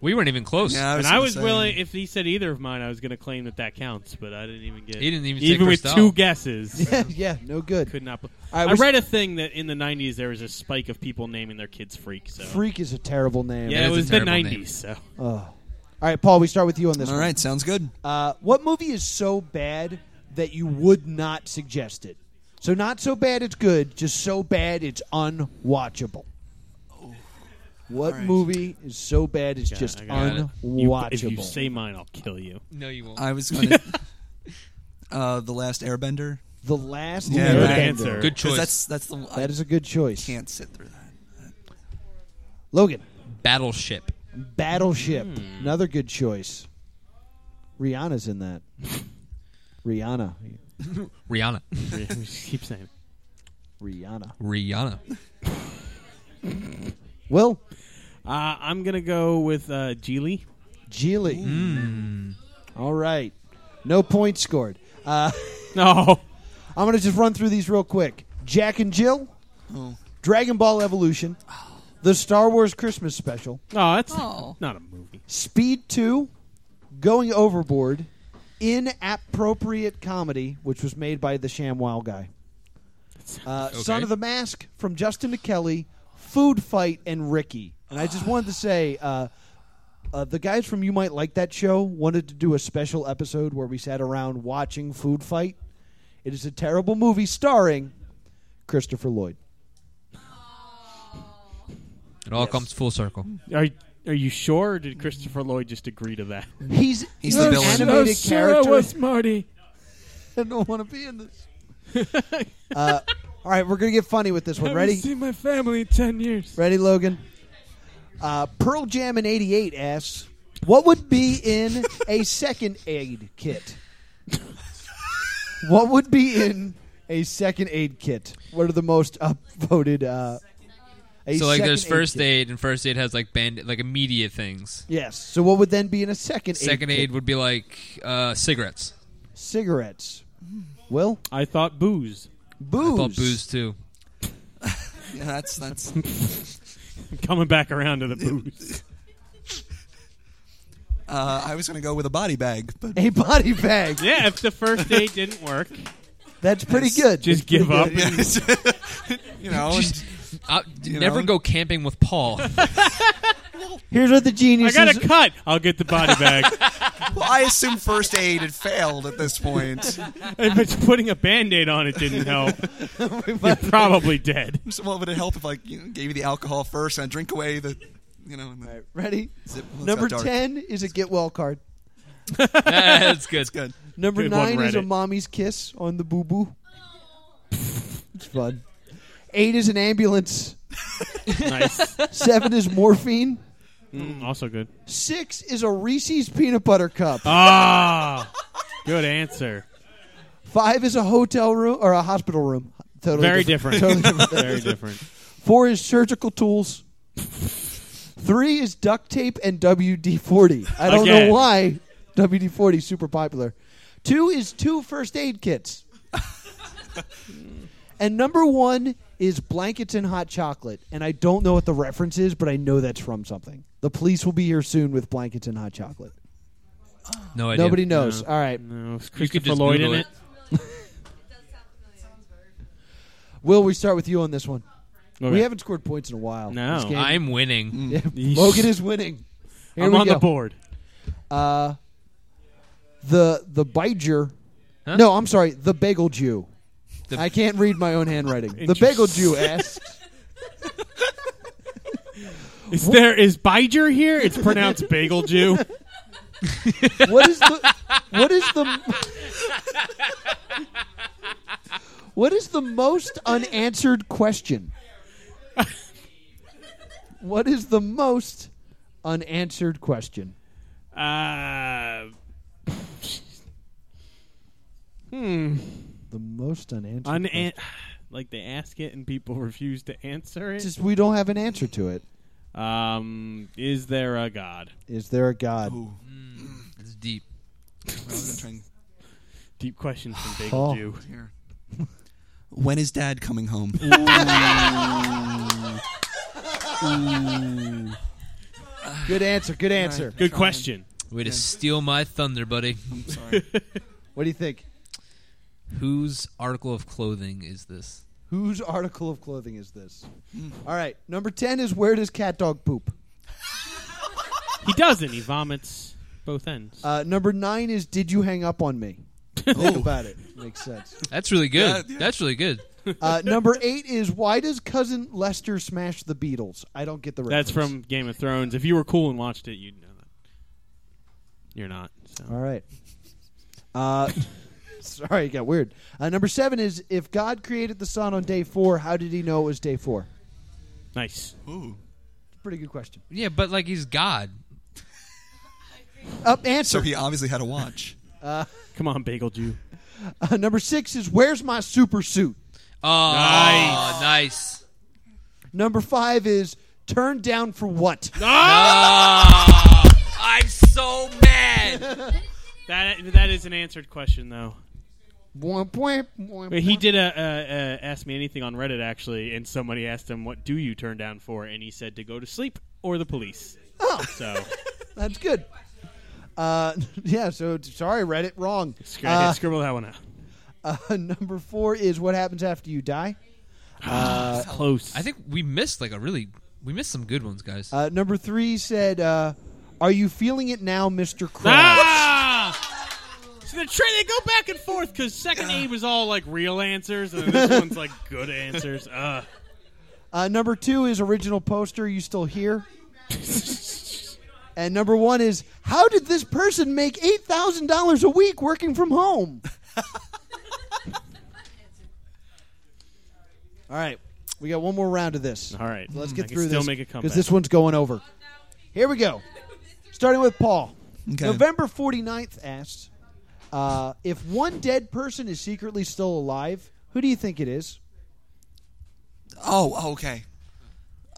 [SPEAKER 5] We weren't even close.
[SPEAKER 6] Yeah,
[SPEAKER 4] and I
[SPEAKER 6] gonna
[SPEAKER 4] was
[SPEAKER 6] say-
[SPEAKER 4] willing. If he said either of mine, I was going to claim that that counts. But I didn't even get.
[SPEAKER 5] He didn't even say
[SPEAKER 4] even with
[SPEAKER 5] Christelle.
[SPEAKER 4] two guesses.
[SPEAKER 3] Yeah, yeah, no good.
[SPEAKER 4] Could not. Be-
[SPEAKER 3] I
[SPEAKER 4] I,
[SPEAKER 3] was-
[SPEAKER 4] read a thing that in the '90s there was a spike of people naming their kids freak. So
[SPEAKER 3] Freak is a terrible name.
[SPEAKER 4] yeah,
[SPEAKER 5] That
[SPEAKER 4] it
[SPEAKER 5] is a
[SPEAKER 4] was the
[SPEAKER 5] terrible
[SPEAKER 4] '90s.
[SPEAKER 5] name.
[SPEAKER 4] So
[SPEAKER 3] Ugh. All right, Paul, we start with you on this
[SPEAKER 6] All
[SPEAKER 3] one.
[SPEAKER 6] right, sounds good.
[SPEAKER 3] Uh, what movie is so bad that you would not suggest it? So not so bad it's good, just so bad it's unwatchable. What movie is so bad it's
[SPEAKER 4] Yeah,
[SPEAKER 3] just
[SPEAKER 4] I got
[SPEAKER 5] it.
[SPEAKER 4] you,
[SPEAKER 3] unwatchable?
[SPEAKER 4] if you say mine, I'll kill you.
[SPEAKER 5] No, you won't.
[SPEAKER 6] I was going to. uh, the Last Airbender.
[SPEAKER 3] the Last
[SPEAKER 6] Yeah,
[SPEAKER 4] Good
[SPEAKER 6] right.
[SPEAKER 3] Airbender.
[SPEAKER 4] answer.
[SPEAKER 5] Good
[SPEAKER 6] 'Cause
[SPEAKER 5] choice.
[SPEAKER 6] That's that's the I
[SPEAKER 3] That is a good choice.
[SPEAKER 6] can't sit through that.
[SPEAKER 3] Logan,
[SPEAKER 5] Battleship.
[SPEAKER 3] Battleship,
[SPEAKER 4] Hmm.
[SPEAKER 3] another good choice. Rihanna's in that. Rihanna,
[SPEAKER 5] Rihanna.
[SPEAKER 4] Keep saying.
[SPEAKER 3] Rihanna.
[SPEAKER 5] Rihanna.
[SPEAKER 3] Will
[SPEAKER 4] Uh, I'm gonna go with uh, Geely.
[SPEAKER 3] Geely.
[SPEAKER 4] Hmm.
[SPEAKER 3] All right, no points scored. Uh,
[SPEAKER 4] No,
[SPEAKER 3] I'm going to just run through these real quick. Jack and Jill, Dragon Ball Evolution, the Star Wars Christmas Special,
[SPEAKER 4] no, that's
[SPEAKER 7] Oh.
[SPEAKER 4] not a movie.
[SPEAKER 3] Speed 2, Going Overboard, Inappropriate Comedy, which was made by the ShamWow guy, uh, Son
[SPEAKER 5] Okay.
[SPEAKER 3] of the Mask from Justin to Kelly, Food Fight, and Ricky. And I just wanted to say. Uh, uh, the guys from You Might Like That Show wanted to do a special episode where we sat around watching Food Fight. It is a terrible movie starring Christopher Lloyd.
[SPEAKER 5] It all comes full circle.
[SPEAKER 4] Are are you sure? Or did Christopher Lloyd just agree to that?
[SPEAKER 3] He's
[SPEAKER 6] He's the
[SPEAKER 3] an
[SPEAKER 6] villain.
[SPEAKER 3] animated character.
[SPEAKER 4] Marty.
[SPEAKER 3] I don't want to be in this. uh, all right, we're gonna get funny with this one. Ready?
[SPEAKER 4] my family in ten years.
[SPEAKER 3] Ready, Logan? Uh, Pearl Jam in '88 asks, "What would be in a second aid kit? what would be in a second aid kit? What are the most upvoted?" Uh, a
[SPEAKER 5] So like, there's
[SPEAKER 3] second
[SPEAKER 5] first
[SPEAKER 3] kit?
[SPEAKER 5] aid, and first aid has like band like immediate things.
[SPEAKER 3] Yes. So what would then be in a second
[SPEAKER 5] Second
[SPEAKER 3] aid?
[SPEAKER 5] aid
[SPEAKER 3] kit?
[SPEAKER 5] would be like uh, cigarettes.
[SPEAKER 3] cigarettes. Will
[SPEAKER 4] I thought booze.
[SPEAKER 3] booze?
[SPEAKER 5] I thought booze too.
[SPEAKER 6] Yeah, that's that's.
[SPEAKER 4] Coming back around to the booze.
[SPEAKER 6] Uh, I was going to go with a body bag, but
[SPEAKER 3] A body bag.
[SPEAKER 4] yeah, if the first date didn't work,
[SPEAKER 3] That's pretty good.
[SPEAKER 4] just give up.
[SPEAKER 6] Yeah, you know, and-
[SPEAKER 5] I,
[SPEAKER 6] You
[SPEAKER 5] never
[SPEAKER 6] know?
[SPEAKER 5] go camping with Paul.
[SPEAKER 3] Here's what the
[SPEAKER 4] I
[SPEAKER 3] genius
[SPEAKER 4] got
[SPEAKER 3] is.
[SPEAKER 4] a cut. I'll get the body bag.
[SPEAKER 6] well, I assume first aid had failed at this point.
[SPEAKER 4] but putting a band-aid on it didn't help. You're probably dead.
[SPEAKER 6] So what would it help if I you know, gave you the alcohol first and I drink away the, you know, and the,
[SPEAKER 3] Ready?
[SPEAKER 6] zip, well, it's
[SPEAKER 3] Number
[SPEAKER 6] got dark.
[SPEAKER 3] 10 is a get well card.
[SPEAKER 5] That's good.
[SPEAKER 6] Good.
[SPEAKER 3] Number
[SPEAKER 4] Good one,
[SPEAKER 3] 9 is a
[SPEAKER 4] Reddit.
[SPEAKER 3] mommy's kiss on the boo boo. it's fun. 8 is an ambulance.
[SPEAKER 4] Nice.
[SPEAKER 3] 7 is morphine.
[SPEAKER 4] Mm, also good.
[SPEAKER 3] 6 is a Reese's peanut butter cup.
[SPEAKER 4] Ah, good answer.
[SPEAKER 3] 5 is a hotel room or a hospital room. Totally
[SPEAKER 4] Very
[SPEAKER 3] different.
[SPEAKER 4] different.
[SPEAKER 3] totally different.
[SPEAKER 4] Very different.
[SPEAKER 3] Four is surgical tools. Three is duct tape and WD 40. I don't
[SPEAKER 4] Again.
[SPEAKER 3] know why WD 40 is super popular. Two is two first aid kits. and number one is blankets and hot chocolate. And I don't know what the reference is, but I know that's from something. The police will be here soon with blankets and hot chocolate.
[SPEAKER 5] No idea.
[SPEAKER 3] Nobody knows.
[SPEAKER 4] No.
[SPEAKER 3] All right.
[SPEAKER 4] No, is
[SPEAKER 5] You could
[SPEAKER 4] Christopher
[SPEAKER 5] just
[SPEAKER 4] Lloyd in
[SPEAKER 5] Google
[SPEAKER 4] it.
[SPEAKER 3] Will, we start with you on this one. We
[SPEAKER 4] Okay.
[SPEAKER 3] haven't scored points in a while.
[SPEAKER 4] No.
[SPEAKER 3] This game-
[SPEAKER 5] I'm winning.
[SPEAKER 3] Mm. Logan is winning. Here
[SPEAKER 4] I'm
[SPEAKER 3] we
[SPEAKER 4] on
[SPEAKER 3] go.
[SPEAKER 4] the board.
[SPEAKER 3] uh, the the Biger.
[SPEAKER 5] Huh?
[SPEAKER 3] No, I'm sorry, the Bagel Jew.
[SPEAKER 5] The-
[SPEAKER 3] I can't read my own handwriting. The Bagel Jew asks,
[SPEAKER 4] Is there is Biger here? It's pronounced bagel Jew.
[SPEAKER 3] "What is the what is the what is the most unanswered question? What is the most unanswered question?
[SPEAKER 4] Uh,
[SPEAKER 3] The most unanswered.
[SPEAKER 4] unan-
[SPEAKER 3] question.
[SPEAKER 4] like they ask it and people refuse to answer
[SPEAKER 3] It's
[SPEAKER 4] it.
[SPEAKER 3] just we don't have an answer to it.
[SPEAKER 4] Um, is there a god?
[SPEAKER 3] Is there a god?
[SPEAKER 6] Ooh,
[SPEAKER 5] It's deep.
[SPEAKER 6] I was gonna try and-
[SPEAKER 4] Deep question from
[SPEAKER 3] Oh.
[SPEAKER 4] Bagel Jew.
[SPEAKER 6] here. When is Dad coming home?
[SPEAKER 3] Good answer. Good answer.
[SPEAKER 4] Good question.
[SPEAKER 5] Way to steal my thunder, buddy.
[SPEAKER 6] I'm sorry.
[SPEAKER 3] What do you think?
[SPEAKER 5] Whose article of clothing is this?
[SPEAKER 3] Whose article of clothing is this?
[SPEAKER 6] Hmm.
[SPEAKER 3] All right. Number 10 is where does cat dog poop?
[SPEAKER 4] He doesn't. He vomits both ends.
[SPEAKER 3] Uh, number 9 is did you hang up on me? Think about it. Makes sense.
[SPEAKER 5] That's really good.
[SPEAKER 6] Yeah, yeah.
[SPEAKER 5] That's really good.
[SPEAKER 3] Uh, number 8 is why does cousin Lester smash the Beatles? I don't get the reference.
[SPEAKER 4] That's from Game of Thrones. If you were cool and watched it, you'd know that. You're not. So.
[SPEAKER 3] All right. Uh, sorry, it got weird. Uh, number seven is if God created the sun on day four, how did he know it was day four?
[SPEAKER 4] Nice.
[SPEAKER 6] Ooh.
[SPEAKER 3] Pretty good question.
[SPEAKER 5] Yeah, but like he's God.
[SPEAKER 3] Up Uh, answer.
[SPEAKER 6] So he obviously had a watch.
[SPEAKER 4] Come on, Bagel Jew.
[SPEAKER 3] Uh, number six is where's my super suit?
[SPEAKER 5] Oh, nice. nice.
[SPEAKER 3] Number five is turned down for what?
[SPEAKER 5] I'm so mad.
[SPEAKER 4] That that is an answered question though.
[SPEAKER 3] Womp, womp, womp,
[SPEAKER 4] But he
[SPEAKER 3] womp.
[SPEAKER 4] did a, a, a ask me anything on Reddit actually, and somebody asked him, "What do you turn down for?" And he said, "To go to sleep or the police."
[SPEAKER 3] Oh.
[SPEAKER 4] so
[SPEAKER 3] That's good. Uh, yeah. So t- sorry, read it wrong.
[SPEAKER 4] scri-
[SPEAKER 3] Uh,
[SPEAKER 4] scribble that one out.
[SPEAKER 3] uh, number four is what happens after you die.
[SPEAKER 4] Close.
[SPEAKER 5] I think we missed like a really we missed some good ones, guys.
[SPEAKER 3] Uh, number three said, uh, "Are you feeling it now, Mister Krabs?"
[SPEAKER 4] Ah! So the tra- they go back and forth because second A was all like real answers, and then this one's like good answers. Uh.
[SPEAKER 3] Uh, number two is original poster. you still here? and number one is how did this person make eight thousand dollars a week working from home? All right, we got one more round of this.
[SPEAKER 4] All right,
[SPEAKER 3] let's
[SPEAKER 4] Mm,
[SPEAKER 3] get
[SPEAKER 4] I can
[SPEAKER 3] through
[SPEAKER 4] still
[SPEAKER 3] this
[SPEAKER 4] make a comeback.
[SPEAKER 3] this one's going over. Here we go. Starting with Paul.
[SPEAKER 6] Okay.
[SPEAKER 3] November 49th asks uh, if one dead person is secretly still alive. Who do you think it is?
[SPEAKER 6] Oh, oh, okay.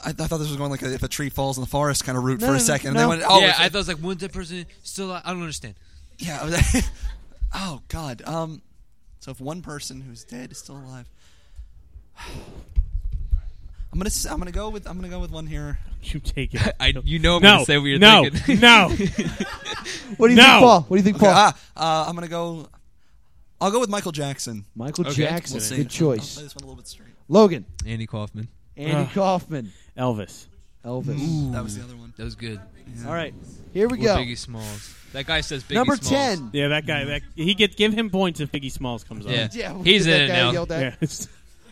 [SPEAKER 6] I, th- I thought this was going like a, if a tree falls in the forest kind of route
[SPEAKER 3] No,
[SPEAKER 6] for
[SPEAKER 3] no,
[SPEAKER 6] a
[SPEAKER 3] no,
[SPEAKER 6] second.
[SPEAKER 3] no.
[SPEAKER 6] And then went, oh,
[SPEAKER 5] yeah,
[SPEAKER 6] it's-
[SPEAKER 5] I thought it was like one dead person still. alive. I don't understand.
[SPEAKER 6] yeah. I was- oh God. Um. So if one person who's dead is still alive, I'm gonna s- I'm gonna go with I'm gonna go with one here.
[SPEAKER 4] you take it.
[SPEAKER 5] I you know I'm
[SPEAKER 4] no,
[SPEAKER 5] gonna say what you're
[SPEAKER 4] no,
[SPEAKER 5] thinking.
[SPEAKER 4] no.
[SPEAKER 3] What do you
[SPEAKER 4] No.
[SPEAKER 3] think, Paul? What do you think,
[SPEAKER 6] Okay,
[SPEAKER 3] Paul?
[SPEAKER 6] ah, uh, I'm gonna go. I'll go with Michael Jackson.
[SPEAKER 3] Michael
[SPEAKER 5] Okay,
[SPEAKER 3] Jackson.
[SPEAKER 6] We'll see.
[SPEAKER 3] Good
[SPEAKER 6] I'll play
[SPEAKER 3] choice.
[SPEAKER 6] this one a little bit straight.
[SPEAKER 3] Logan.
[SPEAKER 5] Andy Kaufman.
[SPEAKER 3] Andy
[SPEAKER 4] Ugh.
[SPEAKER 3] Kaufman.
[SPEAKER 4] Elvis.
[SPEAKER 3] Elvis.
[SPEAKER 6] That was the other one.
[SPEAKER 5] That was good.
[SPEAKER 3] All right. Here we
[SPEAKER 5] Or
[SPEAKER 3] go.
[SPEAKER 5] Biggie Smalls. That guy says Biggie
[SPEAKER 3] Number
[SPEAKER 5] Smalls.
[SPEAKER 3] 10.
[SPEAKER 4] Yeah, that guy. That he get give him points if Biggie Smalls comes
[SPEAKER 5] Yeah,
[SPEAKER 4] on.
[SPEAKER 3] Yeah, we'll
[SPEAKER 5] he's
[SPEAKER 3] get
[SPEAKER 5] in
[SPEAKER 3] that
[SPEAKER 5] it
[SPEAKER 3] guy
[SPEAKER 5] now.
[SPEAKER 3] yelled at.
[SPEAKER 4] Yeah.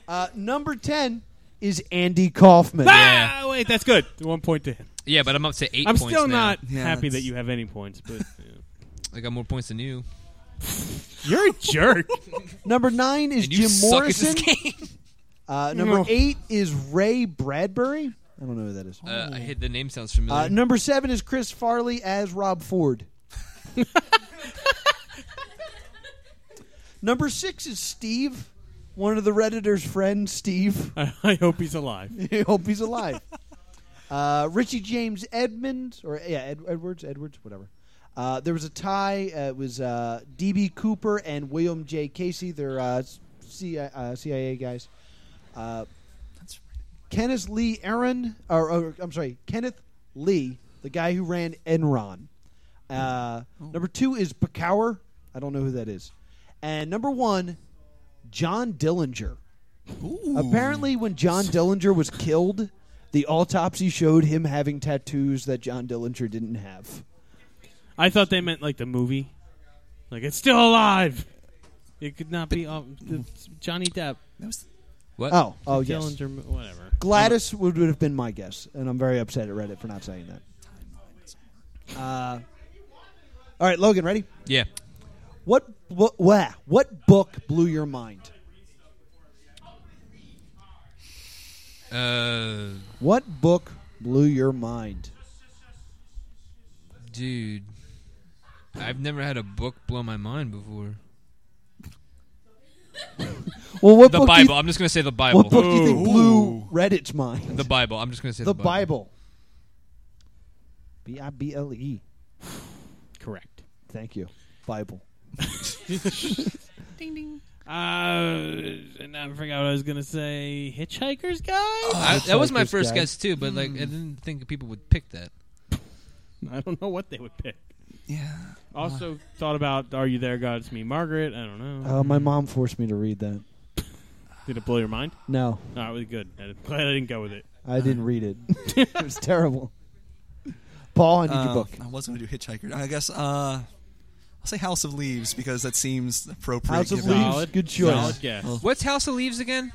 [SPEAKER 3] Uh, number 10 is Andy Kaufman.
[SPEAKER 4] ah, wait, that's good. One point to him.
[SPEAKER 5] Yeah, but I'm up to 8
[SPEAKER 4] I'm
[SPEAKER 5] points
[SPEAKER 4] still
[SPEAKER 5] now.
[SPEAKER 4] not
[SPEAKER 6] Yeah,
[SPEAKER 4] happy that
[SPEAKER 6] that's-
[SPEAKER 4] you have any points, but yeah.
[SPEAKER 5] I got more points than you.
[SPEAKER 4] you're a jerk.
[SPEAKER 3] Number 9 is
[SPEAKER 5] And you
[SPEAKER 3] Jim
[SPEAKER 5] suck
[SPEAKER 3] Morrison.
[SPEAKER 5] at this game.
[SPEAKER 3] Uh, number
[SPEAKER 4] No.
[SPEAKER 3] 8 is Ray Bradbury. I don't know who that is.
[SPEAKER 5] Uh, I hit the name sounds familiar.
[SPEAKER 3] Uh, number 7 is Chris Farley as Rob Ford. number 6 is Steve, one of the Redditor's friends, Steve.
[SPEAKER 4] I, I hope he's alive.
[SPEAKER 3] I hope he's alive. Uh, Richie James Edmonds, or yeah, Ed, Edwards, Edwards, whatever. Uh, there was a tie. Uh, it was uh, DB Cooper and William J. Casey. They're uh, C- uh, CIA guys. Uh,
[SPEAKER 6] That's
[SPEAKER 3] Kenneth Lee Aaron, or, or, I'm sorry, Kenneth Lee, the guy who ran Enron. Uh, Number two is Pecauer. I don't know who that is. And number one, John Dillinger. Apparently, when John Dillinger was killed, the autopsy showed him having tattoos that John Dillinger didn't have.
[SPEAKER 4] I thought they meant like the movie, like it's still alive. It could not be um, the, Johnny Depp,
[SPEAKER 6] that was
[SPEAKER 5] what?
[SPEAKER 3] Oh, oh yes.
[SPEAKER 4] Dillinger, mo- whatever.
[SPEAKER 3] Gladys would, would have been my guess, and I'm very upset at Reddit for not saying that. Uh, all right, Logan, ready?
[SPEAKER 5] Yeah.
[SPEAKER 3] What what wah, what book blew your mind?
[SPEAKER 5] Uh,
[SPEAKER 3] What book blew your mind?
[SPEAKER 5] dude. I've never had a book blow my mind before.
[SPEAKER 3] Well, what
[SPEAKER 5] The
[SPEAKER 3] book
[SPEAKER 5] Bible.
[SPEAKER 3] Do you,
[SPEAKER 5] I'm just gonna say the Bible.
[SPEAKER 3] what book do you think blew Reddit's mind?
[SPEAKER 5] The Bible. I'm just gonna say the,
[SPEAKER 3] The Bible. B i b l e.
[SPEAKER 4] Correct.
[SPEAKER 3] Thank you, Bible.
[SPEAKER 4] Uh, and I forgot what I was gonna say. Hitchhiker's Guide.
[SPEAKER 3] Oh,
[SPEAKER 5] I, that was my
[SPEAKER 3] Hitchhiker's
[SPEAKER 5] first
[SPEAKER 3] Guide.
[SPEAKER 5] guess too, but
[SPEAKER 4] Hmm.
[SPEAKER 5] like I didn't think people would pick that.
[SPEAKER 4] I don't know what they would pick.
[SPEAKER 6] Yeah.
[SPEAKER 4] Also thought about Are You There, God? It's Me, Margaret. I don't know.
[SPEAKER 3] Uh, my mom forced me to read that.
[SPEAKER 4] Did it blow your mind?
[SPEAKER 3] No,
[SPEAKER 4] No, it was good. I'm glad I didn't go with it.
[SPEAKER 3] I didn't read it. it was terrible. Paul, I need
[SPEAKER 6] Uh,
[SPEAKER 3] your book.
[SPEAKER 6] I was going to do Hitchhiker. I guess uh, I'll say House of Leaves because that seems appropriate.
[SPEAKER 3] House of
[SPEAKER 6] given-
[SPEAKER 3] Leaves.
[SPEAKER 4] Solid.
[SPEAKER 3] good choice.
[SPEAKER 4] Solid guess.
[SPEAKER 5] What's House of Leaves again?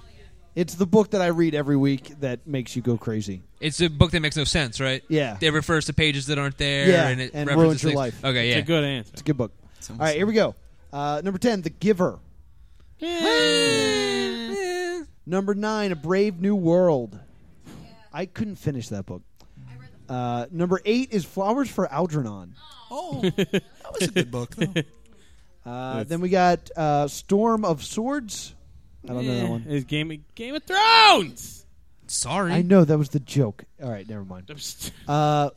[SPEAKER 3] It's the book that I read every week that makes you go crazy.
[SPEAKER 5] It's a book that makes no sense, right?
[SPEAKER 3] Yeah.
[SPEAKER 5] It refers to pages that aren't there.
[SPEAKER 3] Yeah,
[SPEAKER 5] and it
[SPEAKER 3] and
[SPEAKER 5] references
[SPEAKER 3] ruins your
[SPEAKER 5] things.
[SPEAKER 3] life.
[SPEAKER 5] Okay,
[SPEAKER 4] It's
[SPEAKER 5] yeah.
[SPEAKER 4] a good answer.
[SPEAKER 3] It's a good book. All
[SPEAKER 6] Sounds-
[SPEAKER 3] right, here we go. Uh, number 10, The Giver. Number 9, A Brave New World. I couldn't finish that book. Uh, number 8 is Flowers for Algernon.
[SPEAKER 6] Oh, that was a good book. Though.
[SPEAKER 3] Uh, then we got uh, Storm of Swords. I don't know that one.
[SPEAKER 4] Is Game of, Game of Thrones.
[SPEAKER 5] Sorry.
[SPEAKER 3] I know, that was the joke. All right, never mind. Uh,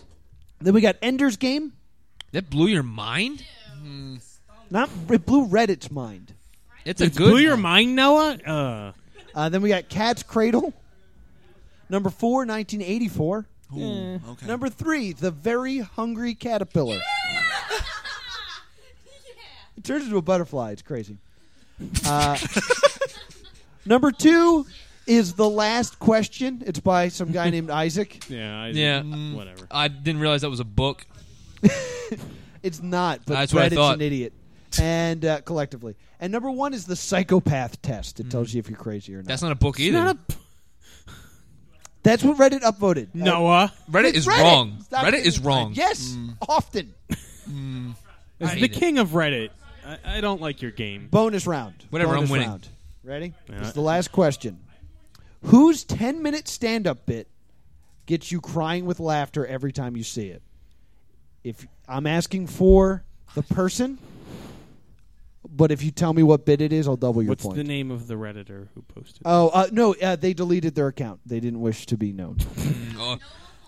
[SPEAKER 3] then we got Ender's Game.
[SPEAKER 5] that blew your mind?
[SPEAKER 3] Not it blew Reddit's mind.
[SPEAKER 5] It's, a
[SPEAKER 4] It's
[SPEAKER 5] good
[SPEAKER 4] blew your
[SPEAKER 5] one.
[SPEAKER 4] mind, Noah. Uh,
[SPEAKER 3] Uh, then we got Cat's Cradle. Number 4, 1984.
[SPEAKER 6] Ooh, okay.
[SPEAKER 3] Number three, the very hungry caterpillar. It turns into a butterfly. It's crazy. Uh, number two is the last question. It's by some guy named Isaac.
[SPEAKER 4] yeah. I,
[SPEAKER 5] Yeah. Mm.
[SPEAKER 4] Whatever.
[SPEAKER 5] I didn't realize that was a book.
[SPEAKER 3] It's not, but
[SPEAKER 5] That's what I
[SPEAKER 3] Reddit's
[SPEAKER 5] thought.
[SPEAKER 3] an idiot. And uh, collectively, and number one is the psychopath test. It tells you if you're crazy or not.
[SPEAKER 5] Mm. That's not a book either.
[SPEAKER 4] Not a-
[SPEAKER 3] That's what Reddit upvoted. Uh,
[SPEAKER 4] Noah.
[SPEAKER 5] Reddit
[SPEAKER 3] it's
[SPEAKER 5] is
[SPEAKER 3] Reddit.
[SPEAKER 5] wrong.
[SPEAKER 3] Stop
[SPEAKER 5] Reddit
[SPEAKER 3] getting
[SPEAKER 5] is
[SPEAKER 3] inside.
[SPEAKER 5] wrong. Mm.
[SPEAKER 3] Yes, often.
[SPEAKER 4] It's
[SPEAKER 5] hate
[SPEAKER 4] the
[SPEAKER 5] it.
[SPEAKER 4] king of Reddit. I, I don't like your game.
[SPEAKER 3] Bonus round.
[SPEAKER 5] Whatever, I'm
[SPEAKER 3] Bonus
[SPEAKER 5] winning.
[SPEAKER 3] Round. Ready?
[SPEAKER 4] Yeah.
[SPEAKER 3] This is the last question. Whose 10 minute stand up bit gets you crying with laughter every time you see it? If I'm asking for the person, but if you tell me what bit it is, I'll double your
[SPEAKER 4] What's
[SPEAKER 3] point.
[SPEAKER 4] the name of the Redditor who posted?
[SPEAKER 3] Oh uh, no! Uh, they deleted their account. They didn't wish to be known.
[SPEAKER 5] Oh,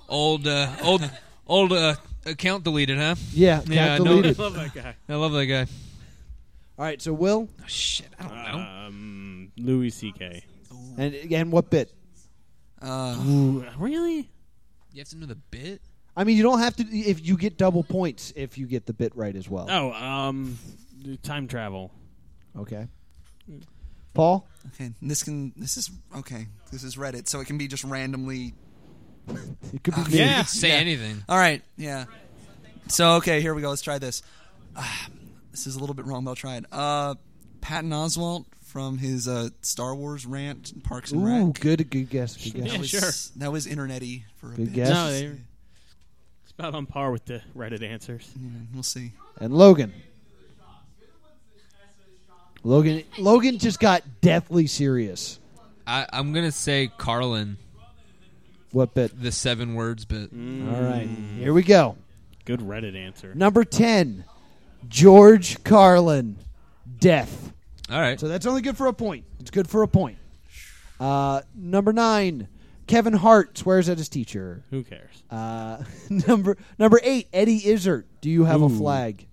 [SPEAKER 5] old, uh, old, old uh, account deleted, huh?
[SPEAKER 3] Yeah, account
[SPEAKER 5] Yeah, I know.
[SPEAKER 3] deleted.
[SPEAKER 4] I love that guy.
[SPEAKER 5] I love that guy.
[SPEAKER 3] All right. So Will
[SPEAKER 5] Oh, shit, I don't know.
[SPEAKER 4] Um, Louis C.K.
[SPEAKER 3] and and what bit?
[SPEAKER 6] Uh,
[SPEAKER 4] Ooh, really?
[SPEAKER 5] You have to know the bit.
[SPEAKER 3] I mean, you don't have to. If you get double points, if you get the bit right as well.
[SPEAKER 4] Oh, um, time travel.
[SPEAKER 5] Oh.
[SPEAKER 3] Okay. Paul.
[SPEAKER 6] okay, this can this is okay. This is Reddit, so it can be just randomly.
[SPEAKER 3] It could be
[SPEAKER 5] Ah,
[SPEAKER 3] me.
[SPEAKER 4] Yeah.
[SPEAKER 5] Say anything.
[SPEAKER 6] All right, yeah. So okay, here we go. Let's try this. Ah, this is a little bit wrong, but I'll try it. Uh, Patton Oswalt from his uh, Star Wars rant, Parks and
[SPEAKER 3] Ooh,
[SPEAKER 6] Rec.
[SPEAKER 3] good, good guess, good guess.
[SPEAKER 6] That was,
[SPEAKER 4] sure.
[SPEAKER 6] That was internety for a
[SPEAKER 3] Good
[SPEAKER 6] bit.
[SPEAKER 3] guess.
[SPEAKER 4] No, they- It's about on par with the Reddit answers.
[SPEAKER 6] Yeah, we'll see.
[SPEAKER 3] And Logan. Logan Logan just got deathly serious.
[SPEAKER 5] I, I'm gonna say Carlin,
[SPEAKER 3] What bit?
[SPEAKER 5] the seven words bit.
[SPEAKER 3] All right. Here we go.
[SPEAKER 4] Good Reddit answer.
[SPEAKER 3] Number 10. George Carlin. Death.
[SPEAKER 5] All right.
[SPEAKER 3] So that's only good for a point. It's good for a point. Uh, number 9. Kevin Hart swears at his teacher.
[SPEAKER 4] Who cares?
[SPEAKER 3] Uh, number number 8. Eddie Izzard. Do you have a flag?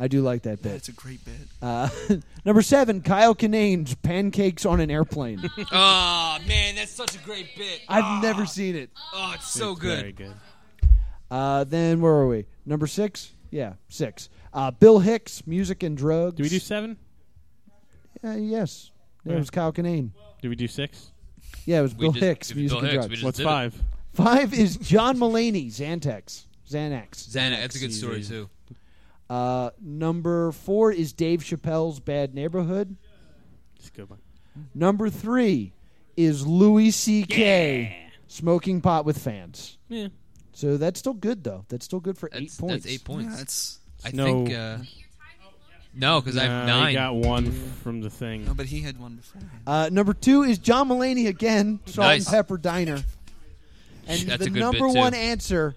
[SPEAKER 3] I do like that bit.
[SPEAKER 6] That's a great bit.
[SPEAKER 3] Uh, number seven, Kyle Kinane's pancakes on an airplane.
[SPEAKER 5] Oh man, that's such a great bit.
[SPEAKER 3] I've never seen it.
[SPEAKER 5] Oh, it's so
[SPEAKER 4] It's Very
[SPEAKER 5] good.
[SPEAKER 4] good.
[SPEAKER 3] Uh, then where are we? Number six? Yeah, six. Uh, Bill Hicks, music and drugs.
[SPEAKER 4] Do we do seven?
[SPEAKER 3] Uh, yes, it
[SPEAKER 4] Yeah.
[SPEAKER 3] was Kyle Kinane.
[SPEAKER 4] Do we do six?
[SPEAKER 3] Yeah, it was Bill
[SPEAKER 5] just-
[SPEAKER 3] Hicks,
[SPEAKER 5] it was
[SPEAKER 3] music
[SPEAKER 5] Bill
[SPEAKER 3] and
[SPEAKER 5] Hicks,
[SPEAKER 3] drugs.
[SPEAKER 5] we just-
[SPEAKER 4] What's
[SPEAKER 5] did it.
[SPEAKER 4] five?
[SPEAKER 3] Five is John Mulaney, Xantex, Xanax.
[SPEAKER 5] Xanax, that's a good story
[SPEAKER 4] easy.
[SPEAKER 5] too.
[SPEAKER 3] Uh, number four is Dave Chappelle's Bad Neighborhood.
[SPEAKER 4] It's a good one.
[SPEAKER 3] Number three is Louis C.K. Smoking pot with fans.
[SPEAKER 4] Yeah.
[SPEAKER 3] So that's still good though. That's still good for eight
[SPEAKER 5] That's,
[SPEAKER 3] points.
[SPEAKER 5] that's eight
[SPEAKER 6] Yeah,
[SPEAKER 5] points.
[SPEAKER 6] it's
[SPEAKER 5] I
[SPEAKER 4] No.
[SPEAKER 5] think. Uh, no, because I
[SPEAKER 4] Nah,
[SPEAKER 5] have
[SPEAKER 4] I
[SPEAKER 5] nine.
[SPEAKER 4] Uh, got one from the thing.
[SPEAKER 6] no, but he had one before.
[SPEAKER 3] Uh, number two is John Mulaney again, Salt
[SPEAKER 5] Nice.
[SPEAKER 3] and Pepper Diner. And
[SPEAKER 5] That's
[SPEAKER 3] the
[SPEAKER 5] a good
[SPEAKER 3] number
[SPEAKER 5] bit, too.
[SPEAKER 3] one answer,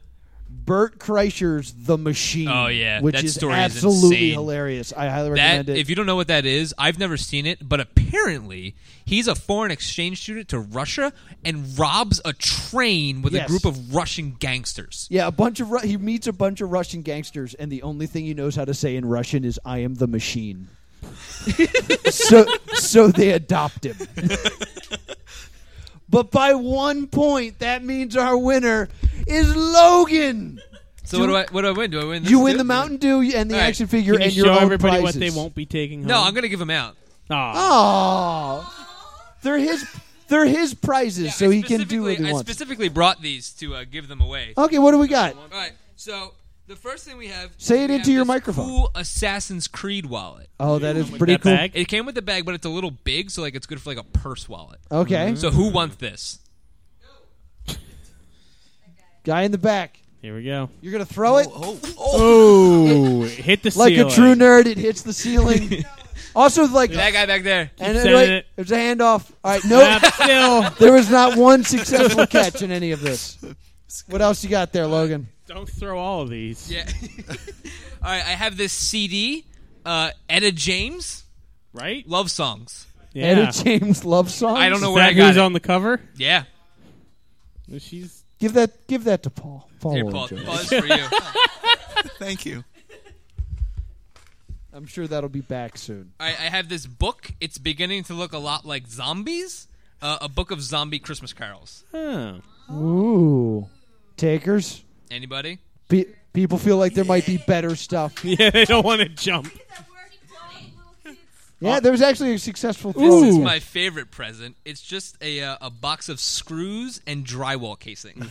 [SPEAKER 3] Bert Kreischer's The Machine.
[SPEAKER 5] Oh, yeah.
[SPEAKER 3] Which
[SPEAKER 5] That
[SPEAKER 3] is
[SPEAKER 5] story is
[SPEAKER 3] absolutely
[SPEAKER 5] insane.
[SPEAKER 3] hilarious. I highly
[SPEAKER 5] that
[SPEAKER 3] recommend it.
[SPEAKER 5] if you don't know what that is, I've never seen it, but apparently he's a foreign exchange student to Russia and robs a train with
[SPEAKER 3] Yes.
[SPEAKER 5] a group of Russian gangsters.
[SPEAKER 3] yeah, a bunch of Ru- he meets a bunch of Russian gangsters, and the only thing he knows how to say in Russian is "I am the machine." so so they adopt him. but by one point, that means our winner is Logan.
[SPEAKER 5] So what do I what do I win? Do I win? This
[SPEAKER 3] You win
[SPEAKER 5] too?
[SPEAKER 3] the Mountain Dew and the
[SPEAKER 5] All right.
[SPEAKER 3] action figure
[SPEAKER 4] Can you
[SPEAKER 3] and your
[SPEAKER 4] show
[SPEAKER 3] own
[SPEAKER 4] everybody
[SPEAKER 3] prizes.
[SPEAKER 4] what they won't be taking home?
[SPEAKER 5] No, I'm gonna give him out. Ah,
[SPEAKER 3] Ah,
[SPEAKER 4] Aw.
[SPEAKER 3] Oh, they're his. They're his prizes, so
[SPEAKER 5] I
[SPEAKER 3] he can do
[SPEAKER 5] specifically-
[SPEAKER 3] what he
[SPEAKER 5] I
[SPEAKER 3] wants.
[SPEAKER 5] specifically brought these to uh, give them away.
[SPEAKER 3] okay, what do we got?
[SPEAKER 5] All right. So the first thing we have.
[SPEAKER 3] Say it
[SPEAKER 5] we
[SPEAKER 3] into
[SPEAKER 5] have
[SPEAKER 3] your
[SPEAKER 5] this
[SPEAKER 3] microphone.
[SPEAKER 5] Cool Assassin's Creed wallet.
[SPEAKER 3] Oh, that is pretty
[SPEAKER 4] that
[SPEAKER 3] cool.
[SPEAKER 4] bag?
[SPEAKER 5] It came with the bag, but it's a little big, so like it's good for like a purse wallet.
[SPEAKER 3] Okay,
[SPEAKER 5] So who wants this?
[SPEAKER 3] guy in the back.
[SPEAKER 4] Here we go.
[SPEAKER 3] You're gonna throw it
[SPEAKER 6] Oh, oh.
[SPEAKER 4] Oh, hit the
[SPEAKER 3] like
[SPEAKER 4] ceiling.
[SPEAKER 3] a true nerd. It hits the ceiling. also, like
[SPEAKER 5] That guy back there.
[SPEAKER 3] and it,
[SPEAKER 4] sending
[SPEAKER 3] like,
[SPEAKER 4] it.
[SPEAKER 3] there's a handoff. All right, no,
[SPEAKER 4] Yep, still.
[SPEAKER 3] there was not one successful catch in any of this. What else you got there, Logan?
[SPEAKER 4] Don't throw all of these.
[SPEAKER 5] Yeah. All right. I have this CD. Uh, Etta James
[SPEAKER 4] Right?
[SPEAKER 5] love songs.
[SPEAKER 4] Yeah.
[SPEAKER 3] Eddie James love song.
[SPEAKER 5] I don't know
[SPEAKER 4] Is
[SPEAKER 5] where
[SPEAKER 4] that
[SPEAKER 5] Oh, I got
[SPEAKER 4] who's
[SPEAKER 5] it.
[SPEAKER 4] on the cover?
[SPEAKER 5] yeah.
[SPEAKER 4] She's
[SPEAKER 3] Give that. Give that to Paul. Paul
[SPEAKER 5] Here,
[SPEAKER 3] will
[SPEAKER 5] Paul.
[SPEAKER 3] enjoy it.
[SPEAKER 5] Buzz for you.
[SPEAKER 6] thank you.
[SPEAKER 3] I'm sure that'll be back soon.
[SPEAKER 5] I, I have this book. It's beginning to look a lot like zombies. Uh, a book of zombie Christmas carols.
[SPEAKER 4] oh.
[SPEAKER 3] Ooh, takers.
[SPEAKER 5] Anybody?
[SPEAKER 3] Pe- people feel like there might be better stuff.
[SPEAKER 4] Yeah, they don't want to jump.
[SPEAKER 3] Yeah, there was actually a successful throw.
[SPEAKER 4] Ooh.
[SPEAKER 5] This is my favorite present. It's just a uh, a box of screws and drywall casing.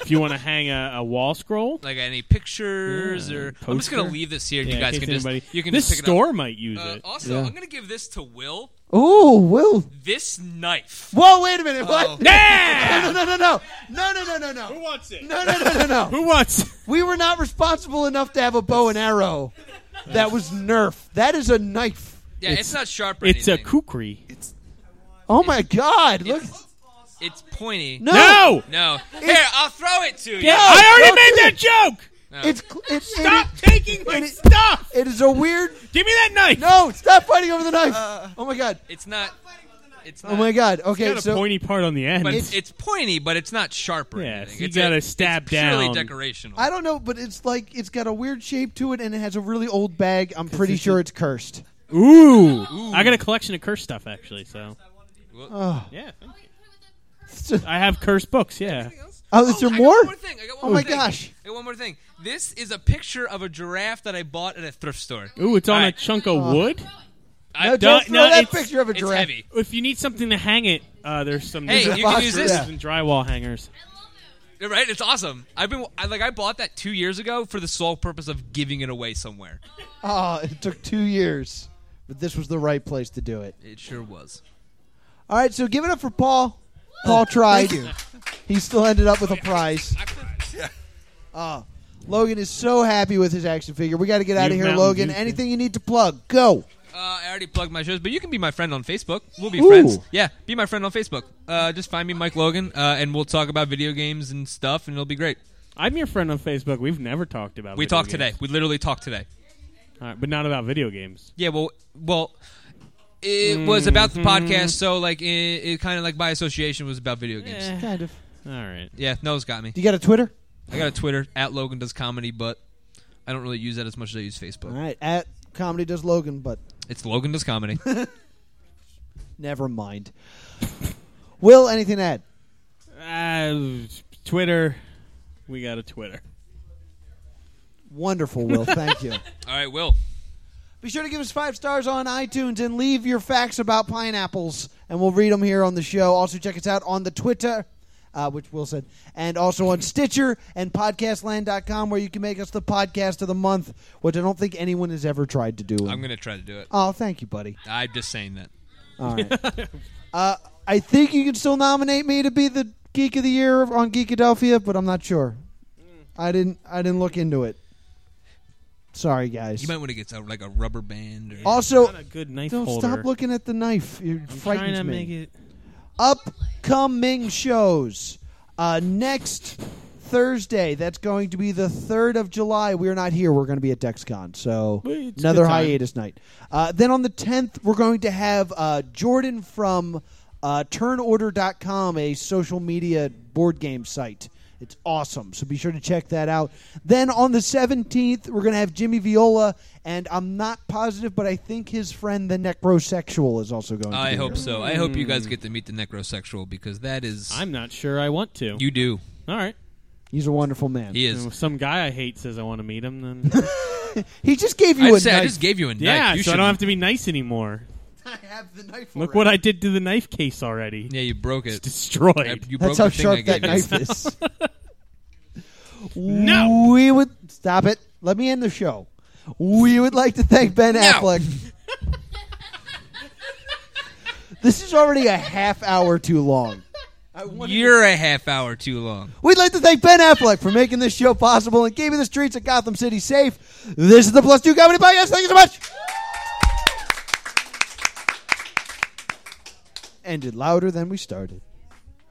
[SPEAKER 4] If you want to hang a, a wall scroll,
[SPEAKER 5] Like any pictures
[SPEAKER 4] Yeah,
[SPEAKER 5] or I'm just gonna
[SPEAKER 4] poster.
[SPEAKER 5] leave this here.
[SPEAKER 4] yeah,
[SPEAKER 5] you
[SPEAKER 4] in
[SPEAKER 5] guys
[SPEAKER 4] case
[SPEAKER 5] can just
[SPEAKER 4] anybody-
[SPEAKER 5] you can
[SPEAKER 4] this
[SPEAKER 5] just pick
[SPEAKER 4] store might use
[SPEAKER 5] it up. Uh,
[SPEAKER 4] it.
[SPEAKER 5] also,
[SPEAKER 3] Yeah.
[SPEAKER 5] I'm gonna give this to Will.
[SPEAKER 3] Ooh, Will.
[SPEAKER 5] This knife.
[SPEAKER 3] Whoa, wait a minute.
[SPEAKER 6] Oh.
[SPEAKER 3] What? No,
[SPEAKER 4] Yeah!
[SPEAKER 3] no, no, no, no, no, no, no, no.
[SPEAKER 4] Who wants it?
[SPEAKER 3] No, no, no, no, no.
[SPEAKER 4] Who wants?
[SPEAKER 3] We were not responsible enough to have a bow and arrow that was Nerf. That is a knife.
[SPEAKER 5] Yeah, it's, not sharp. Or
[SPEAKER 4] It's a
[SPEAKER 5] anything.
[SPEAKER 4] kukri.
[SPEAKER 3] Oh my God! Look,
[SPEAKER 5] It's pointy.
[SPEAKER 3] no,
[SPEAKER 4] No!
[SPEAKER 5] No. Here, I'll throw it to you.
[SPEAKER 4] Yeah, I already
[SPEAKER 3] don't do
[SPEAKER 4] made that joke.
[SPEAKER 3] it's cl- it's it-
[SPEAKER 4] Stop taking my stuff.
[SPEAKER 3] It is a weird.
[SPEAKER 4] Give me that knife.
[SPEAKER 3] No, stop fighting over the knife.
[SPEAKER 5] Uh,
[SPEAKER 3] oh my God!
[SPEAKER 5] It's not. It's not.
[SPEAKER 3] Oh my God! Okay,
[SPEAKER 4] Got a
[SPEAKER 3] so
[SPEAKER 4] pointy part on the end.
[SPEAKER 5] But it's, it's pointy, but it's not sharp or
[SPEAKER 4] Yeah,
[SPEAKER 5] anything.
[SPEAKER 4] so you
[SPEAKER 5] it's
[SPEAKER 4] gotta
[SPEAKER 5] it's
[SPEAKER 4] stab
[SPEAKER 5] purely
[SPEAKER 4] down.
[SPEAKER 5] decorational.
[SPEAKER 3] I don't know, but it's like it's got a weird shape to it, and it has a really old bag. I'm pretty
[SPEAKER 4] it's-
[SPEAKER 3] sure it's cursed.
[SPEAKER 4] Ooh. I got a collection of cursed stuff actually. So
[SPEAKER 3] Oh,
[SPEAKER 4] yeah,
[SPEAKER 3] It's a-
[SPEAKER 4] I have cursed books. Yeah.
[SPEAKER 3] oh, is
[SPEAKER 5] Oh,
[SPEAKER 3] there
[SPEAKER 5] I got
[SPEAKER 3] more?
[SPEAKER 5] one more thing. I got one
[SPEAKER 3] Oh my
[SPEAKER 5] more thing.
[SPEAKER 3] gosh.
[SPEAKER 5] I got one more thing. This is a picture of a giraffe that I bought at a thrift store.
[SPEAKER 4] Ooh, it's on
[SPEAKER 5] All
[SPEAKER 4] a
[SPEAKER 5] right.
[SPEAKER 4] chunk of wood.
[SPEAKER 5] I,
[SPEAKER 3] No,
[SPEAKER 4] don't-
[SPEAKER 3] don't throw
[SPEAKER 4] no,
[SPEAKER 3] that
[SPEAKER 4] it's-
[SPEAKER 3] picture of a
[SPEAKER 5] it's
[SPEAKER 3] giraffe.
[SPEAKER 5] heavy.
[SPEAKER 4] If you need something to hang it, uh, there's some
[SPEAKER 5] Hey,
[SPEAKER 4] scissors
[SPEAKER 5] you can use
[SPEAKER 3] boxer,
[SPEAKER 5] this.
[SPEAKER 3] yeah.
[SPEAKER 4] and drywall hangers.
[SPEAKER 5] Right? It's awesome. I've been I, like I bought that two years ago for the sole purpose of giving it away somewhere.
[SPEAKER 3] Oh, it took two years, but this was the right place to do it.
[SPEAKER 5] It sure was.
[SPEAKER 3] All right, so give it up for Paul. Paul tried.
[SPEAKER 6] Thank you.
[SPEAKER 3] He still ended up with a prize. Logan is so happy with his action figure. We got to get out of
[SPEAKER 4] You
[SPEAKER 3] here,
[SPEAKER 4] Mountain
[SPEAKER 3] Logan.
[SPEAKER 4] Dew
[SPEAKER 3] Anything you need to plug, go.
[SPEAKER 5] Uh, I already plugged my shows, but you can be my friend on Facebook. We'll be
[SPEAKER 3] Ooh.
[SPEAKER 5] friends. Yeah, be my friend on Facebook. Uh, just find me, Mike Logan, uh, and we'll talk about video games and stuff, and it'll be great.
[SPEAKER 4] I'm your friend on Facebook. We've never talked about.
[SPEAKER 5] We
[SPEAKER 4] video
[SPEAKER 5] talked
[SPEAKER 4] games.
[SPEAKER 5] today. We literally talked today.
[SPEAKER 4] All right, but not about video games.
[SPEAKER 5] Yeah, well, well, it was about the podcast, so like it, it kind of like by association was about video games. Yeah,
[SPEAKER 3] Kind of.
[SPEAKER 4] All right.
[SPEAKER 5] Noah's got me.
[SPEAKER 3] You got a Twitter?
[SPEAKER 5] I got a Twitter at Logan does comedy, but I don't really use that as much as I use Facebook.
[SPEAKER 3] All right, at comedy does Logan, but
[SPEAKER 5] It's Logan does comedy.
[SPEAKER 3] never mind. Will anything to add?
[SPEAKER 4] Uh, Twitter. We got a Twitter.
[SPEAKER 3] Wonderful, Will. Thank you.
[SPEAKER 5] All right, Will.
[SPEAKER 3] Be sure to give us five stars on iTunes and leave your facts about pineapples, and we'll read them here on the show. Also, check us out on the Twitter, uh, which Will said, and also on Stitcher and PodcastLand.com, where you can make us the podcast of the month, which I don't think anyone has ever tried to do.
[SPEAKER 5] I'm gonna try to do it.
[SPEAKER 3] oh, thank you, buddy.
[SPEAKER 5] I'm just saying that.
[SPEAKER 3] All right. uh, I think you can still nominate me to be the Geek of the Year on Geekadelphia, but I'm not sure. I didn't. I didn't look into it. Sorry, guys.
[SPEAKER 5] You might want to get uh, like a rubber band. Or,
[SPEAKER 3] also,
[SPEAKER 4] Not a good knife
[SPEAKER 3] Don't
[SPEAKER 4] holder.
[SPEAKER 3] stop looking at the knife. It
[SPEAKER 4] I'm trying
[SPEAKER 3] frightens
[SPEAKER 4] to
[SPEAKER 3] me.
[SPEAKER 4] make it.
[SPEAKER 3] Upcoming shows. Uh, next Thursday, that's going to be the 3rd of July. We're not here. We're going to be at DexCon. So
[SPEAKER 4] Well, it's a
[SPEAKER 3] another
[SPEAKER 4] good time.
[SPEAKER 3] hiatus night. Uh, then on the 10th, we're going to have uh, Jordan from uh, turnorder.com, a social media board game site. It's awesome. So be sure to check that out. Then on the 17th, we're going to have Jimmy Viola, and I'm not positive, but I think his friend, the Necrosexual, is also going to
[SPEAKER 5] I
[SPEAKER 3] be
[SPEAKER 5] hope
[SPEAKER 3] here.
[SPEAKER 5] so. I hope you guys get to meet the necrosexual because that is
[SPEAKER 4] I'm not sure I want to.
[SPEAKER 5] you do.
[SPEAKER 4] All right.
[SPEAKER 3] He's a wonderful man.
[SPEAKER 5] He is.
[SPEAKER 4] If some guy I hate says I want to meet him, then
[SPEAKER 3] He just gave you
[SPEAKER 5] I,
[SPEAKER 3] a
[SPEAKER 5] said, I
[SPEAKER 3] knife.
[SPEAKER 5] just gave you a knife.
[SPEAKER 4] yeah,
[SPEAKER 5] you
[SPEAKER 4] so I don't have to be nice anymore.
[SPEAKER 6] I have the knife.
[SPEAKER 4] Look what I did to the knife case already.
[SPEAKER 5] Yeah, you broke it. I-
[SPEAKER 4] Destroyed.
[SPEAKER 5] you broke
[SPEAKER 3] That's how
[SPEAKER 5] the thing I
[SPEAKER 3] sharp
[SPEAKER 5] gave
[SPEAKER 3] that
[SPEAKER 5] you.
[SPEAKER 3] knife is.
[SPEAKER 4] No.
[SPEAKER 3] We would stop it. Let me end the show. We would like to thank Ben Affleck. this is already a half hour too long.
[SPEAKER 5] You're a half hour too long.
[SPEAKER 3] We'd like to thank Ben Affleck for making this show possible and keeping the streets of Gotham City safe. This is the Plus Two Comedy Podcast. Thank you so much. Ended louder than we started.